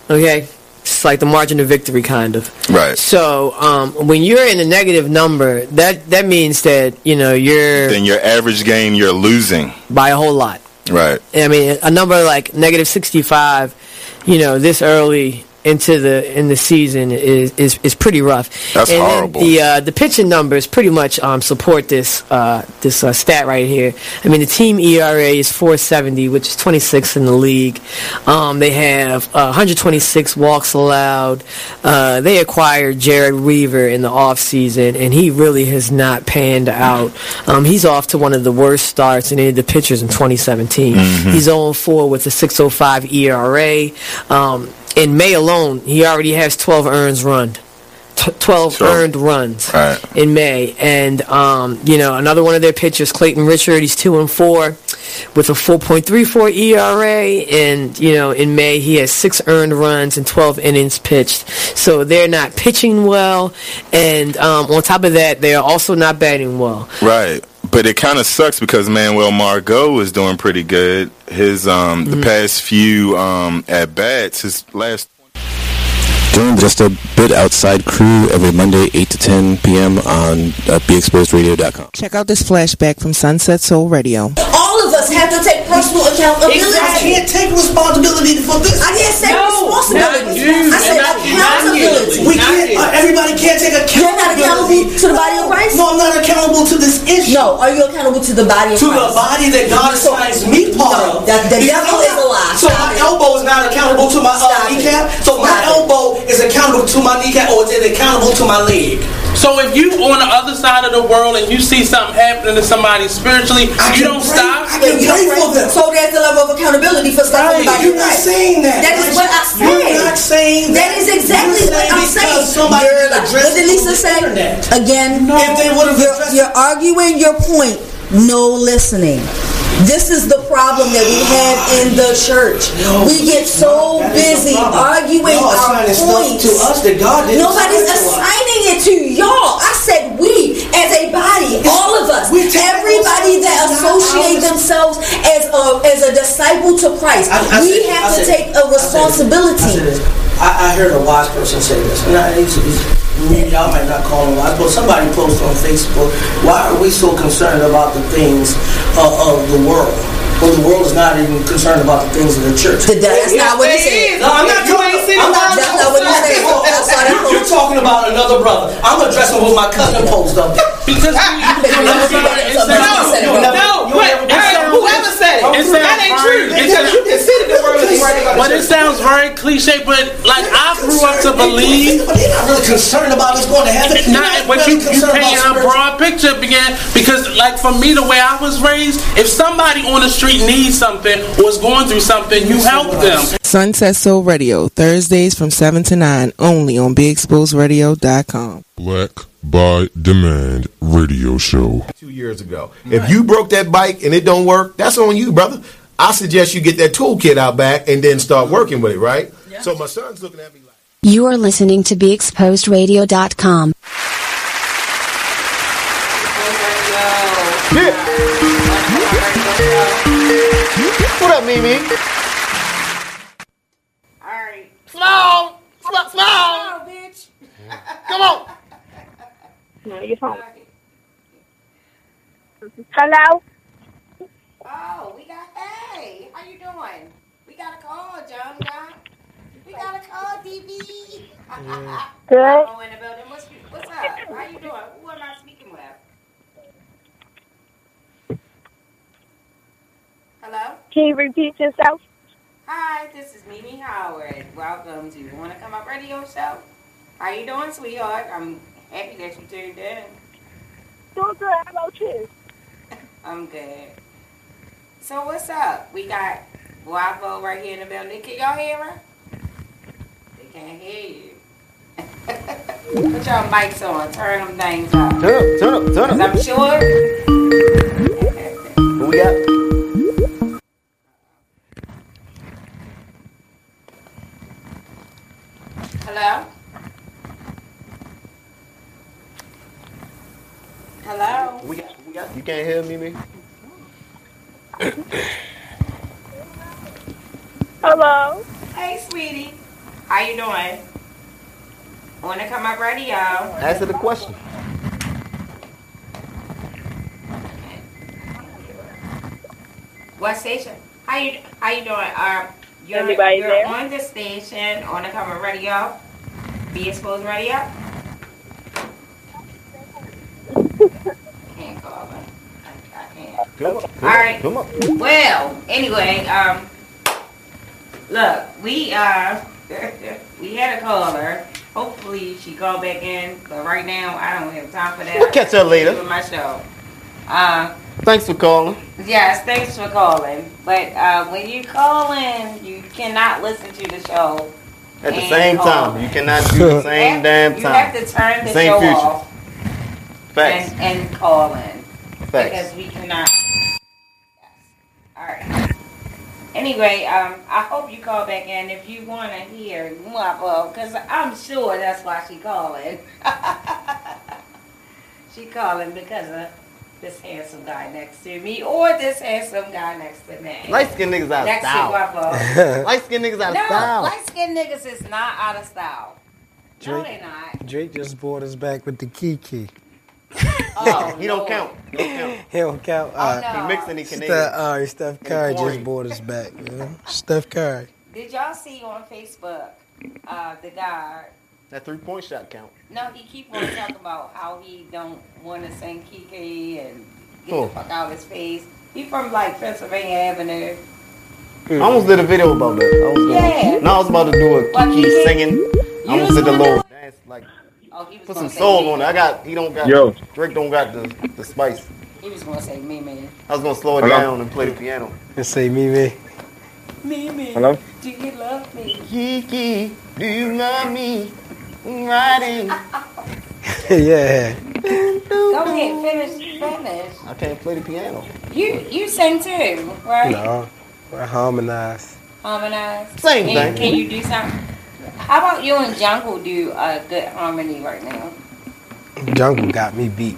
S30: Okay. It's like the margin of victory, kind of.
S32: Right.
S30: So um, when you're in a negative number, that that means that you know you're
S32: Then your average game you're losing.
S30: by a whole lot.
S32: Right.
S30: I mean, a number like negative 65, you know, this early into the in the season is is, is pretty rough.
S32: That's
S30: and then
S32: horrible.
S30: The uh, the pitching numbers pretty much um, support this uh, this uh, stat right here. I mean, the team ERA is 470, which is 26 in the league. Um, they have uh, 126 walks allowed. Uh, they acquired Jared Weaver in the offseason, and he really has not panned out. Um, he's off to one of the worst starts in any of the pitchers in 2017.
S32: Mhm.
S30: He's 0 4 with a 605 ERA. E Um, in May alone, he already has 12 earns run. T- 12 earned runs in May. And, um, you know, another one of their pitchers, Clayton Richard, he's 2 and 4 with a 4.34 ERA. E And, you know, in May, he has six earned runs and 12 innings pitched. So they're not pitching well. And um, on top of that, they are also not batting well.
S32: Right. But it kind of sucks because Manuel Margot is doing pretty good. His um
S30: Mm-hmm.
S32: the past few um at bats, his last
S29: Join the Just a Bit Outside crew every Monday, 8 to 10 p.m. on uh, BeExposedRadio.com.
S5: Check out this flashback from Sunset Soul Radio.
S20: All of us have to take personal accountability.
S4: Exactly.
S20: I can't take responsibility for this. I didn't say responsibility. I said accountability.
S4: We can't, uh, everybody can't take accountability.
S20: You're not accountable to the body of Christ? No, I'm not accountable to this issue. No, are you accountable to the body of
S4: To the
S20: Christ?
S4: body that God assigns me part of.
S20: The, the
S4: Because
S20: devil
S4: I'm
S20: is a lie.
S4: not- So my elbow is not accountable to my uh, kneecap. So my elbow is accountable to my kneecap, or is it accountable to my leg?
S11: So if you on the other side of the world and you see something happening to somebody spiritually, you don't stop.
S20: You don't pray. So there's the level of accountability for stuff in the body
S4: You're
S20: of
S4: not
S20: Christ.
S4: saying that.
S20: That is what I said.
S4: You're not saying
S20: That
S4: that.
S20: is exactly
S4: You're
S20: what
S4: saying
S20: I'm
S4: because
S20: saying.
S4: somebody
S20: You're
S4: didn't
S20: like-
S4: address
S20: what did
S4: it on
S20: Lisa
S4: the
S20: say?
S4: internet.
S20: Again,
S4: No. If they would've
S20: you're,
S4: addressed
S20: you're arguing your point, no listening. This is the problem that we have in the church.
S4: No,
S20: we get so
S4: that is the
S20: busy
S4: problem.
S20: arguing
S4: Y'all
S20: our
S4: assigning stuff
S20: points
S4: to us that God didn't
S20: Nobody's
S4: assign to us.
S20: assigning it to y'all. I said we as a body, all of us, everybody that associate themselves as a as a disciple to Christ,
S4: I- I
S20: we
S4: said-
S20: have
S4: I
S20: to
S4: said-
S20: take a
S4: I
S20: responsibility.
S4: said this. I, I heard a wise person say this, and I, it's, it's, y'all might not call him wise, but somebody posted on Facebook, "Why are we so concerned about the things uh, of the world?" Well, the world is not even concerned about the things of the church.
S20: The- that's not what it said.
S4: No, I'm not
S20: You
S4: talking.
S20: ain't seen
S4: I'm
S20: the
S4: not
S20: Bible. That's not what it said. I saw that
S4: You're talking about another brother. I'm addressing what my cousin posted up there. Because
S20: you'll never see that. It's Ah! somebody that said it.
S11: No, wait, hey, whoever said it, it sounds- that ain't true. It sounds-
S4: You consider the world is
S11: But it sounds very cliche, but like I grew up to believe.
S4: But they're not really concerned about what's going to happen. They're
S11: Not, but you,
S4: really
S11: you
S4: concerned
S11: paint a
S4: about
S11: broad picture again because, like, for me, the way I was raised, if somebody on the street needs something or is going through something, you help them.
S22: Sunset Soul Radio, Thursdays from 7 to 9, only on BigExposedRadio.com.
S16: Black by Demand Radio Show.
S7: two years ago. If you broke that bike and it don't work, that's on you, brother. I suggest you get that toolkit out back and then start working with it, right? So my son's looking at me.
S19: You are listening to BeExposedRadio.com.
S3: What up, Mimi?
S11: Small, small, small, bitch. Come on. No, your phone. Hello.
S1: Oh, we got. Hey, how you doing? We got a call, John. John. We got a call, DB.
S11: Good.
S1: Hello in the building. What's, what's up? How you doing? Who am I speaking with? Hello.
S11: Can you repeat yourself?
S1: Hi, this is Mimi Howard. Welcome to Wanna Come Up Radio Show. How you doing, sweetheart? I'm happy that you tuned in.
S11: Doing good. How about you?
S1: I'm good. So what's up? We got Guapo right here in the building. Can y'all hear her? They can't hear you. Put your mics on. Turn them things up.
S3: Turn up, turn up, turn up.
S1: 'Cause I'm sure.
S3: What we got?
S1: Hello. Hello.
S3: We got, we got. You can't hear Mimi?
S1: Hello. Hey, sweetie. How you doing? Wanna come up radio?
S3: Answer the question.
S1: What station? How you How you doing? Um, you're,
S11: Everybody
S1: you're
S11: there?
S1: on the station on the cover radio. Be exposed radio. can't call her. I, I can't.
S3: Come up, come
S1: All right.
S3: up, come up.
S1: Well, anyway, um, look, we uh, we had a caller. Hopefully, she called back in, but right now I don't have time for that.
S3: We'll catch her later.
S1: With my show. Uh,
S3: Thanks for calling.
S1: Yes, thanks for calling. But uh, when you call in, you cannot listen to the show.
S3: At the
S1: and
S3: same
S1: call
S3: time,
S1: in.
S3: you cannot do the same damn time.
S1: You have to turn the
S3: Same
S1: show
S3: future.
S1: off
S3: Facts.
S1: and, and call in.
S3: Facts.
S1: Because we cannot. Yes. All right. Anyway, um, I hope you call back in if you want to hear Guapo, because I'm sure that's why she calling. she calling because of this handsome guy next to me or this handsome guy next to me.
S3: Light skinned niggas out of
S1: Next to
S3: style.
S1: Guapo.
S3: Light skinned niggas out of
S1: no,
S3: style.
S1: light skinned niggas is not out of style. No,
S4: Drake.
S1: they not.
S4: Drake just brought us back with the Kiki.
S1: Oh,
S3: he don't count. He don't count.
S4: He don't count.
S1: Oh,
S4: uh,
S1: no. He mixing the
S4: Steph-
S3: Canadian.
S4: all right, Steph
S3: And
S4: Curry
S3: Corey.
S4: just brought us back. man. Steph Curry.
S1: Did y'all see on Facebook uh, the guy?
S3: That three point shot count.
S1: No, he keep on talking about how he don't want to sing Kiki and get
S3: Who?
S1: the fuck out of his face. He from like Pennsylvania Avenue.
S3: I almost did a video about that. I was
S1: Yeah.
S3: gonna, no, I was about to do a
S1: What,
S3: Kiki
S1: Kiki?
S3: singing. I almost did a little dance, like put some soul on it. I got he don't got
S5: Yo.
S3: Drake don't got the, the spice.
S1: He was gonna say me man.
S3: I was gonna slow it
S4: Hello?
S3: down and play the piano.
S4: And say me, me.
S1: Me man.
S4: Hello?
S1: Do you love me?
S3: Kiki, do you love me? Riding.
S4: yeah.
S1: Go ahead, finish, finish.
S3: I can't play the piano.
S1: You you sing too, right?
S4: No, we're harmonized.
S1: Harmonize.
S4: Same
S1: can,
S4: thing.
S1: Can you do something? How about you and Jungle do a good harmony right now?
S4: Jungle got me beat.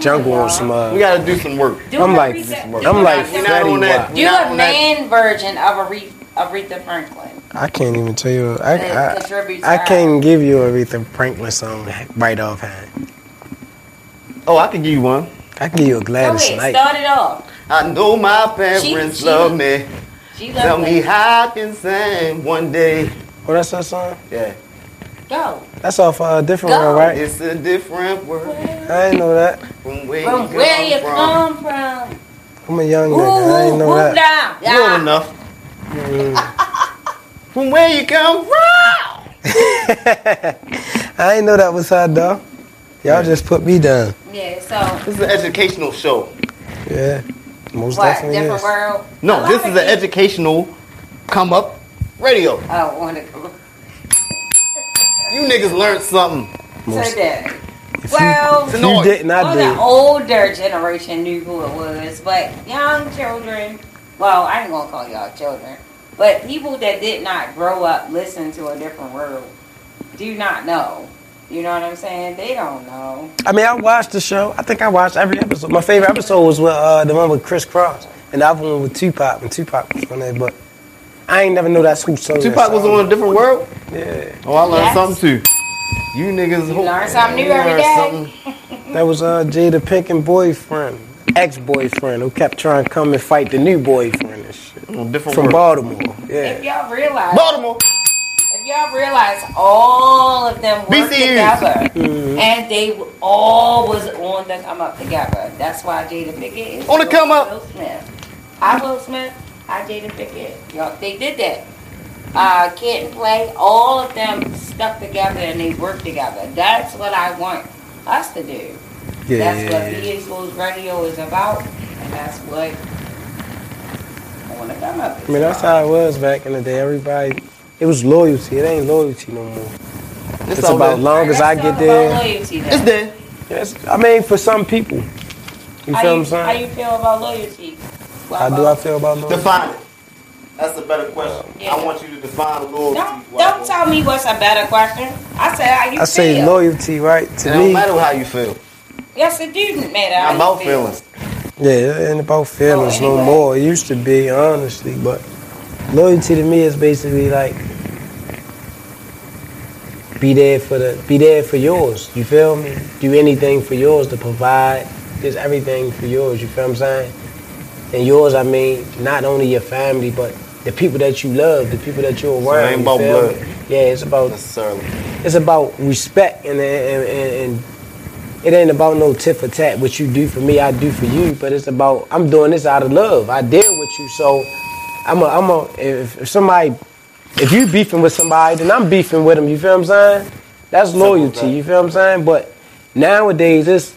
S4: Jungle on some. Uh,
S3: We gotta do some work.
S1: Do
S4: I'm
S1: a
S4: like,
S1: reset-
S4: I'm like
S1: We're not
S4: Fetty
S1: on that.
S4: Wap.
S1: Do a man version of Aretha, Aretha Franklin.
S4: I can't even tell you. I,
S1: The- the
S4: I,
S1: tribute
S4: I
S1: to
S4: can't give you a Aretha Franklin song right offhand.
S3: Oh, I can give you one.
S4: I can give you a
S1: Go
S4: Gladys
S1: ahead,
S4: Knight.
S1: start it off.
S3: I know my parents
S1: She- she-
S3: love me.
S1: She
S3: Tell
S1: loves
S3: me
S1: me.
S3: how I can sing one day.
S4: Oh, that's that song?
S3: Yeah.
S1: Go.
S4: That's off uh, a different one, right?
S3: It's a different world.
S4: I ain't know that.
S3: From where,
S1: From
S3: you
S1: where
S3: come
S1: you
S3: from.
S1: come from.
S4: I'm a young nigga. I ain't know
S1: Whoop
S4: that. Mm.
S1: down.
S3: You old enough. From where you come from.
S4: I ain't know that was her though. Y'all just put me down.
S1: Yeah, so
S3: This is an educational show.
S4: Yeah, most
S1: what?
S4: definitely
S1: Different
S4: is.
S1: world?
S3: No, this is an educational come up Radio.
S1: Oh, on the commercial.
S3: You niggas learned something.
S1: So that. Well,
S3: It's annoying.
S4: didn't, I
S1: well,
S4: did.
S1: the older generation knew who it was, but young children, well, I ain't gonna call y'all children, but people that did not grow up listen to a different world do not know. You know what I'm saying? They don't know.
S4: I mean, I watched the show. I think I watched every episode. My favorite episode was with uh, the one with Chris Cross, and the other one with Tupac. When Tupac was on there, but I ain't never know that's who sung that
S3: Tupac was
S4: song.
S3: on a different world?
S4: Yeah.
S3: Oh, I learned
S4: Yes.
S3: something too. You niggas
S1: You learn something new every day.
S4: That was uh, Jada Pinkett boyfriend, ex boyfriend, who kept trying to come and fight the new boyfriend and shit.
S3: different
S4: From
S3: world.
S4: Baltimore. Yeah.
S1: If y'all realize
S3: Baltimore.
S1: If y'all realize all of them work together
S4: Mm.
S1: and they all was on the come up together. That's why Jada Pickett is
S3: On the come up.
S1: Will Smith. I Will Smith, I Jada Pickett. Y'all they did that. Uh kid and play, all of them stuck together and they worked together. That's what I want us to do. That's what
S4: Yeah.
S1: BA Schools Radio is about and that's what I wanna come up
S4: I mean, that's how it was back in the day. Everybody, it was loyalty. It ain't loyalty no more. It's,
S1: all
S4: about
S1: that-
S4: long as I get
S1: about
S4: there.
S1: loyalty then. It's there.
S4: Yes, I mean, for some people. You feel
S1: how
S4: what I'm
S1: you, How
S4: saying?
S1: you feel about loyalty?
S4: How do I feel about loyalty?
S3: Define it. That's a better question. I want you to define loyalty.
S1: Don't, don't tell me what's a better question. I said how you
S4: I say
S1: feel.
S4: loyalty, right? To
S3: It
S4: me,
S3: don't matter how you feel.
S1: yes, it didn't matter. how
S3: Not
S1: you
S3: about
S1: feel.
S3: feelings.
S4: Yeah, it ain't about feelings no more. It used to be, honestly, but loyalty to me is basically like be there for the be there for yours. You feel me? Do anything for yours to provide just everything for yours, you feel what I'm saying? And yours I mean not only your family but the people that you love, the people that you're
S3: So it
S4: around.
S3: ain't
S4: you
S3: about
S4: feel
S3: blood.
S4: me? Yeah, it's about
S3: necessarily.
S4: It's about respect and and, and, and it ain't about no tit for tat. What you do for me, I do for you. But it's about I'm doing this out of love. I deal with you, so I'm a I'm a if, if somebody if you beefing with somebody, then I'm beefing with them. You feel what I'm saying? That's loyalty. You feel what I'm saying? But nowadays it's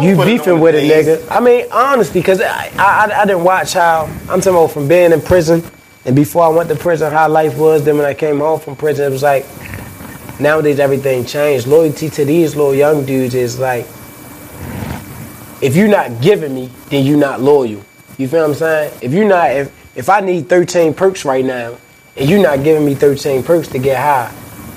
S4: you
S3: put it
S4: beefing
S3: on
S4: with a
S3: these.
S4: nigga. I mean, honestly, because I, I, I, I didn't watch how, I'm talking about from being in prison and before I went to prison, how life was. Then when I came home from prison, it was like, nowadays everything changed. Loyalty to these little young dudes is like, if you're not giving me, then you're not loyal. You feel what I'm saying? If you're not, if, if I need 13 perks right now and you're not giving me 13 perks to get high,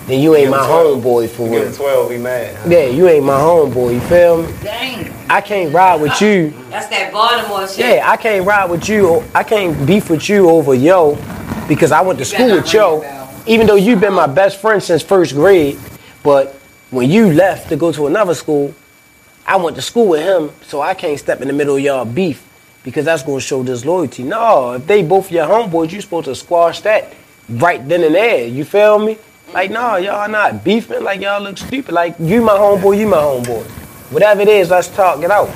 S4: then you ain't
S3: Give
S4: my
S3: him 12.
S4: homeboy for
S3: You give
S4: real.
S3: him 12, be mad.
S4: Yeah, you ain't my homeboy. You feel me?
S1: Dang,
S4: I can't ride with you.
S1: that's that Baltimore shit.
S4: Yeah, I can't ride with you. or I can't beef with you over yo because I went to school with yo. Even though you've been my best friend since first grade, but when you left to go to another school, I went to school with him, so I can't step in the middle of y'all beef because that's going to show disloyalty. No, if they both your homeboys, you supposed to squash that right then and there. You feel me? Like, no, y'all not beefing. Like, y'all look stupid. Like, you my homeboy, you my homeboy. Whatever it is, let's talk it out.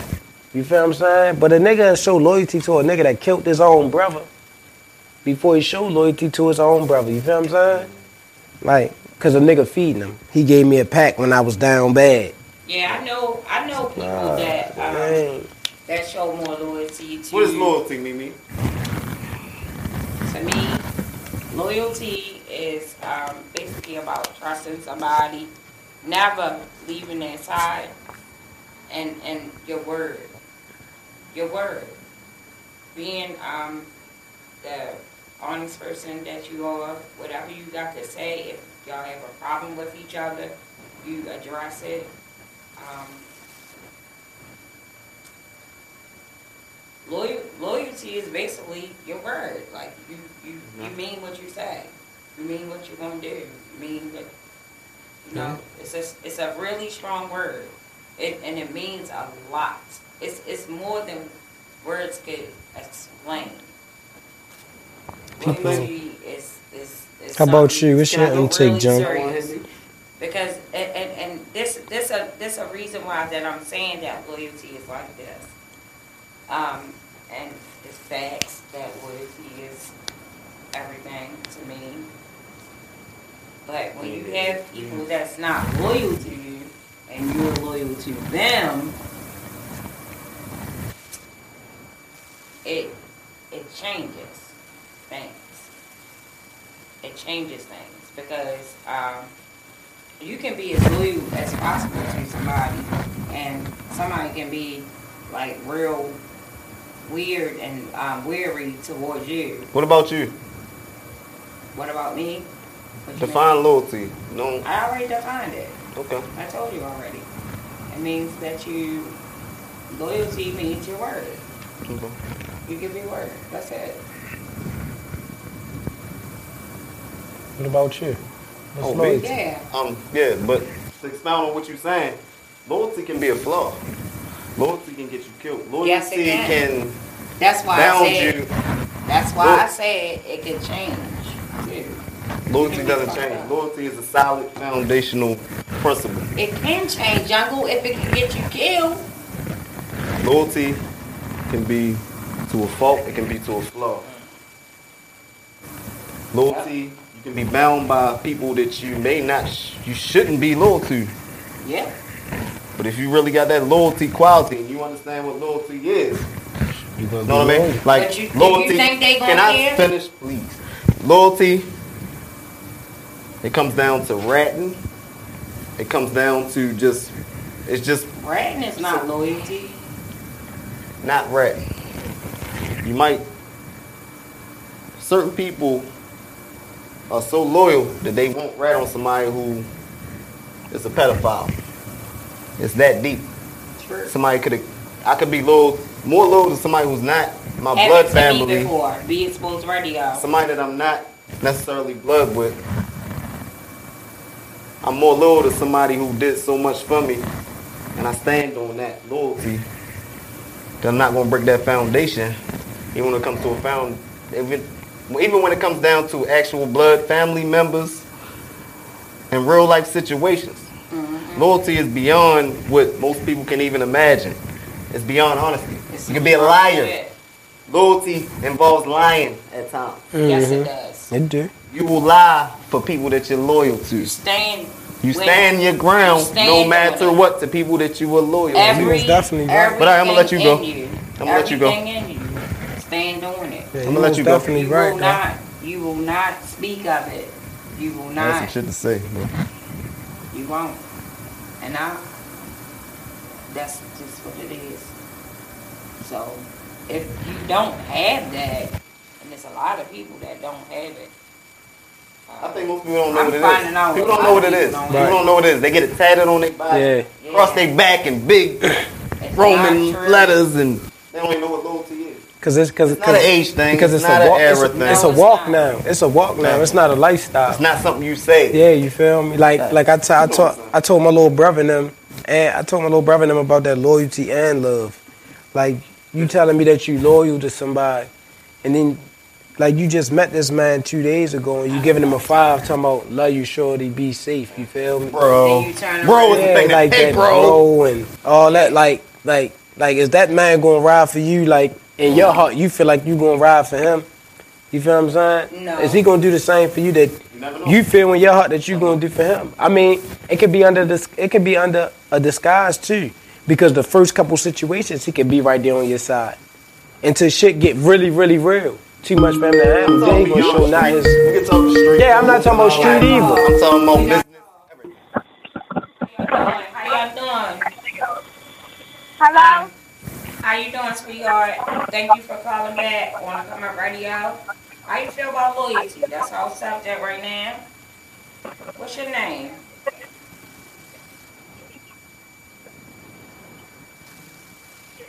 S4: You feel what I'm saying? But a nigga that show loyalty to a nigga that killed his own brother before he showed loyalty to his own brother. You feel what I'm saying? Like, cause a nigga feeding him. He gave me a pack when I was down bad.
S1: Yeah, I know. I know people
S4: Nah,
S1: that uh,
S4: dang.
S1: that show more loyalty to.
S3: What is loyalty, Mimi?
S1: To me, loyalty is um, basically about trusting somebody, never leaving their side, and and your word, your word, being um, the honest person that you are. Whatever you got to say, if y'all have a problem with each other, you address it. Um, Loyal, loyalty is basically your word. Like you, you, you mean what you say. You mean what you're gonna do. You mean what you know. It's a, it's a really strong word. It and it means a lot. It's it's more than words could explain.
S4: People-
S1: Loyalty is is. is
S4: How about
S1: something
S4: you? What's your
S1: that I
S4: intake,
S1: really
S4: John?
S1: serious. Because and, and, and this this a this a reason why that I'm saying that loyalty is like this. Um, and the facts that loyalty is everything to me. But when you have people that's not loyal to you and you're loyal to them, it it changes things. it changes things because um, you can be as loyal as possible to somebody, and somebody can be like real weird and um, weary towards you.
S3: What about you?
S1: What about me? What you
S3: Define
S1: mean?
S3: loyalty. No.
S1: I already defined it.
S3: Okay.
S1: I told you already. It means that you loyalty means your word.
S3: Okay.
S1: You give your word. That's it.
S4: What about you?
S3: Oh,
S4: What's
S3: me?
S4: loyalty?
S3: Um, yeah, but to expound on what you're saying, loyalty can be a flaw. Loyalty can get you killed. Loyalty
S1: Yes, it can.
S3: can
S1: That's why
S3: bound
S1: I said.
S3: you.
S1: That's why I
S3: Look.
S1: said it could change. too.
S3: Loyalty doesn't change. Loyalty is a solid foundational principle.
S1: It can change, Jungle, if it can get you killed.
S3: Loyalty can be to a fault, it can be to a flaw. Loyalty, you can be bound by people that you may not, sh- you shouldn't be loyal to.
S1: Yeah.
S3: But if you really got that loyalty quality and you understand what loyalty is,
S7: you
S3: know what I mean? Like
S1: But you- do you
S3: loyalty.
S1: think they gonna
S3: can I
S1: care?
S3: finish, please? Loyalty. It comes down to ratting. It comes down to just. It's just
S1: Ratting is not loyalty.
S3: not rap. You might. Certain people are so loyal that they won't rat on somebody who is a pedophile. It's that deep. Somebody could have. I could be loyal, more loyal to somebody who's not my
S1: Have
S3: blood
S1: it to me
S3: family,
S1: Before, be exposed radio.
S3: somebody that I'm not necessarily blood with. I'm more loyal to somebody who did so much for me, and I stand on that loyalty. 'Cause I'm not gonna break that foundation. Even when it comes to a found, even, even when it comes down to actual blood family members and real life situations,
S1: Mm-hmm.
S3: loyalty is beyond what most people can even imagine. It's beyond honesty. you can be a liar. Loyalty involves lying at times.
S1: Yes,
S3: Mm-hmm.
S1: it does.
S4: It do.
S3: You will lie for people that you're loyal to.
S1: Stand.
S3: You
S1: with-
S3: stand your ground
S1: You stand
S3: no
S1: with
S3: matter what to people that you were loyal to.
S1: Every, everything
S3: But I, am gonna let you go.
S1: in You,
S3: I'm gonna let you go.
S1: Everything in you. Stand on it.
S3: I'm gonna let you go.
S4: definitely
S1: You
S4: right.
S1: will
S4: though.
S1: not. You will not speak of it. You will
S3: I got some
S1: not.
S3: shit to say. bro.
S1: You won't. And I, that's just what it is. So if you don't have that, and there's a lot of people that don't have it. uh,
S3: I think most people don't know
S1: I'm
S3: what it
S1: finding out
S3: is. People
S1: what
S3: don't know what it
S1: people
S3: is.
S1: don't
S3: People
S1: know.
S3: don't know what it is. They get it tatted on their body,
S1: Yeah.
S3: cross their back, and big Roman letters, and they don't even know what loyalty is.
S4: Cause it's cause
S3: It's not an age thing.
S4: Because it's,
S3: It's not
S4: a
S3: an
S4: walk. it's,
S3: era
S4: a,
S3: thing.
S4: it's a
S3: No, it's
S4: walk now. It's a walk now. It's not a lifestyle. It's
S3: not something you say.
S4: Yeah, you feel me? Like like I, t- I told I told my little brother and them and I told my little brother and them about that loyalty and love. Like you telling me that you loyal to somebody, and then like you just met this man two days ago and you giving him a five talking about love you shorty be safe. You feel me,
S3: bro?
S4: Bro is the thing like that, bro. and all that. Like like like is that man gonna ride for you? Like in your heart, you feel like you gonna ride for him. You feel what I'm saying?
S1: No.
S4: Is he gonna do the same for you that you feel in your heart that you gonna do for him? I mean, it could be under this. It could be under a disguise too, because the first couple situations he could be right there on your side, until shit get really, really real. Too much for him to handle. Then he gonna show not his. Yeah, I'm not talking about street evil.
S3: I'm talking about business.
S1: How y'all doing?
S11: Hello?
S1: Um, How you doing, sweetheart? Thank you for calling back. Want to come on radio? How you feel about loyalty? That's our subject right now. What's your name?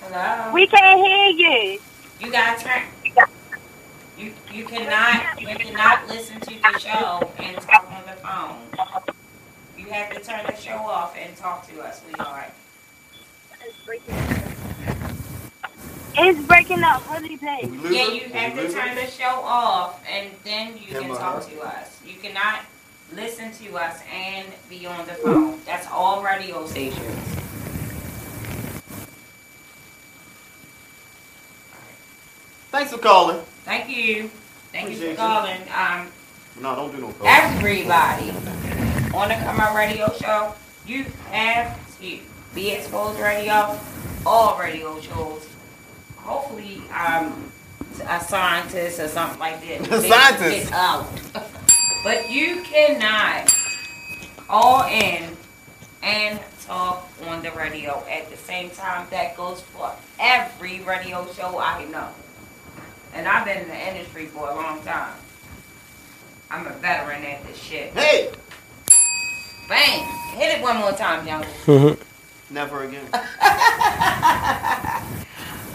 S1: Hello.
S11: We can't hear you.
S1: You got turn. You you cannot you cannot listen to the show and talk on the phone. You have to turn the show off and talk to us, sweetheart.
S11: It's breaking up really bad.
S1: Yeah, you have to turn the show off and then you can talk to us. You cannot listen to us and be on the phone. That's all radio stations.
S3: Thanks for calling.
S1: Thank you. Thank you
S3: Appreciate
S1: for
S3: you.
S1: calling. Um,
S3: No, don't do no calling.
S1: everybody on the Come Out Radio Show, you have to be exposed radio, all radio shows. Hopefully, um, a scientist or something like that.
S3: Scientist.
S1: Get out. But you cannot all in and talk on the radio at the same time. That goes for every radio show I know. And I've been in the industry for a long time. I'm a veteran at this shit.
S3: Hey!
S1: Bang! Hit it one more time, young.
S4: Mm-hmm.
S3: Never again.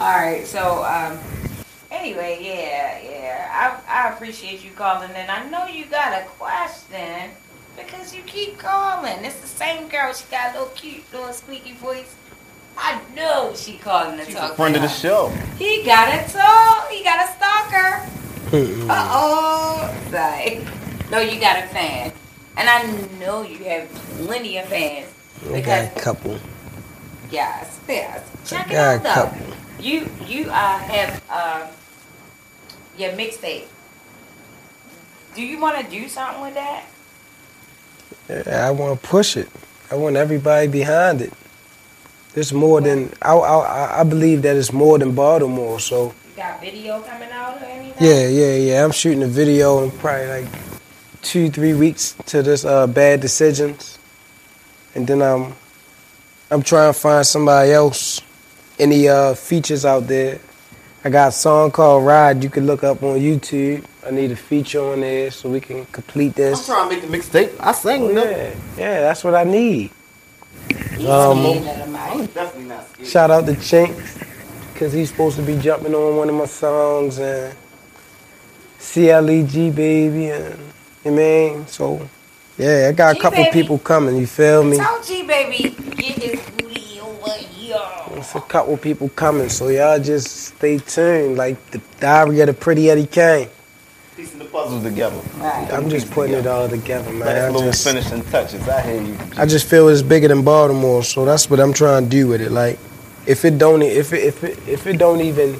S1: All right, so um, anyway, yeah, yeah, I, I appreciate you calling in. I know you got a question because you keep calling. It's the same girl. She got a little cute, little squeaky voice. I know she calling to talk.
S3: Friend
S1: to
S3: of the
S1: us.
S3: show.
S1: He got a soul. He got a stalker. Uh oh. Like, no, you got a fan, and I know you have plenty of fans.
S4: I got a couple.
S1: Yes, yes. Check it
S4: got a
S1: out though.
S4: couple.
S1: You you uh, have uh, your mixtape. Do you want to do something with that?
S4: Yeah, I want to push it. I want everybody behind it. It's more than I, I. I- I believe that it's more than Baltimore. So
S1: You got video coming out or anything?
S4: yeah, yeah, yeah. I'm shooting a video in probably like two, three weeks to this uh, bad decisions, and then I'm I'm trying to find somebody else. Any uh, features out there? I got a song called Ride. You can look up on YouTube. I need a feature on there so we can complete this.
S3: I'm trying to make the mixtape. I sing
S4: Oh, yeah. Yeah, that's what I need.
S3: scared
S4: Um,
S3: I'm definitely not scared.
S4: shout out to Chinks, because he's supposed to be jumping on one of my songs and CLEG baby and you mean so yeah, I got a couple
S1: G-Baby.
S4: people coming, you feel me?
S1: Tell G baby get his booty over here.
S4: It's a couple people coming, so y'all just stay tuned. Like the diary of the pretty Eddie Kane.
S3: Piecing the puzzle together.
S4: I'm just putting it all together,
S3: Last
S4: man. I
S3: little
S4: just,
S3: finishing touches. I hear you.
S4: I just feel it's bigger than Baltimore, so that's what I'm trying to do with it. Like, if it don't, if it, if it, if it don't even,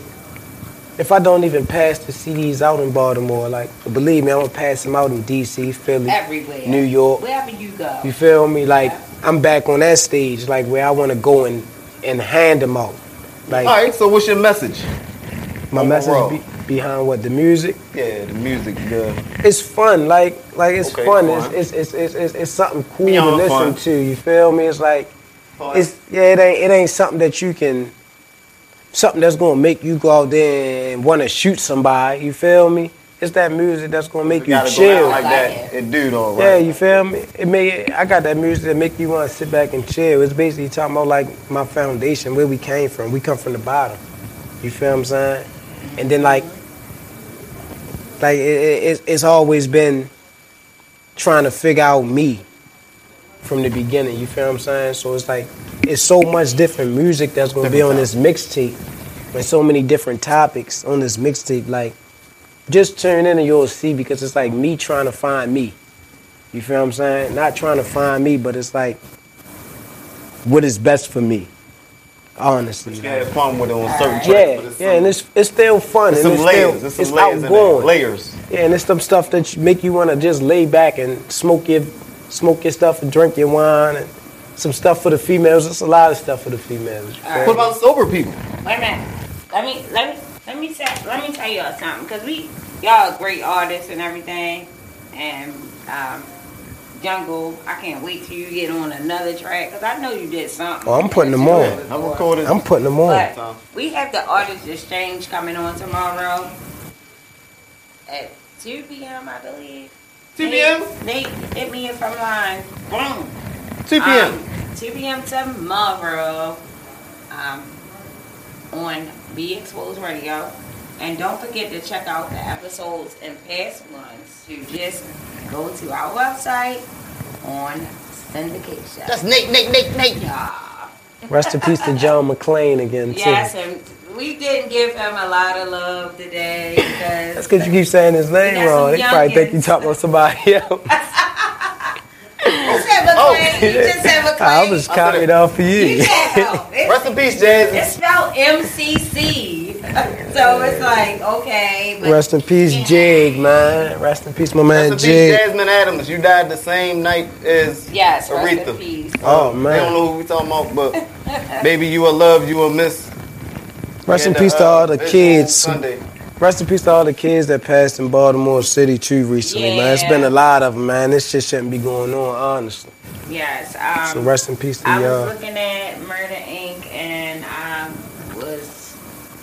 S4: if I don't even pass the CDs out in Baltimore, like, believe me, I'm gonna pass them out in D.C., Philly,
S1: Everywhere.
S4: New York.
S1: Wherever you go.
S4: You feel me? Like, I'm back on that stage, like where I want to go and and hand them out. Like,
S3: All right, so what's your message?
S4: my
S3: Overall.
S4: message be, behind what the music.
S3: Yeah, the music, the
S4: It's fun, like like it's
S3: Okay,
S4: fun.
S3: fine.
S4: It's, it's, it's, it's, it's it's something cool
S3: Beyond
S4: to listen
S3: fun.
S4: to. You feel me? It's like it's yeah. It ain't it ain't something that you can something that's gonna make you go out there and want to shoot somebody. You feel me? It's that music that's gonna make you
S3: gotta
S4: chill
S3: go out like that. It do though, right?
S4: Yeah, you feel me? It may I got that music that make you want to sit back and chill. It's basically talking about like my foundation, where we came from. We come from the bottom. You feel what I'm saying? And then like, like it, it, it's- it's always been trying to figure out me from the beginning. You feel what I'm saying? So it's like it's so much different music that's gonna be on this mixtape, and so many different topics on this mixtape. Like, just tune in and you'll see because it's like me trying to find me. You feel what I'm saying? Not trying to find me, but it's like what is best for me. Honestly,
S3: You can have fun with it on certain tracks.
S4: yeah,
S3: but it's
S4: yeah, and it's it's still fun.
S3: It's some
S4: and it's
S3: layers.
S4: Still,
S3: It's some layers in there.
S4: outgoing.
S3: Layers.
S4: Yeah, and it's some stuff that you make you want to just lay back and smoke your smoke your stuff and drink your wine and some stuff for the females. It's a lot of stuff for the females.
S1: What about
S3: sober people?
S1: Wait a minute. Let me let me let me say, let me tell y'all something because we y'all are great artists and everything, and um, Jungle. I can't wait till you get on another track because I know you did something.
S4: Oh, I'm putting them on.
S3: I'm recording.
S4: I'm putting them on.
S1: But we have the artist exchange coming on tomorrow at 2 p.m. I believe.
S3: 2 p.m.?
S1: Nate, Nate, hit me if I'm lying. Boom.
S3: 2 p.m..
S1: Um, 2 p.m. tomorrow um, on Be Exposed Radio. And don't forget to check out the episodes and past ones. You just go to our website on syndication.
S3: That's Nate, Nate, Nate, Nate.
S4: Rest in peace to John McClain again too.
S1: Yes, and we didn't give him a lot of love today because
S4: That's because you keep saying his
S1: We
S4: name
S1: got
S4: wrong.
S1: some
S4: They probably think you talking about somebody else.
S1: You said McClain. You just said
S4: Oh. I
S1: McClain.
S4: was copied off for you.
S1: Rest
S3: in peace,
S1: It's spelled MCC, so it's like okay, but
S4: Rest in peace, Jig, man. Rest in peace, my
S3: Rest
S4: man,
S3: in peace,
S4: Jig.
S3: Jasmine Adams. You died the same night as
S1: Yes, rest in
S3: Aretha.
S1: peace.
S4: Oh, man.
S3: They don't know who we talking about, but baby, you will love, you will miss.
S4: Rest in
S3: And,
S4: peace to
S3: uh,
S4: all the
S3: it's on
S4: kids.
S3: Sunday.
S4: Rest in peace to all the kids that passed in Baltimore City too recently, man. It's been a lot of them, man. This shit shouldn't be going on, honestly.
S1: Yes. Um,
S4: So rest in peace to
S1: I
S4: y'all.
S1: was looking at Murder Inc. and I was,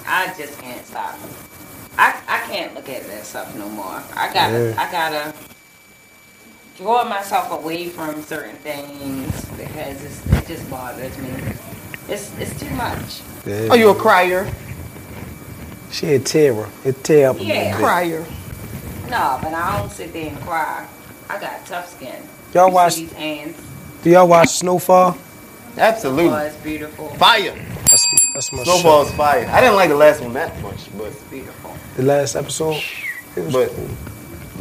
S1: I just can't stop. I, I can't look at that stuff no more. I gotta,
S9: Yeah.
S1: I gotta draw myself away from certain things because it's, it just bothers me. It's, it's too much.
S4: Yeah.
S9: Are you a crier?
S4: She a terror. It tear up a little
S1: Yeah.
S4: bit.
S9: Crier.
S1: No, but I don't sit there and cry. I got tough skin.
S4: Y'all watch-
S1: These hands.
S4: Do y'all watch Snowfall?
S3: Absolutely.
S1: Oh, it's beautiful.
S3: Fire.
S4: That's, that's my
S3: Snowball's
S4: show.
S3: fire. I didn't like the last one that much, but beautiful.
S4: The last episode.
S3: But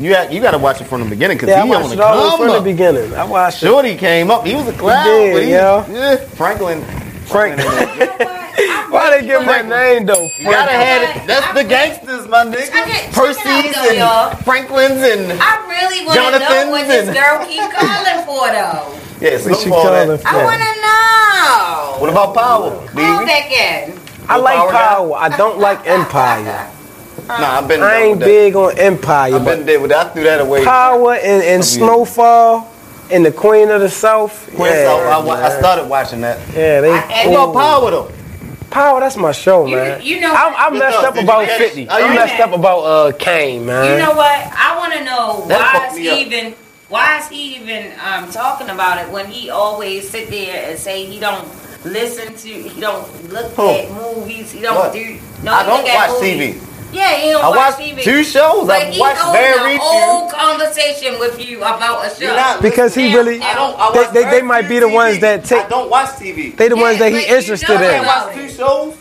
S3: you had, you got to watch it from the beginning because
S4: Yeah, I
S3: he
S4: watched
S3: on
S4: it
S3: the
S4: all the way
S3: come
S4: from the
S3: up.
S4: beginning. I watched it.
S3: Shorty came up. He was a clown.
S4: did,
S3: but he,
S4: yo.
S3: yeah. Franklin. Franklin.
S4: Why they give my name though?
S3: You gotta have it. That's the gangsters, my
S1: it-
S3: nigga.
S1: check it
S3: Percy's
S1: out, y'all.
S3: and Franklin's and
S1: I really want to know
S3: Jonathan's
S1: what this
S3: and-
S1: girl keep calling for though.
S3: yeah.
S4: What you
S3: Snowball,
S4: call
S3: that-
S4: it
S1: I want to know.
S3: What about Power?
S1: Call back in.
S4: I like
S3: Power
S4: power.
S3: guy?
S4: I don't like empire.
S3: Nah, I've been.
S4: I
S3: there
S4: ain't
S3: with that.
S4: big on empire,
S3: I've been there with that. I threw that away.
S4: but power and, and snowfall and the queen of the south.
S3: Quinn
S4: yeah,
S3: South, I, wa- I
S4: man.
S3: started watching that.
S4: Yeah, they.
S3: What about Power though?
S4: Power, that's my show, man.
S1: you know-
S4: I'm, I'm messed
S1: Look,
S4: up
S1: did you
S4: about
S1: catch-
S4: fifty.
S1: Oh, you
S4: I'm messed
S1: messed-
S4: up about uh Kane, man.
S1: You know what? I want to know
S4: That
S1: why
S4: fucked
S1: is
S4: me
S1: he
S4: up.
S1: even why is he even um, talking about it when he always sit there and say he don't listen to he don't look
S3: Who?
S1: at movies he don't
S3: What?
S1: do no
S3: I
S1: he
S3: don't
S1: look at
S3: watch
S1: movies.
S3: TV.
S1: Yeah, he don't
S3: I
S1: watch
S3: watch
S1: TV.
S3: two shows.
S1: But
S3: I've
S1: he
S3: watched
S1: owns
S3: very few.
S1: a whole conversation with you about a show.
S4: because he really,
S1: I don't- I
S4: they, they, they might be the ones that take.
S3: Don't watch TV.
S4: They the ones that he interested in.
S3: watch two shows.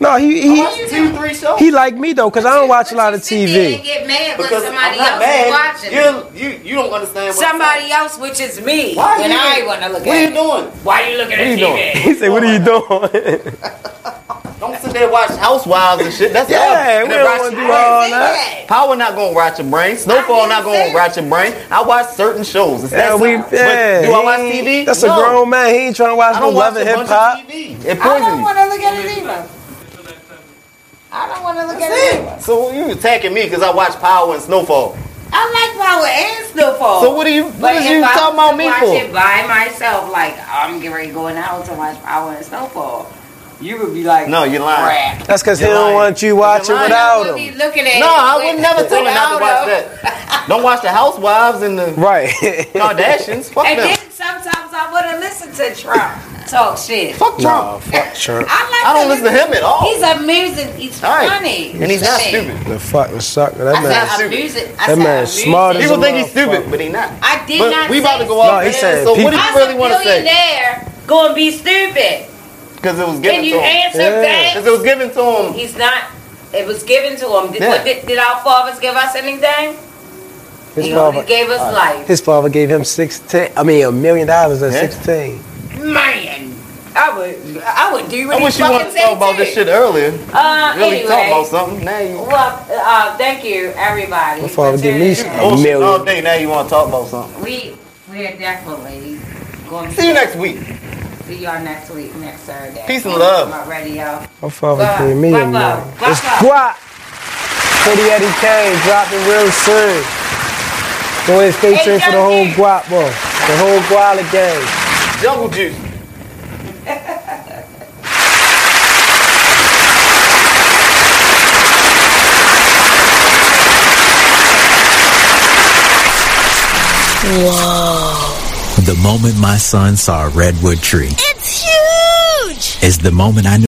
S4: No, he he
S3: watch two, three shows.
S4: he like me though, cause I don't watch a lot of TV.
S1: get mad when
S3: Because I'm
S1: somebody
S3: not
S1: else
S3: mad.
S1: is watching.
S3: You're- you you don't understand. What
S1: Somebody else, which is me,
S3: Why
S1: when
S3: you-
S1: I want to look
S3: what
S1: at
S3: you
S1: it.
S3: doing?
S1: Why you looking
S3: What
S1: at
S3: you
S1: TV?
S3: doing?
S4: He said, "What are you doing?"
S3: Don't sit there and watch Housewives and shit. That's
S4: Yeah,
S3: all.
S4: we don't wanna do all that.
S3: Power not gonna rot your brain. Snowfall not gonna rot your brain. I watch certain shows. It's
S4: Yeah,
S3: that
S4: we,
S3: simple. But
S4: yeah,
S3: Do I
S4: he-
S3: watch TV?
S4: That's
S3: No.
S4: a grown man. He ain't trying to watch
S3: I
S4: no
S3: don't
S4: love
S3: watch
S4: and
S3: a
S4: hip
S3: bunch of
S4: hop.
S3: It
S1: I don't
S3: poisons
S1: want to look at it either. I don't want to look at it.
S3: you. So you attacking me because I watch Power and Snowfall.
S1: I like Power and Snowfall.
S3: So what are you- what
S1: But
S3: is
S1: if
S3: you
S1: I
S3: talking
S1: was
S3: about
S1: to
S3: me
S1: watch
S3: for?
S1: it by myself, like I'm getting ready to go in the house and watch Power and Snowfall. You would be like,
S3: No, you're lying.
S1: Crap.
S4: That's cause he don't want you watching
S3: lying.
S4: without
S1: I would
S4: him.
S1: be looking at
S3: No,
S1: it
S3: I
S1: with-
S3: would never tell her not to
S1: without
S3: watch that. Don't watch the Housewives and the
S4: right
S3: Kardashians. Fuck
S1: and
S3: them.
S1: then sometimes I want to listen to Trump talk shit. Fuck
S3: Trump.
S4: fuck Trump.
S1: I like.
S3: I don't listen to him at all.
S1: He's amusing. He's
S3: All right.
S1: funny.
S3: And he's not
S1: Shit.
S3: stupid.
S4: The fucking sucker. That
S1: I said
S4: man.
S1: amusing. I
S4: That
S1: said
S4: man
S1: amusing.
S4: smart as a
S3: People think he's
S4: motherfucker.
S3: stupid, but he not.
S1: I did
S3: But
S1: not.
S3: we about
S1: say
S3: to go off
S4: No, he
S3: the
S4: said
S3: air, so what do
S4: people-
S3: you really want to say?
S1: billionaire gonna be stupid.
S3: Because it was given
S1: Can
S3: to
S1: you
S3: him.
S1: answer that?
S3: Because it was given to him.
S1: He's not. It was given to him. Did,
S4: Yeah.
S1: what, did, did our fathers give us anything?
S4: His
S1: he
S4: father-
S1: only gave us life.
S4: His father gave him sixteen. I mean, a million dollars at sixteen.
S1: Man, I would. I would do what
S3: I
S1: he
S3: wish you
S1: fucking
S3: wanted to
S1: said
S3: talk about this shit earlier.
S1: Uh,
S3: really
S1: anyway.
S3: talk about something. Now you.
S1: Well, uh, thank you, everybody.
S4: My father gave me a
S3: Bullshit
S4: million.
S3: all day. Now you want to talk about something.
S1: We we are definitely going.
S3: See you next week.
S1: See y'all next week, next Saturday.
S3: Peace and love.
S1: My radio.
S4: My father gave me a
S1: Bye-bye.
S4: million.
S1: Bye-bye.
S4: It's guap. Pretty Eddie Kane dropping real soon. Go ahead, stay
S3: Hey,
S4: tuned for the whole guap, bro. The whole guala game.
S3: Jungle juice.
S15: Whoa. The moment my son saw a redwood tree
S14: It's huge!
S15: is the moment I knew.